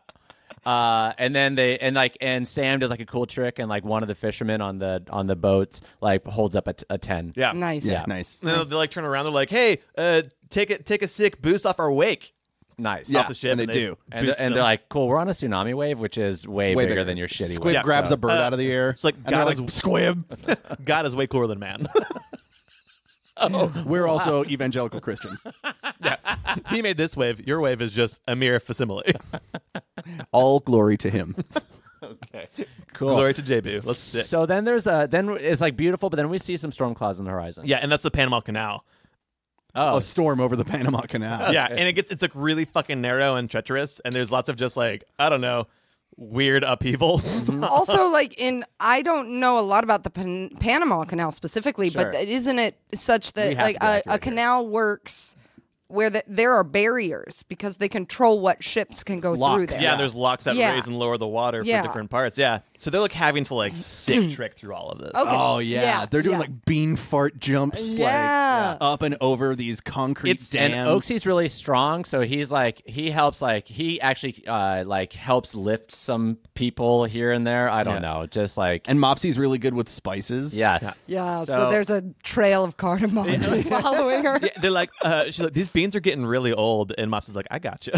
[SPEAKER 2] Uh, and then they and like and Sam does like a cool trick and like one of the fishermen on the on the boats like holds up a, t- a ten.
[SPEAKER 3] yeah.
[SPEAKER 5] nice.
[SPEAKER 1] Yeah, nice.
[SPEAKER 3] And then they like turn around. They're like, "Hey, uh, take it, take a sick boost off our wake."
[SPEAKER 2] nice.
[SPEAKER 1] Yeah,
[SPEAKER 3] off the ship,
[SPEAKER 1] and they do.
[SPEAKER 2] And,
[SPEAKER 3] boost
[SPEAKER 2] and
[SPEAKER 3] them.
[SPEAKER 2] they're like, cool. We're on a tsunami wave, which is way,
[SPEAKER 1] Way
[SPEAKER 2] bigger, than your shitty Uh,
[SPEAKER 1] Squib
[SPEAKER 2] wave.
[SPEAKER 1] grabs
[SPEAKER 2] so-
[SPEAKER 1] a bird out of the air.
[SPEAKER 3] it's like
[SPEAKER 1] and they're
[SPEAKER 3] God
[SPEAKER 1] like, "Squib."
[SPEAKER 3] God is way cooler than man.
[SPEAKER 1] We're also evangelical Christians.
[SPEAKER 3] he made this wave. Your wave is just a mere facsimile.
[SPEAKER 1] All glory to him.
[SPEAKER 2] cool.
[SPEAKER 3] Glory to JB. Let's sit.
[SPEAKER 2] so then there's a then it's like beautiful, but then we see some storm clouds on the horizon.
[SPEAKER 3] yeah, and that's the Panama Canal.
[SPEAKER 2] Oh,
[SPEAKER 1] A storm over the Panama Canal.
[SPEAKER 3] Yeah, and it gets it's like really fucking narrow and treacherous, and there's lots of just like I don't know, weird upheaval.
[SPEAKER 5] also, like in I don't know a lot about the Pan- Panama Canal specifically,
[SPEAKER 2] Sure.
[SPEAKER 5] but th- isn't it such
[SPEAKER 2] We
[SPEAKER 5] that
[SPEAKER 2] have to
[SPEAKER 5] like
[SPEAKER 2] be
[SPEAKER 5] a,
[SPEAKER 2] accurate
[SPEAKER 5] a
[SPEAKER 2] here.
[SPEAKER 5] canal works where the, there are barriers because they control what ships can go through
[SPEAKER 1] Locks.
[SPEAKER 5] there.
[SPEAKER 3] yeah, and there's locks that
[SPEAKER 5] Yeah.
[SPEAKER 3] raise and lower the water
[SPEAKER 5] Yeah.
[SPEAKER 3] for different parts. Yeah, so they're like having to like sick trick through all of this.
[SPEAKER 5] Okay.
[SPEAKER 1] Oh yeah.
[SPEAKER 5] Yeah,
[SPEAKER 1] they're doing
[SPEAKER 5] yeah.
[SPEAKER 1] like bean fart jumps, like
[SPEAKER 5] Yeah.
[SPEAKER 1] up and over these concrete
[SPEAKER 2] it's
[SPEAKER 1] dams.
[SPEAKER 2] and Oaksy's really strong, so he's like he helps like he actually uh like helps lift some people here and there. I don't know, just like
[SPEAKER 1] And Mopsy's really good with spices.
[SPEAKER 2] yeah,
[SPEAKER 5] Yeah, so, there's a trail of cardamom just following her.
[SPEAKER 3] Yeah, they're like, uh, she's like, these beans are getting really old, and Mops is like, I got you.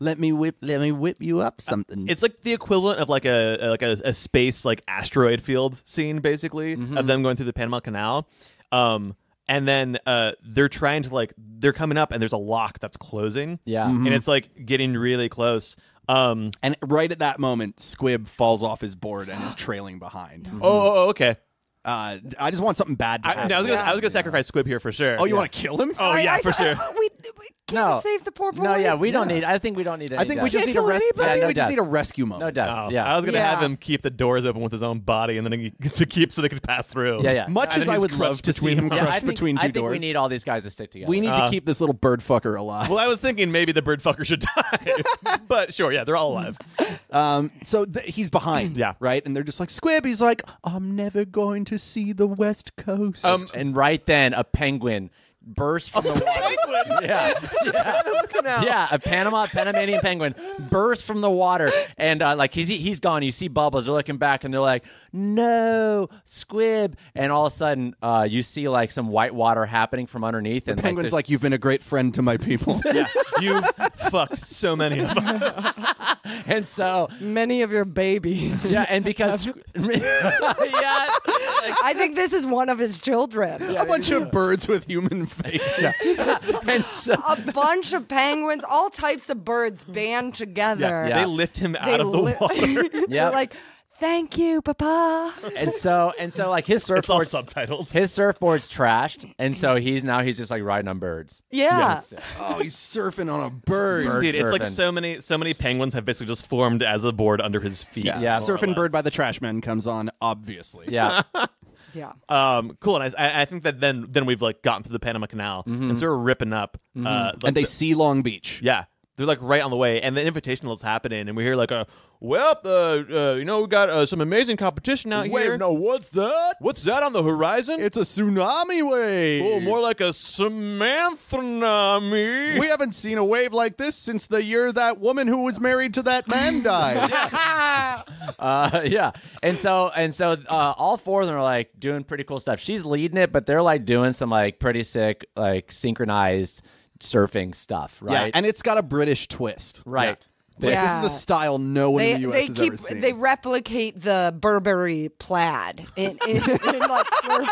[SPEAKER 1] Let me whip. Let me whip you up something.
[SPEAKER 3] It's like the equivalent of like a like a, a space like asteroid field scene, basically, of them going through the Panama Canal. Um, and then uh, they're trying to like they're coming up, and there's a lock that's closing.
[SPEAKER 2] Yeah.
[SPEAKER 1] Mm-hmm.
[SPEAKER 2] Mhm.
[SPEAKER 3] and it's like getting really close. Um,
[SPEAKER 1] And right at that moment, Squib falls off his board and is trailing behind.
[SPEAKER 3] oh, oh, oh, okay.
[SPEAKER 1] Uh, I just want something bad to
[SPEAKER 3] I,
[SPEAKER 1] happen.
[SPEAKER 3] no, I was gonna, I was gonna sacrifice Squib here for sure.
[SPEAKER 1] oh, you want to kill him?
[SPEAKER 3] Oh yeah,
[SPEAKER 5] I-
[SPEAKER 3] for
[SPEAKER 5] I-
[SPEAKER 3] sure.
[SPEAKER 5] we, we can't
[SPEAKER 2] No.
[SPEAKER 5] save the poor boy.
[SPEAKER 2] No, yeah, we don't need. I think we don't need. Any
[SPEAKER 1] I think we
[SPEAKER 2] deaths.
[SPEAKER 1] just need a
[SPEAKER 5] kill
[SPEAKER 1] rescue. I
[SPEAKER 5] anybody.
[SPEAKER 1] think
[SPEAKER 2] Yeah, no
[SPEAKER 1] we just need a
[SPEAKER 2] death.
[SPEAKER 1] rescue moment.
[SPEAKER 2] no deaths.
[SPEAKER 3] Oh,
[SPEAKER 2] yeah,
[SPEAKER 3] I was gonna have
[SPEAKER 5] Yeah.
[SPEAKER 3] him keep the doors open with his own body, and then he, to keep so they could pass through.
[SPEAKER 2] Yeah, yeah.
[SPEAKER 1] Much
[SPEAKER 3] And
[SPEAKER 1] as
[SPEAKER 3] then
[SPEAKER 1] I
[SPEAKER 3] he's
[SPEAKER 1] would
[SPEAKER 3] crushed
[SPEAKER 1] love to see
[SPEAKER 3] between
[SPEAKER 1] him
[SPEAKER 3] them.
[SPEAKER 2] Yeah,
[SPEAKER 1] crushed
[SPEAKER 2] I think,
[SPEAKER 1] between
[SPEAKER 2] I
[SPEAKER 1] two
[SPEAKER 2] think
[SPEAKER 1] doors,
[SPEAKER 2] we need all these guys to stick together.
[SPEAKER 1] We need to keep this little bird fucker alive.
[SPEAKER 3] Well, I was thinking maybe the bird fucker should die, but sure, yeah, they're all alive.
[SPEAKER 1] Um, so th- he's behind.
[SPEAKER 3] Yeah.
[SPEAKER 1] Right? And they're just like, Squib. He's
[SPEAKER 2] Um,
[SPEAKER 1] like, I'm never going to see the West Coast.
[SPEAKER 2] and right then a penguin burst from the water. yeah, yeah. yeah, a Panama Panamanian penguin burst from the water, and uh, like he's he's gone. You see bubbles. They're looking back, and they're like, "No, squib!" And all of a sudden, uh, you see like some white water happening from underneath. and
[SPEAKER 1] Penguin's
[SPEAKER 2] there's-
[SPEAKER 1] like, you've been a great friend to my people.
[SPEAKER 3] You fucked so many of them.
[SPEAKER 2] and so
[SPEAKER 7] Many of your babies.
[SPEAKER 2] yeah, and because yeah, like,
[SPEAKER 5] I think this is one of his children.
[SPEAKER 1] a bunch of birds with human faces.
[SPEAKER 2] and so
[SPEAKER 5] A bunch of penguins, all types of birds band together.
[SPEAKER 2] Yeah.
[SPEAKER 3] They lift him
[SPEAKER 5] They
[SPEAKER 3] out of the
[SPEAKER 5] li-
[SPEAKER 3] water.
[SPEAKER 5] they're
[SPEAKER 2] Yep.
[SPEAKER 5] like, thank you, Papa.
[SPEAKER 2] and so and so like his
[SPEAKER 3] It's all
[SPEAKER 2] surfboard's
[SPEAKER 3] subtitled.
[SPEAKER 2] his surfboard's trashed, and so he's now he's just like riding on birds.
[SPEAKER 5] Yeah.
[SPEAKER 1] oh, he's surfing on a bird.
[SPEAKER 2] Bird
[SPEAKER 3] Dude, it's like
[SPEAKER 2] surfing.
[SPEAKER 3] so many so many penguins have basically just formed as a board under his feet.
[SPEAKER 1] Yeah.
[SPEAKER 2] Yeah.
[SPEAKER 1] Surfing Bird by the Trashmen comes on, obviously.
[SPEAKER 2] Yeah,
[SPEAKER 5] Yeah.
[SPEAKER 3] Um, cool. And I, I- I think that then then we've like gotten through the Panama Canal
[SPEAKER 2] Mm-hmm.
[SPEAKER 3] and so we're ripping up. Uh, like
[SPEAKER 1] And they
[SPEAKER 3] the-
[SPEAKER 1] see Long Beach.
[SPEAKER 3] yeah. They're like right on the way, and the invitational is happening, and we hear like a, well, uh, uh, you know, we got uh, some amazing competition out here.
[SPEAKER 2] what's that?
[SPEAKER 3] What's that on the horizon?
[SPEAKER 1] It's a tsunami wave.
[SPEAKER 3] oh, more like a Samanthanami.
[SPEAKER 1] we haven't seen a wave like this since the year that woman who was married to that man died.
[SPEAKER 2] Uh, yeah, and so and so uh, all four of them are like doing pretty cool stuff. She's leading it, but they're like doing some like pretty sick like synchronized surfing stuff, right?
[SPEAKER 1] Yeah, and it's got a British twist.
[SPEAKER 2] right.
[SPEAKER 1] Like,
[SPEAKER 5] Yeah.
[SPEAKER 1] This is a style no one
[SPEAKER 5] They,
[SPEAKER 1] in the US
[SPEAKER 5] they
[SPEAKER 1] has
[SPEAKER 5] keep
[SPEAKER 1] ever seen.
[SPEAKER 5] they replicate the Burberry plaid in, in, in like surf,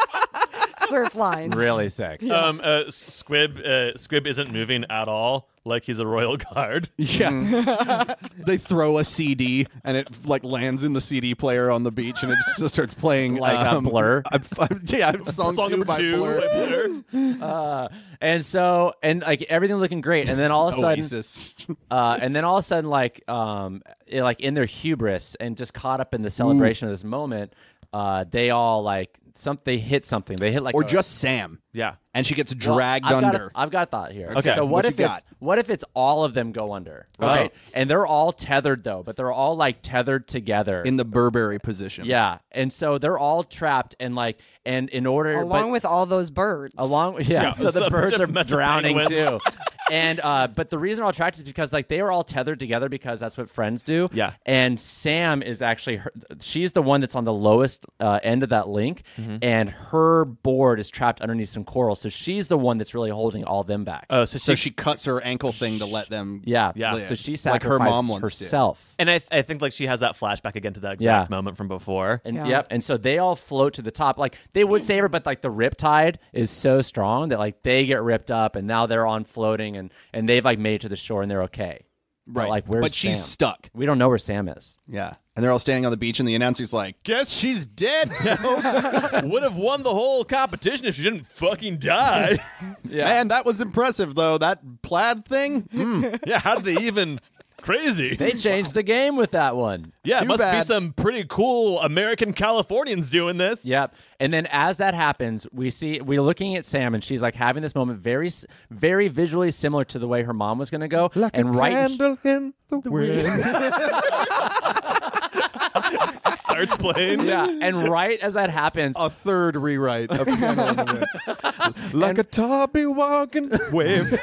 [SPEAKER 5] surf lines.
[SPEAKER 2] Really sick.
[SPEAKER 3] Um, uh, S- Squib, uh, Squib isn't moving at all. Like he's a royal guard.
[SPEAKER 1] yeah.
[SPEAKER 2] Mm.
[SPEAKER 1] they throw a CD and it like lands in the CD player on the beach and it just, just starts playing
[SPEAKER 2] Like a
[SPEAKER 1] um,
[SPEAKER 2] Blur?
[SPEAKER 1] I- I- yeah, song,
[SPEAKER 3] Song
[SPEAKER 1] two
[SPEAKER 3] number
[SPEAKER 1] by
[SPEAKER 3] two.
[SPEAKER 1] Blur.
[SPEAKER 3] by Blur.
[SPEAKER 2] And so and like everything looking great, and then all of a sudden,
[SPEAKER 1] Oasis.
[SPEAKER 2] uh, and then all of a sudden, like, um, it- like in their hubris and just caught up in the celebration of this moment, uh, they all like some they hit something. They hit like
[SPEAKER 1] or
[SPEAKER 2] a-
[SPEAKER 1] just Sam.
[SPEAKER 3] Yeah.
[SPEAKER 1] And she gets
[SPEAKER 2] Well,
[SPEAKER 1] dragged
[SPEAKER 2] I've got a-
[SPEAKER 1] under.
[SPEAKER 2] I've got a thought here.
[SPEAKER 1] Okay,
[SPEAKER 2] So
[SPEAKER 1] what
[SPEAKER 2] what,
[SPEAKER 1] you
[SPEAKER 2] if it's
[SPEAKER 1] got?
[SPEAKER 2] what if it's all of them go under, right? And they're all tethered though, but they're all like tethered together.
[SPEAKER 1] in the Burberry position.
[SPEAKER 2] yeah, and so they're all trapped and like and in order
[SPEAKER 5] Along
[SPEAKER 2] but-
[SPEAKER 5] with all those birds.
[SPEAKER 2] along yeah,
[SPEAKER 3] Yeah,
[SPEAKER 2] so
[SPEAKER 3] so
[SPEAKER 2] the birds
[SPEAKER 3] bunch
[SPEAKER 2] are
[SPEAKER 3] of messy
[SPEAKER 2] drowning too
[SPEAKER 3] penguins.
[SPEAKER 2] and uh but the reason they're all trapped is because like they are all tethered together because that's what friends do
[SPEAKER 3] Yeah.
[SPEAKER 2] and sam is actually her, she's the one that's on the lowest uh, end of that link and her board is trapped underneath some coral so she's the one that's really holding all them back
[SPEAKER 3] Uh, so,
[SPEAKER 1] So
[SPEAKER 3] she,
[SPEAKER 1] she cuts her ankle thing to let them.
[SPEAKER 2] yeah
[SPEAKER 3] yeah.
[SPEAKER 2] so she
[SPEAKER 1] Like
[SPEAKER 2] sacrificed
[SPEAKER 1] her mom wants to.
[SPEAKER 2] herself
[SPEAKER 3] and I, th- I think like she has that flashback again to that exact
[SPEAKER 2] Yeah.
[SPEAKER 3] moment from before.
[SPEAKER 2] And
[SPEAKER 5] Yeah.
[SPEAKER 2] yep, and so they all float to the top. Like they would save her, but like the riptide is so strong that like they get ripped up, and now they're on floating, and and they've like made it to the shore, and they're okay. But,
[SPEAKER 1] Right.
[SPEAKER 2] like where's
[SPEAKER 1] but she's
[SPEAKER 2] Sam?
[SPEAKER 1] stuck.
[SPEAKER 2] We don't know where Sam is.
[SPEAKER 1] Yeah. And they're all standing on the beach, and the announcer's like, Guess she's dead, folks.
[SPEAKER 3] Would have won the whole competition if she didn't fucking die.
[SPEAKER 2] Yeah,
[SPEAKER 1] Man, that was impressive, though. That plaid thing. Mm.
[SPEAKER 3] yeah, how did they even? Crazy.
[SPEAKER 2] they changed the game with that one.
[SPEAKER 3] yeah, it
[SPEAKER 1] Too
[SPEAKER 3] must be
[SPEAKER 1] bad.
[SPEAKER 3] some pretty cool American Californians doing this.
[SPEAKER 2] Yep. And then as that happens, we see we're looking at Sam, and she's like having this moment very, s- very visually similar to the way her mom was going to go, and right. in-
[SPEAKER 6] in the wind.
[SPEAKER 3] Starts playing.
[SPEAKER 2] yeah, and right as that happens,
[SPEAKER 1] A third rewrite of Piano in the Wind. Like a tabby walking wave,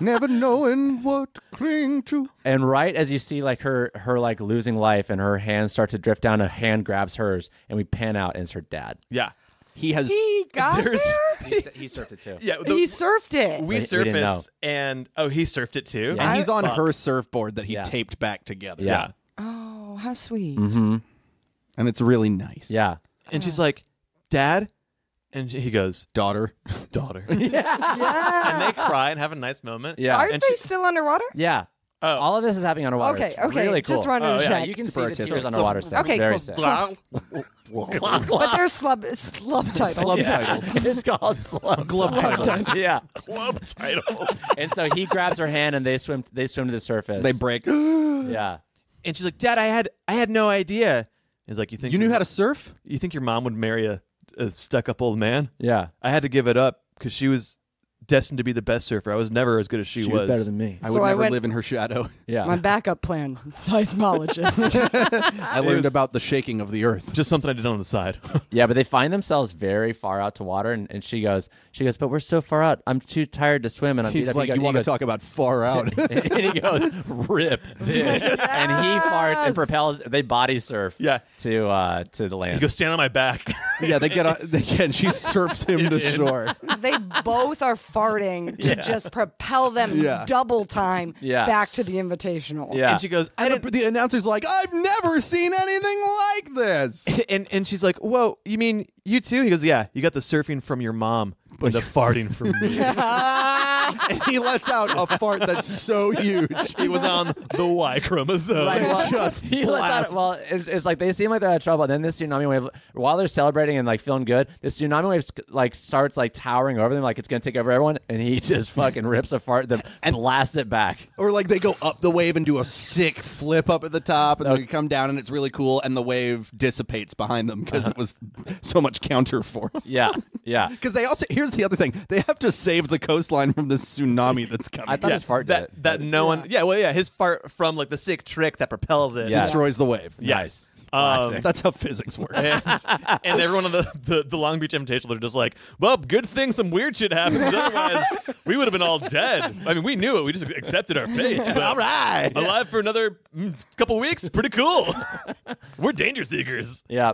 [SPEAKER 1] never knowing what to cling to.
[SPEAKER 2] and right as you see like her her like losing life and her hands start to drift down a hand grabs hers and we pan out and it's her dad
[SPEAKER 3] Yeah.
[SPEAKER 1] He has.
[SPEAKER 5] he got
[SPEAKER 3] There's-
[SPEAKER 5] there.
[SPEAKER 2] he, s- he surfed it too
[SPEAKER 3] Yeah. the-
[SPEAKER 5] He surfed it.
[SPEAKER 3] we
[SPEAKER 2] We- we didn't know.
[SPEAKER 3] surface and oh, he surfed it too.
[SPEAKER 1] and he's on
[SPEAKER 3] Fuck.
[SPEAKER 1] her surfboard that he
[SPEAKER 2] Yeah.
[SPEAKER 1] taped back together.
[SPEAKER 2] yeah
[SPEAKER 5] oh, how sweet.
[SPEAKER 2] Mm-hmm.
[SPEAKER 1] And it's really nice.
[SPEAKER 2] yeah
[SPEAKER 3] And she's like, "Dad," and she- he goes,
[SPEAKER 1] Daughter.
[SPEAKER 3] "Daughter." yeah. And they cry and have a nice moment.
[SPEAKER 2] Yeah.
[SPEAKER 5] Aren't
[SPEAKER 3] And
[SPEAKER 5] they
[SPEAKER 3] she-
[SPEAKER 5] still underwater?
[SPEAKER 2] yeah
[SPEAKER 3] Oh.
[SPEAKER 2] all of this is happening underwater
[SPEAKER 5] Okay,
[SPEAKER 2] It's
[SPEAKER 5] okay,
[SPEAKER 2] really cool.
[SPEAKER 5] just wanted
[SPEAKER 3] Oh,
[SPEAKER 5] to
[SPEAKER 3] yeah,
[SPEAKER 5] check.
[SPEAKER 2] you can see
[SPEAKER 1] Super
[SPEAKER 2] the
[SPEAKER 1] artistic.
[SPEAKER 2] tears underwater stuff
[SPEAKER 5] Okay,
[SPEAKER 2] very
[SPEAKER 5] cool.
[SPEAKER 2] sick
[SPEAKER 5] but they're slub slub titles.
[SPEAKER 1] Slub
[SPEAKER 2] Yeah.
[SPEAKER 1] titles.
[SPEAKER 2] it's called slum
[SPEAKER 1] Glove titles.
[SPEAKER 2] yeah
[SPEAKER 3] Club titles.
[SPEAKER 2] and so he grabs her hand and they swim they swim to the surface
[SPEAKER 1] They break. you
[SPEAKER 2] yeah
[SPEAKER 3] and she's like, "Dad, I had I had no idea." He's like, "You think
[SPEAKER 1] knew how to surf?
[SPEAKER 3] You think your mom would marry a, a stuck up old man?
[SPEAKER 2] yeah
[SPEAKER 3] I had to give it up because she was destined to be the best surfer. I was never as good as she,
[SPEAKER 2] She was better than me.
[SPEAKER 1] I
[SPEAKER 5] So
[SPEAKER 1] would
[SPEAKER 5] I
[SPEAKER 1] never
[SPEAKER 5] went-
[SPEAKER 1] live in her shadow.
[SPEAKER 2] Yeah.
[SPEAKER 7] My backup plan, seismologist.
[SPEAKER 1] I learned about the shaking of the earth.
[SPEAKER 3] Just something I did on the side.
[SPEAKER 2] Yeah, but they find themselves very far out to water, and, and she goes, she goes, but we're so far out. I'm too tired to swim, and I'm beat
[SPEAKER 1] He's
[SPEAKER 2] up."
[SPEAKER 1] like,
[SPEAKER 2] He
[SPEAKER 1] you
[SPEAKER 2] go-
[SPEAKER 1] want to
[SPEAKER 2] he goes-
[SPEAKER 1] talk about far out?
[SPEAKER 2] and he goes, rip this, and he farts and propels. They body surf,
[SPEAKER 3] Yeah.
[SPEAKER 2] to uh, to the land.
[SPEAKER 3] you go stand on my back.
[SPEAKER 1] yeah, they get on. They get, and she surfs him to shore.
[SPEAKER 5] they both are farting to just propel them
[SPEAKER 1] Yeah.
[SPEAKER 5] double time
[SPEAKER 2] Yeah.
[SPEAKER 5] back to the invitational.
[SPEAKER 2] yeah,
[SPEAKER 3] And she goes, I
[SPEAKER 1] And
[SPEAKER 3] didn't.
[SPEAKER 1] the, the announcer's like, I've never seen anything like this.
[SPEAKER 3] And, and she's like, Whoa, you mean you too? He goes, Yeah, you got the surfing from your mom, but the farting from me.
[SPEAKER 1] And he lets out a fart that's so huge.
[SPEAKER 3] he was on the Y chromosome.
[SPEAKER 2] Right, well,
[SPEAKER 1] just
[SPEAKER 2] he lets out, well, it's, it's like they seem like they're out of trouble. And then this tsunami wave, while they're celebrating and like feeling good, this tsunami wave like starts like towering over them, like it's gonna take over everyone. And he just fucking rips a fart, then blasts it back.
[SPEAKER 1] Or like they go up the wave and do a sick flip up at the top, and they come down, and it's really cool, and the wave dissipates behind them because it was so much counter force.
[SPEAKER 2] Yeah, yeah.
[SPEAKER 1] Because they also here's the other thing they have to save the coastline from this tsunami that's coming.
[SPEAKER 2] I thought his fart did
[SPEAKER 3] that
[SPEAKER 2] it.
[SPEAKER 3] that no one. Yeah, well, yeah, his fart from like the sick trick that propels it.
[SPEAKER 2] Yeah.
[SPEAKER 1] destroys the wave.
[SPEAKER 3] Yes. Um,
[SPEAKER 2] Nice. Classic.
[SPEAKER 1] that's how physics works.
[SPEAKER 3] and, and everyone on the, the, the Long Beach Invitational, they're just like, well, good thing some weird shit happens. Otherwise, we would have been all dead. I mean, we knew it. We just accepted our fate. But all right. Alive for another mm, couple weeks. Pretty cool. We're danger seekers.
[SPEAKER 2] yeah.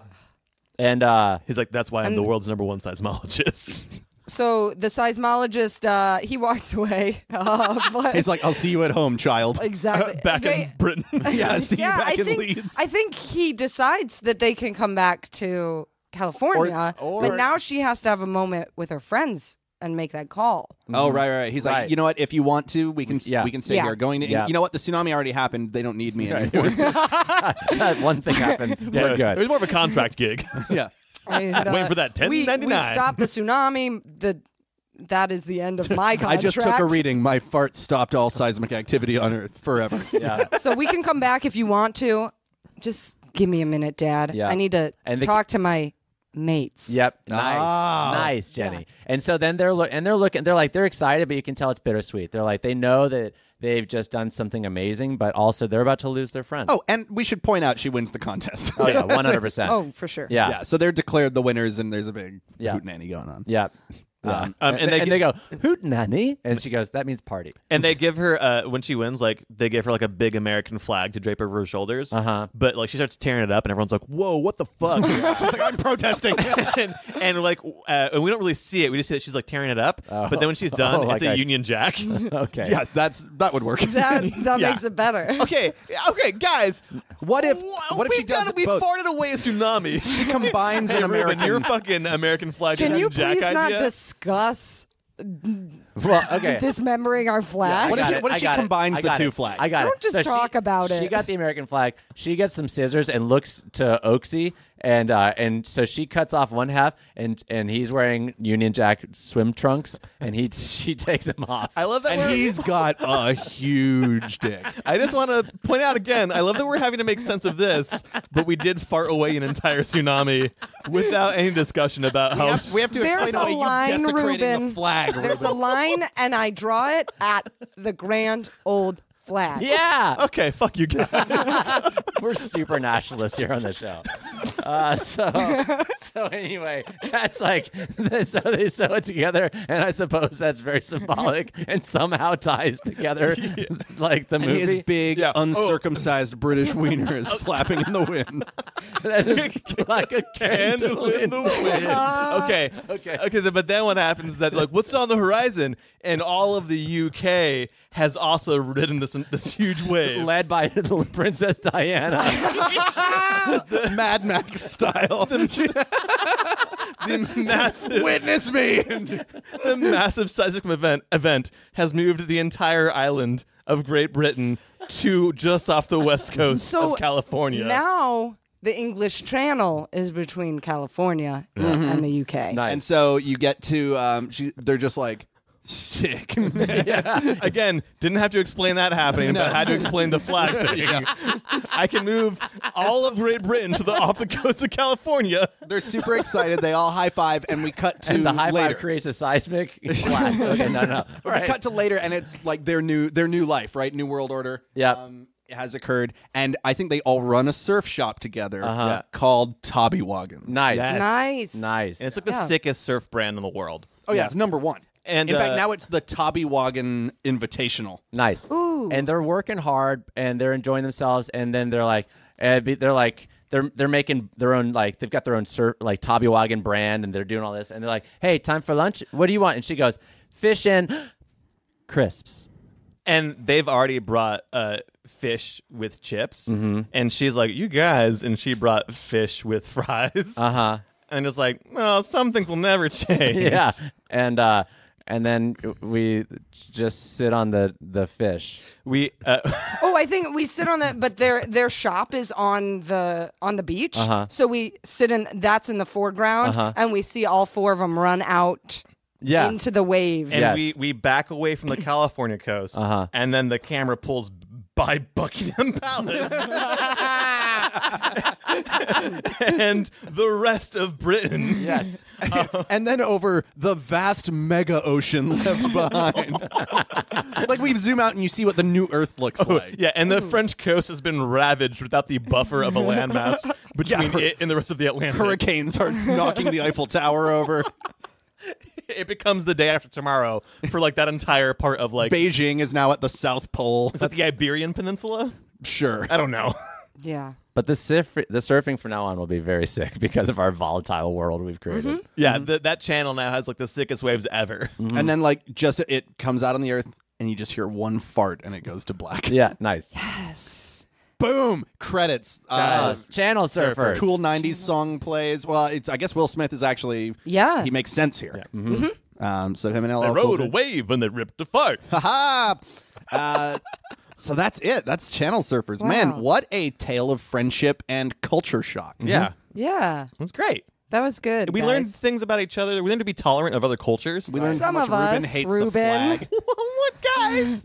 [SPEAKER 2] And uh,
[SPEAKER 3] He's like, that's why I'm the world's number one seismologist.
[SPEAKER 5] So the seismologist, uh, he walks away. Uh, but
[SPEAKER 1] He's like, I'll see you at home, child.
[SPEAKER 5] exactly.
[SPEAKER 3] back
[SPEAKER 5] They-
[SPEAKER 3] in Britain.
[SPEAKER 1] yeah, see
[SPEAKER 5] yeah,
[SPEAKER 1] you back
[SPEAKER 5] I
[SPEAKER 1] in
[SPEAKER 5] think
[SPEAKER 1] Leeds.
[SPEAKER 5] I think he decides that they can come back to California, but now she has to have a moment with her friends and make that call.
[SPEAKER 1] Oh right, right. right. He's
[SPEAKER 2] Mm-hmm. Right.
[SPEAKER 1] like, you know what? If you want to, we can
[SPEAKER 2] Yeah.
[SPEAKER 1] we can stay
[SPEAKER 5] Yeah.
[SPEAKER 1] here. Going to
[SPEAKER 2] Yeah.
[SPEAKER 1] you know what? The tsunami already happened. They don't need me anymore.
[SPEAKER 2] that one thing happened. We're
[SPEAKER 3] It was
[SPEAKER 2] good.
[SPEAKER 3] more of a contract gig.
[SPEAKER 1] yeah.
[SPEAKER 5] And, uh,
[SPEAKER 3] Waiting for that
[SPEAKER 5] we, we
[SPEAKER 3] 1099.
[SPEAKER 5] stop the tsunami. The that is the end of my
[SPEAKER 1] I
[SPEAKER 5] contract.
[SPEAKER 1] just took a reading. My fart stopped all seismic activity on Earth forever.
[SPEAKER 2] Yeah.
[SPEAKER 5] so we can come back if you want to. Just give me a minute, Dad.
[SPEAKER 2] Yeah.
[SPEAKER 5] I need to
[SPEAKER 2] And the-
[SPEAKER 5] talk to my mates.
[SPEAKER 2] Yep. Nice.
[SPEAKER 1] Oh.
[SPEAKER 2] Nice, Jenny. And so then they're lo- and they're looking they're like they're excited but you can tell it's bittersweet. They're like they know that they've just done something amazing but also they're about to lose their friend.
[SPEAKER 1] Oh, and we should point out she wins the contest.
[SPEAKER 2] Oh, yeah, 100%.
[SPEAKER 5] Oh, for sure.
[SPEAKER 2] Yeah.
[SPEAKER 1] yeah. So they're declared the winners, and there's a big
[SPEAKER 2] Yeah.
[SPEAKER 1] hootenanny going on.
[SPEAKER 2] Yeah.
[SPEAKER 1] Um,
[SPEAKER 3] Um,
[SPEAKER 2] and,
[SPEAKER 3] and
[SPEAKER 2] they,
[SPEAKER 3] they
[SPEAKER 2] and they go, Hoot nanny. And she goes, That means party.
[SPEAKER 3] And they give her uh, when she wins, like they give her like a big American flag to drape over her shoulders.
[SPEAKER 2] Uh-huh.
[SPEAKER 3] But like she starts tearing it up, and everyone's like, "Whoa, what the fuck?"
[SPEAKER 1] She's like, I'm protesting.
[SPEAKER 3] and, and like uh, and we don't really see it. We just see that she's like tearing it up. But then when she's done,
[SPEAKER 2] Oh,
[SPEAKER 3] it's
[SPEAKER 2] like
[SPEAKER 3] a
[SPEAKER 2] I-
[SPEAKER 3] Union Jack.
[SPEAKER 2] Okay.
[SPEAKER 1] yeah, that's that would work.
[SPEAKER 5] That that
[SPEAKER 3] Yeah.
[SPEAKER 5] makes it better.
[SPEAKER 3] okay, okay, guys.
[SPEAKER 1] What if-
[SPEAKER 3] Wha-
[SPEAKER 1] what if
[SPEAKER 3] we've
[SPEAKER 1] she does
[SPEAKER 3] done-
[SPEAKER 1] it
[SPEAKER 3] We
[SPEAKER 1] both?
[SPEAKER 3] farted away a tsunami.
[SPEAKER 1] She combines
[SPEAKER 3] Hey,
[SPEAKER 1] an
[SPEAKER 3] Ruben,
[SPEAKER 1] American.
[SPEAKER 3] your fucking American flag.
[SPEAKER 5] Can
[SPEAKER 3] to
[SPEAKER 5] you
[SPEAKER 3] Jack
[SPEAKER 5] please not
[SPEAKER 3] idea?
[SPEAKER 5] discuss
[SPEAKER 2] Well, okay.
[SPEAKER 5] dismembering our flag?
[SPEAKER 1] What if
[SPEAKER 2] I
[SPEAKER 1] she-
[SPEAKER 2] got it.
[SPEAKER 1] what if
[SPEAKER 2] I
[SPEAKER 1] she
[SPEAKER 2] got it.
[SPEAKER 1] combines
[SPEAKER 2] I
[SPEAKER 1] the
[SPEAKER 2] got
[SPEAKER 1] two
[SPEAKER 2] it.
[SPEAKER 1] flags?
[SPEAKER 2] I got
[SPEAKER 5] Don't
[SPEAKER 2] it.
[SPEAKER 5] just
[SPEAKER 2] So she-
[SPEAKER 5] talk about
[SPEAKER 2] She
[SPEAKER 5] it.
[SPEAKER 2] got the American flag. She gets some scissors and looks to Oaksy, and uh, and so she cuts off one half, and and he's wearing Union Jack swim trunks, and he she takes him off.
[SPEAKER 3] I love that.
[SPEAKER 1] and
[SPEAKER 3] we're-
[SPEAKER 1] he's got a huge dick.
[SPEAKER 3] I just want to point out again. I love that we're having to make sense of this, but we did fart away an entire tsunami without any discussion about how.
[SPEAKER 1] We have to
[SPEAKER 5] There's
[SPEAKER 1] explain
[SPEAKER 5] a
[SPEAKER 1] away you
[SPEAKER 5] line,
[SPEAKER 1] desecrating
[SPEAKER 5] Ruben.
[SPEAKER 1] the flag.
[SPEAKER 5] There's a
[SPEAKER 1] Ruben.
[SPEAKER 5] line, and I draw it at the grand old flag.
[SPEAKER 2] yeah,
[SPEAKER 3] Okay, fuck you guys.
[SPEAKER 2] We're super nationalists here on the show. Uh, so, so anyway, that's like so they sew it together, and I suppose that's very symbolic, and somehow ties together like the
[SPEAKER 1] And his
[SPEAKER 2] movie.
[SPEAKER 1] big,
[SPEAKER 3] Yeah.
[SPEAKER 1] uncircumcised British wiener is flapping in the wind.
[SPEAKER 2] that is like a candle in the wind.
[SPEAKER 3] okay,
[SPEAKER 2] Okay.
[SPEAKER 3] okay, okay. th- But then what happens is that like, what's on the horizon? And all of the UK has also ridden this this huge wave.
[SPEAKER 2] Led by Princess Diana.
[SPEAKER 1] Mad Max style.
[SPEAKER 3] the massive,
[SPEAKER 1] Witness me.
[SPEAKER 3] the massive seismic event event has moved the entire island of Great Britain to just off the west coast
[SPEAKER 5] So
[SPEAKER 3] of California.
[SPEAKER 5] Now the English Channel is between California and the UK.
[SPEAKER 2] Mm-hmm. Nice.
[SPEAKER 1] And so you get to um, she, they're just like, sick.
[SPEAKER 3] Again, didn't have to explain that happening, but had to explain the flag thing. I can move all of Great Britain to the off the coast of California.
[SPEAKER 1] They're super excited. They all high five, and we cut to
[SPEAKER 2] and the high
[SPEAKER 1] later.
[SPEAKER 2] five creates a seismic blast. Okay, no, no. All
[SPEAKER 1] We
[SPEAKER 2] right.
[SPEAKER 1] cut to later, and it's like their new their new life, right? New world order. Um,
[SPEAKER 2] Yep.
[SPEAKER 1] has occurred, and I think they all run a surf shop together
[SPEAKER 3] Uh-huh.
[SPEAKER 1] called Tobby Wagon.
[SPEAKER 2] nice.
[SPEAKER 5] Nice.
[SPEAKER 2] Nice.
[SPEAKER 3] And it's like the
[SPEAKER 5] Yeah.
[SPEAKER 3] sickest surf brand in the world.
[SPEAKER 1] Oh yeah, it's number one.
[SPEAKER 3] And,
[SPEAKER 1] in
[SPEAKER 3] uh,
[SPEAKER 1] fact, now it's the Tobby Wagon Invitational.
[SPEAKER 2] Nice.
[SPEAKER 5] Ooh.
[SPEAKER 2] And they're working hard and they're enjoying themselves. And then they're like, eh, be- they're like, they're they're making their own like they've got their own sur- like Toby Wagon brand and they're doing all this. And they're like, hey, time for lunch. What do you want? And she goes, fish and crisps.
[SPEAKER 3] and they've already brought uh, fish with chips,
[SPEAKER 2] Mm-hmm.
[SPEAKER 3] and she's like, "You guys," and she brought fish with fries.
[SPEAKER 2] Uh huh.
[SPEAKER 3] And it's like, well, some things will never change.
[SPEAKER 2] Yeah. And uh, and then we just sit on the the fish.
[SPEAKER 3] we uh,
[SPEAKER 5] Oh, I think we sit on the but their their shop is on the on the beach. So we sit in that's in the foreground and we see all four of them run out
[SPEAKER 2] Yeah.
[SPEAKER 5] into the waves.
[SPEAKER 3] and
[SPEAKER 2] Yes.
[SPEAKER 3] we we back away from the California coast,
[SPEAKER 2] Uh-huh.
[SPEAKER 3] and then the camera pulls by Buckingham Palace. and the rest of Britain.
[SPEAKER 2] Yes.
[SPEAKER 3] Oh.
[SPEAKER 1] and then over the vast mega ocean left behind. like we zoom out and you see what the new Earth looks like.
[SPEAKER 3] Oh, Yeah, and the French coast has been ravaged without the buffer of a landmass between
[SPEAKER 1] hur-
[SPEAKER 3] it and the rest of the Atlantic.
[SPEAKER 1] Hurricanes are knocking the Eiffel Tower over.
[SPEAKER 3] It becomes the day after tomorrow for like that entire part of like is
[SPEAKER 1] Beijing is now at the South Pole.
[SPEAKER 3] that the Iberian Peninsula?
[SPEAKER 1] Sure.
[SPEAKER 3] I don't know.
[SPEAKER 5] yeah.
[SPEAKER 2] But the surf the surfing from now on will be very sick because of our volatile world we've created.
[SPEAKER 5] Mm-hmm.
[SPEAKER 3] Yeah, th- that channel now has like the sickest waves ever.
[SPEAKER 1] And then like just it comes out on the Earth and you just hear one fart and it goes to black.
[SPEAKER 2] Yeah. Nice.
[SPEAKER 1] Boom! Credits. Uh,
[SPEAKER 2] Channel surfers.
[SPEAKER 1] cool 90s song plays. Well, it's I guess Will Smith is actually
[SPEAKER 5] Yeah. Mm-hmm.
[SPEAKER 1] he makes sense here. Um, so him and LL
[SPEAKER 3] They
[SPEAKER 1] Cool
[SPEAKER 3] rode
[SPEAKER 1] J-
[SPEAKER 3] a wave and they ripped a fart.
[SPEAKER 1] Uh-huh. Haha. Uh, so that's it. That's Channel Surfers. Man, what a tale of friendship and culture shock.
[SPEAKER 3] Yeah,
[SPEAKER 5] Yeah.
[SPEAKER 3] that's great.
[SPEAKER 5] That was good.
[SPEAKER 3] We
[SPEAKER 5] guys.
[SPEAKER 3] learned things about each other. We learned to be tolerant of other cultures.
[SPEAKER 1] We learned
[SPEAKER 5] Some
[SPEAKER 1] how much
[SPEAKER 5] of
[SPEAKER 1] Ruben
[SPEAKER 5] us,
[SPEAKER 1] hates the
[SPEAKER 5] Ruben.
[SPEAKER 1] flag.
[SPEAKER 3] what guys?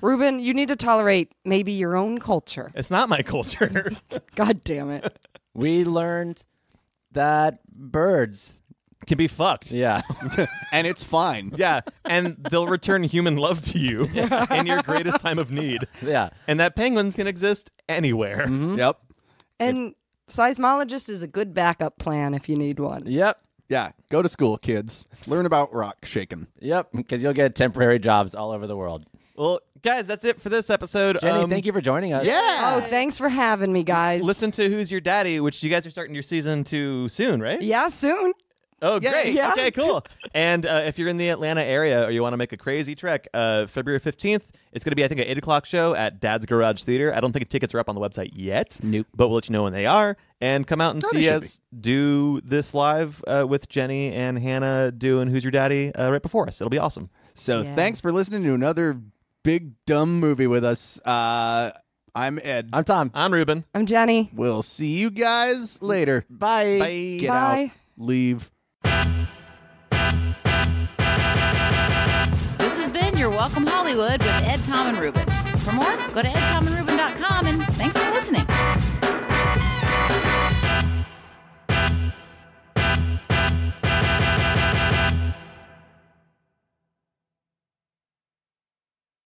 [SPEAKER 5] Ruben, you need to tolerate maybe your own culture.
[SPEAKER 3] it's not my culture.
[SPEAKER 5] God damn it.
[SPEAKER 2] We learned that birds.
[SPEAKER 3] Can be fucked.
[SPEAKER 2] Yeah.
[SPEAKER 1] and it's fine.
[SPEAKER 3] Yeah, and they'll return human love to you in your greatest time of need.
[SPEAKER 2] yeah.
[SPEAKER 3] And that penguins can exist anywhere.
[SPEAKER 5] Mm-hmm.
[SPEAKER 1] Yep.
[SPEAKER 5] And seismologist is a good backup plan if you need one.
[SPEAKER 2] Yep.
[SPEAKER 1] Yeah. Go to school, kids. Learn about rock shaking.
[SPEAKER 2] Yep. Because you'll get temporary jobs all over the world.
[SPEAKER 3] Well, guys, that's it for this episode. Um,
[SPEAKER 2] Jenny, thank you for joining us.
[SPEAKER 1] Yeah.
[SPEAKER 5] Oh, thanks for having me, guys.
[SPEAKER 3] Listen to Who's Your Daddy, which you guys are starting your season two soon, right?
[SPEAKER 5] Yeah, soon.
[SPEAKER 3] Oh, great.
[SPEAKER 5] Yeah.
[SPEAKER 3] Okay, cool. and uh, if you're in the Atlanta area or you want to make a crazy trek, uh, February 15th, it's going to be, I think, an 8 o'clock show at Dad's Garage Theater. I don't think tickets are up on the website yet, nope. but we'll let you know when they are. And come out and
[SPEAKER 1] Probably
[SPEAKER 3] see
[SPEAKER 1] should
[SPEAKER 3] us do this live uh, with Jenny and Hannah doing Who's Your Daddy uh, right before us. It'll be awesome.
[SPEAKER 1] So
[SPEAKER 5] Yeah.
[SPEAKER 1] thanks for listening to another big dumb movie with us. Uh, I'm Ed.
[SPEAKER 2] I'm Tom.
[SPEAKER 3] I'm Ruben.
[SPEAKER 5] I'm Jenny.
[SPEAKER 1] we'll see you guys later.
[SPEAKER 2] Bye.
[SPEAKER 3] Bye.
[SPEAKER 1] Get out.
[SPEAKER 5] Bye.
[SPEAKER 1] Leave.
[SPEAKER 4] This has been Your Welcome Hollywood with Ed, Tom, and Ruben. For more, go to edtomandruben.com.